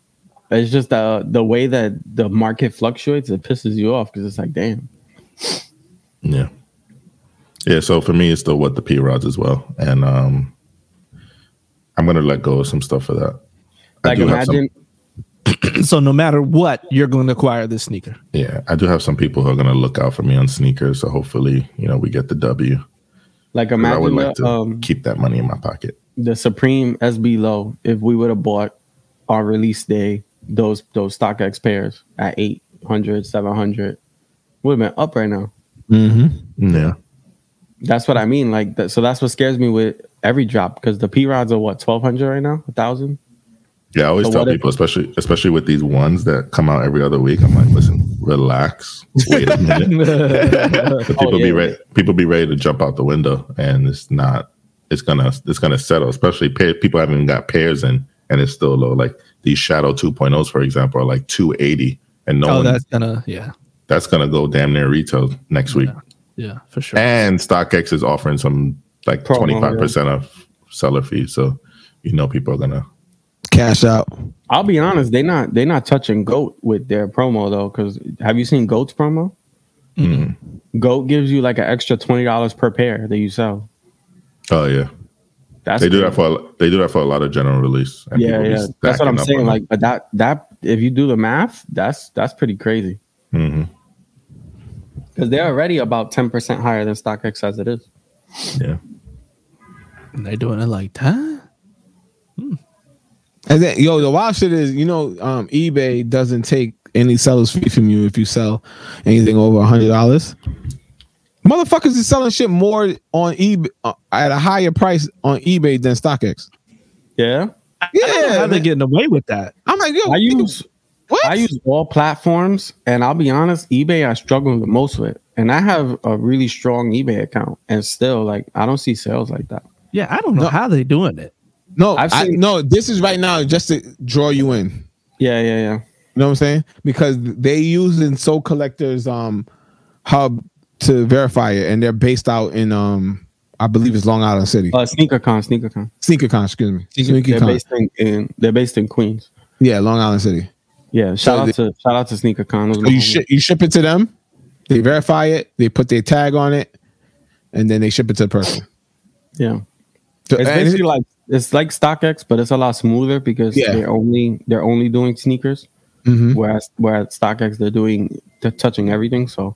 E: It's just the the way that the market fluctuates. It pisses you off because it's like, damn.
D: Yeah. Yeah. So for me, it's the what the P rods as well, and um, I'm gonna let go of some stuff for that. I
E: Like
D: do have some-
E: imagine.
A: So no matter what, you're going to acquire this sneaker.
D: yeah, I do have some people who are gonna look out for me on sneakers. So hopefully, you know, we get the W.
E: Like
D: 'Cause I would
E: imagine
D: like
E: the,
D: to
E: um,
D: keep that money in my pocket.
E: the Supreme SB low. If we would have bought our release day, those those StockX pairs at 800, 700, would have been up right now.
D: Yeah.
E: That's what I mean. Like that, so that's what scares me with every drop because the P rods are what twelve hundred right now, a thousand.
D: Yeah, I always
E: So
D: tell
E: what if-
D: people, especially especially with these ones that come out every other week, I'm like, listen, relax, wait a minute. But people
E: yeah.
D: be ready. People be ready to jump out the window, and it's not. It's gonna it's gonna settle. Especially pair, people haven't even got pairs in, and it's still low. Like these Shadow 2.0s, for example, are like 280, and no
A: Oh,
D: one
A: that's
D: that's,
A: gonna yeah,
D: gonna go damn near retail next week.
F: Yeah, for sure.
D: And StockX is offering some like
E: Promo,
D: 25 percent of seller fee, so you know people are gonna.
C: Cash out.
E: I'll be honest, they not they not touching Goat with their promo though. Because have you seen Goat's promo? Goat gives you like an extra twenty dollars per pair that you sell.
D: Oh yeah.
E: That's
D: they do that
E: crazy.
D: for a, they do that for a lot of general release. And
E: yeah,
D: people be
E: yeah. That's what
D: stacking
E: I'm
D: up
E: saying.
D: on
E: Like, but that that if you do the math, that's that's pretty crazy.
D: it. Mhm.
E: Because they're already about ten percent higher than StockX as it is.
D: yeah,
F: And they're doing it like that.
C: And then, yo, the wild shit is, you know, um, eBay doesn't take any seller's fee from you if you sell anything over a hundred dollars. Motherfuckers is selling shit more on eBay uh, at a higher price on eBay than StockX.
E: Yeah.
A: yeah.
C: Yeah,
A: How they
C: like,
A: getting away with that?
C: I'm like, yo,
E: I use
C: what?
E: I use all platforms, and I'll be honest, eBay I struggle the most with, and I have a really strong eBay account, and still like I don't see sales like that.
F: Yeah, I don't know
C: No.
F: how they doing it.
C: no,
E: I've
C: I-
E: seen-
C: no. This is right now just to draw you in.
E: Yeah, yeah, yeah.
C: You know what I'm saying? Because they using Soul Collector's um hub to verify it, and they're based out in um I believe it's Long Island City.
E: Uh, SneakerCon, SneakerCon.
C: SneakerCon, excuse me.
E: They're
C: SneakerCon.
E: based in, in they're based in Queens.
C: Yeah, Long Island City.
E: Yeah,
C: So
E: shout out to shout out to SneakerCon. Those
C: So
E: are my
C: you
E: homies.
C: ship you ship it to them, they verify it, they put their tag on it, and then they ship it to the person.
E: Yeah,
C: So-
E: it's
C: and
E: basically like it's like StockX, but it's a lot smoother because
C: Yeah.
E: they're only they're only doing sneakers,
C: Mhm.
E: whereas whereas StockX they're doing they're touching everything, so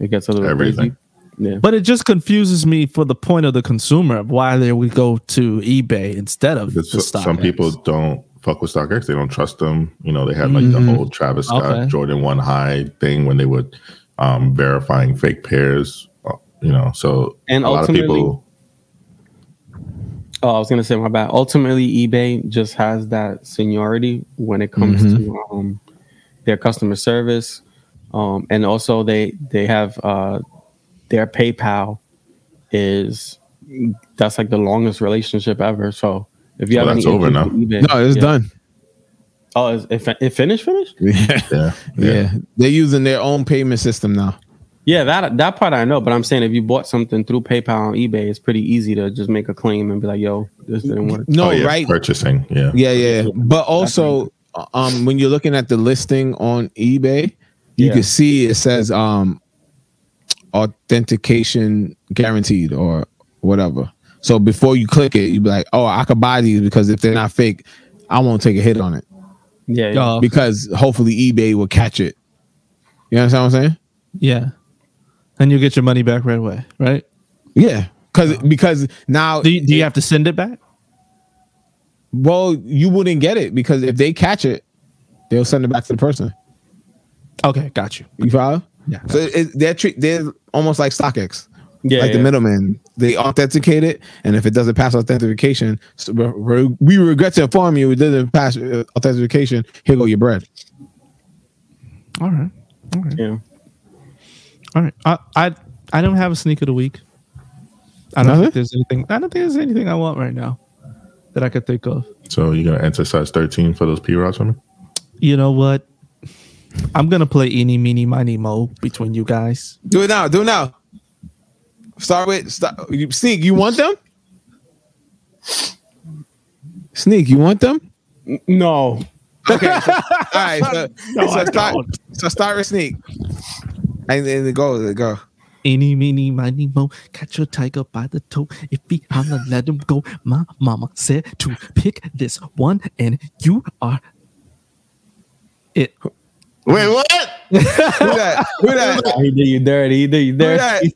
E: it gets a little
D: Everything.
E: crazy. Yeah,
F: But it just confuses me for the point of the consumer of why they would go to eBay instead of the
D: Because so-
F: stock.
D: some people don't fuck with StockX. They don't trust them. You know, they had like the whole Travis Scott
F: Okay.
D: Jordan One High thing when they were um, verifying fake pairs. uh, You know, so
E: And
D: a lot of
E: ultimately-
D: people.
E: Oh, I was gonna say my bad. Ultimately, eBay just has that seniority when it comes
C: Mm-hmm.
E: to um, their customer service, um, and also they they have uh, their PayPal is that's like the longest relationship ever. So if you
D: Well,
E: have
D: that's
E: any
D: over
E: issues
D: now.
E: with eBay,
C: no, it's
E: yeah.
C: done.
E: Oh, is, it, fin- it finished? Finished?
C: Yeah.
D: Yeah,
C: yeah. They're using their own payment system now.
E: Yeah, that that part I know. But I'm saying if you bought something through PayPal on eBay, it's pretty easy to just make a claim and be like, "Yo, this didn't work."
C: No,
D: Oh, yeah,
C: right.
D: Purchasing. Yeah.
C: Yeah, yeah. But also, um, when you're looking at the listing on eBay, you
E: Yeah.
C: can see it says um, authentication guaranteed or whatever. So before you click it, you be like, oh, I could buy these because if they're not fake, I won't take a hit on it
E: Yeah, yeah.
F: Oh,
C: because hopefully eBay will catch it. You understand what I'm saying?
F: yeah, and you get your money back right away, right?
C: Yeah. Cause, because now
F: Do you, do you have to send it back?
C: well you wouldn't get it because if they catch it they'll send it back to the person
F: Okay, got you.
C: you follow
A: Yeah.
C: So it, it- they're treat they're almost like StockX,
E: Yeah,
C: like the
E: yeah.
C: middleman. They authenticate it, and if it doesn't pass authentication, so we- we- we regret to inform you it didn't pass uh, authentication. Here go your bread.
A: All right.
E: Yeah.
A: All right. I I I don't have a sneak of the week. I don't
C: Nothing?
A: think there's anything. I don't think there's anything I want right now that I could think of.
D: So you're gonna enter size 13 for those P Rods for me?
A: You know what? I'm gonna play eeny meeny miny mo between you guys.
C: Do it now. Do it now. Start with start, you, sneak. You want them? Sneak. You want them?
E: No.
C: Okay. So, all right. So, so start. So start with sneak. And then go. Go.
A: Eeny meeny miny mo, catch your tiger by the toe. If he holla, let him go. My mama said to pick this one, and you are it.
D: Wait, what?
C: Who that? Who that?
E: He did you dirty. He did you
C: Who
E: dirty.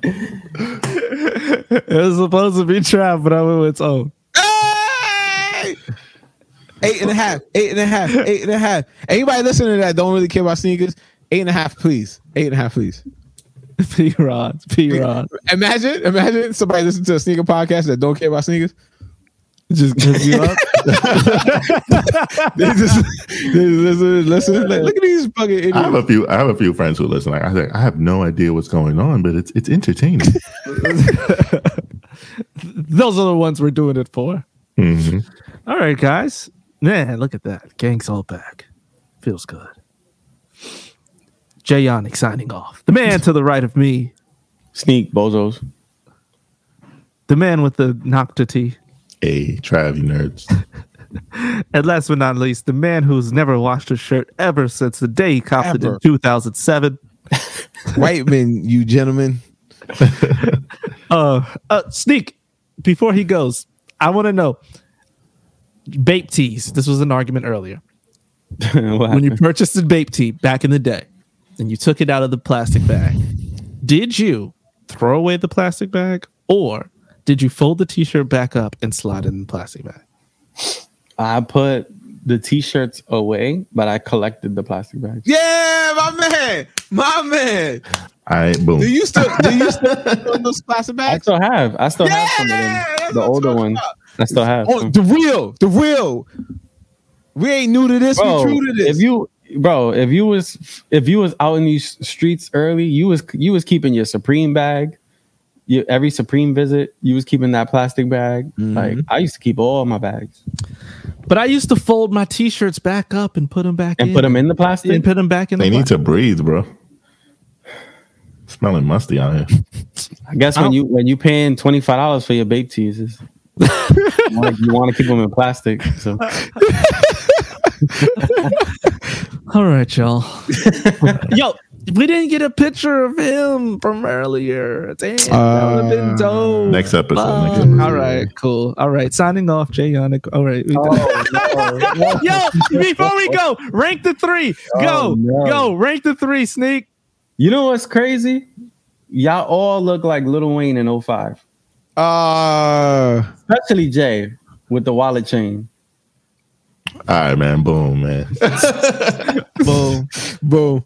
C: that?
A: It was supposed to be trap, but I went with oh, its own.
C: Hey! Eight and a half. Eight and a half. Eight and a half. Anybody listening to that don't really care about sneakers. Eight and a half, please. Eight and a half, please.
A: P Rod, P Rod.
C: Imagine, imagine somebody listening to a sneaker podcast that don't care about sneakers.
A: Just gives you up.
C: They just, they just listen, listen. Like, look at these fucking idiots.
D: I have a few I have a few friends who listen. Like I think I have no idea what's going on, but it's it's entertaining.
A: Those are the ones we're doing it for.
D: Mhm.
A: All right, guys. Man, look at that. Gang's all back. Feels good. Jay Yannick signing off. The man to the right of me,
E: Sneak bozos.
A: the man with the noctity.
D: Hey, Trav, you nerds.
A: And last but not least, the man who's never washed a shirt ever since the day he copped it in
C: Ever.
A: 2007.
C: White men, you gentlemen.
A: Uh, uh, Sneak, before he goes, I want to know Bape tees. This was an argument earlier.
E: What
A: when you
E: happened?
A: purchased a vape tea back in the day and you took it out of the plastic bag, did you throw away the plastic bag or did you fold the t-shirt back up and slide it in the plastic bag?
E: I put the t-shirts away, but I collected the plastic bags.
C: Yeah, my man, my man.
D: I boom.
C: Do you still do you still own those plastic
E: I
C: bags?
E: still have. I still have
C: Yeah,
E: some of
C: that's
E: them. The
C: what I'm
E: older
C: talking
E: ones.
C: about.
E: I still have.
C: Oh,
E: some.
C: the real, the real. We ain't new to this.
E: Bro,
C: we true to this.
E: if you bro, if you was if you was out in these streets early, you was you was keeping your Supreme bag. You, every Supreme visit, you was keeping that plastic bag. Like I used to keep all my bags
A: But I used to fold my t-shirts back up and put them back
E: and
A: in
E: put them in the plastic.
A: and put them back in
D: they
A: the
D: need
A: plastic.
D: to breathe, bro. Smelling musty out here.
E: I guess
A: I
E: when
A: don't-
E: you when you paying twenty five dollars for your baked cheeses, you want to keep them in plastic. So
A: All right, y'all. Yo, we didn't get a picture of him from earlier. Damn, that would have been
C: Uh,
A: dope.
D: Next episode. next
A: Fuck.
D: episode.
A: All right, cool. All right, signing off, Jay Yannick. All right.
E: Oh,
A: we done. Yo, before we go, rank the three. Go,
E: Oh, no.
A: go, rank the three, sneak.
E: you know what's crazy? Y'all all look like Little Wayne in 05.
C: uh,
E: especially Jay with the wallet chain.
D: All right, man. Boom, man.
C: boom.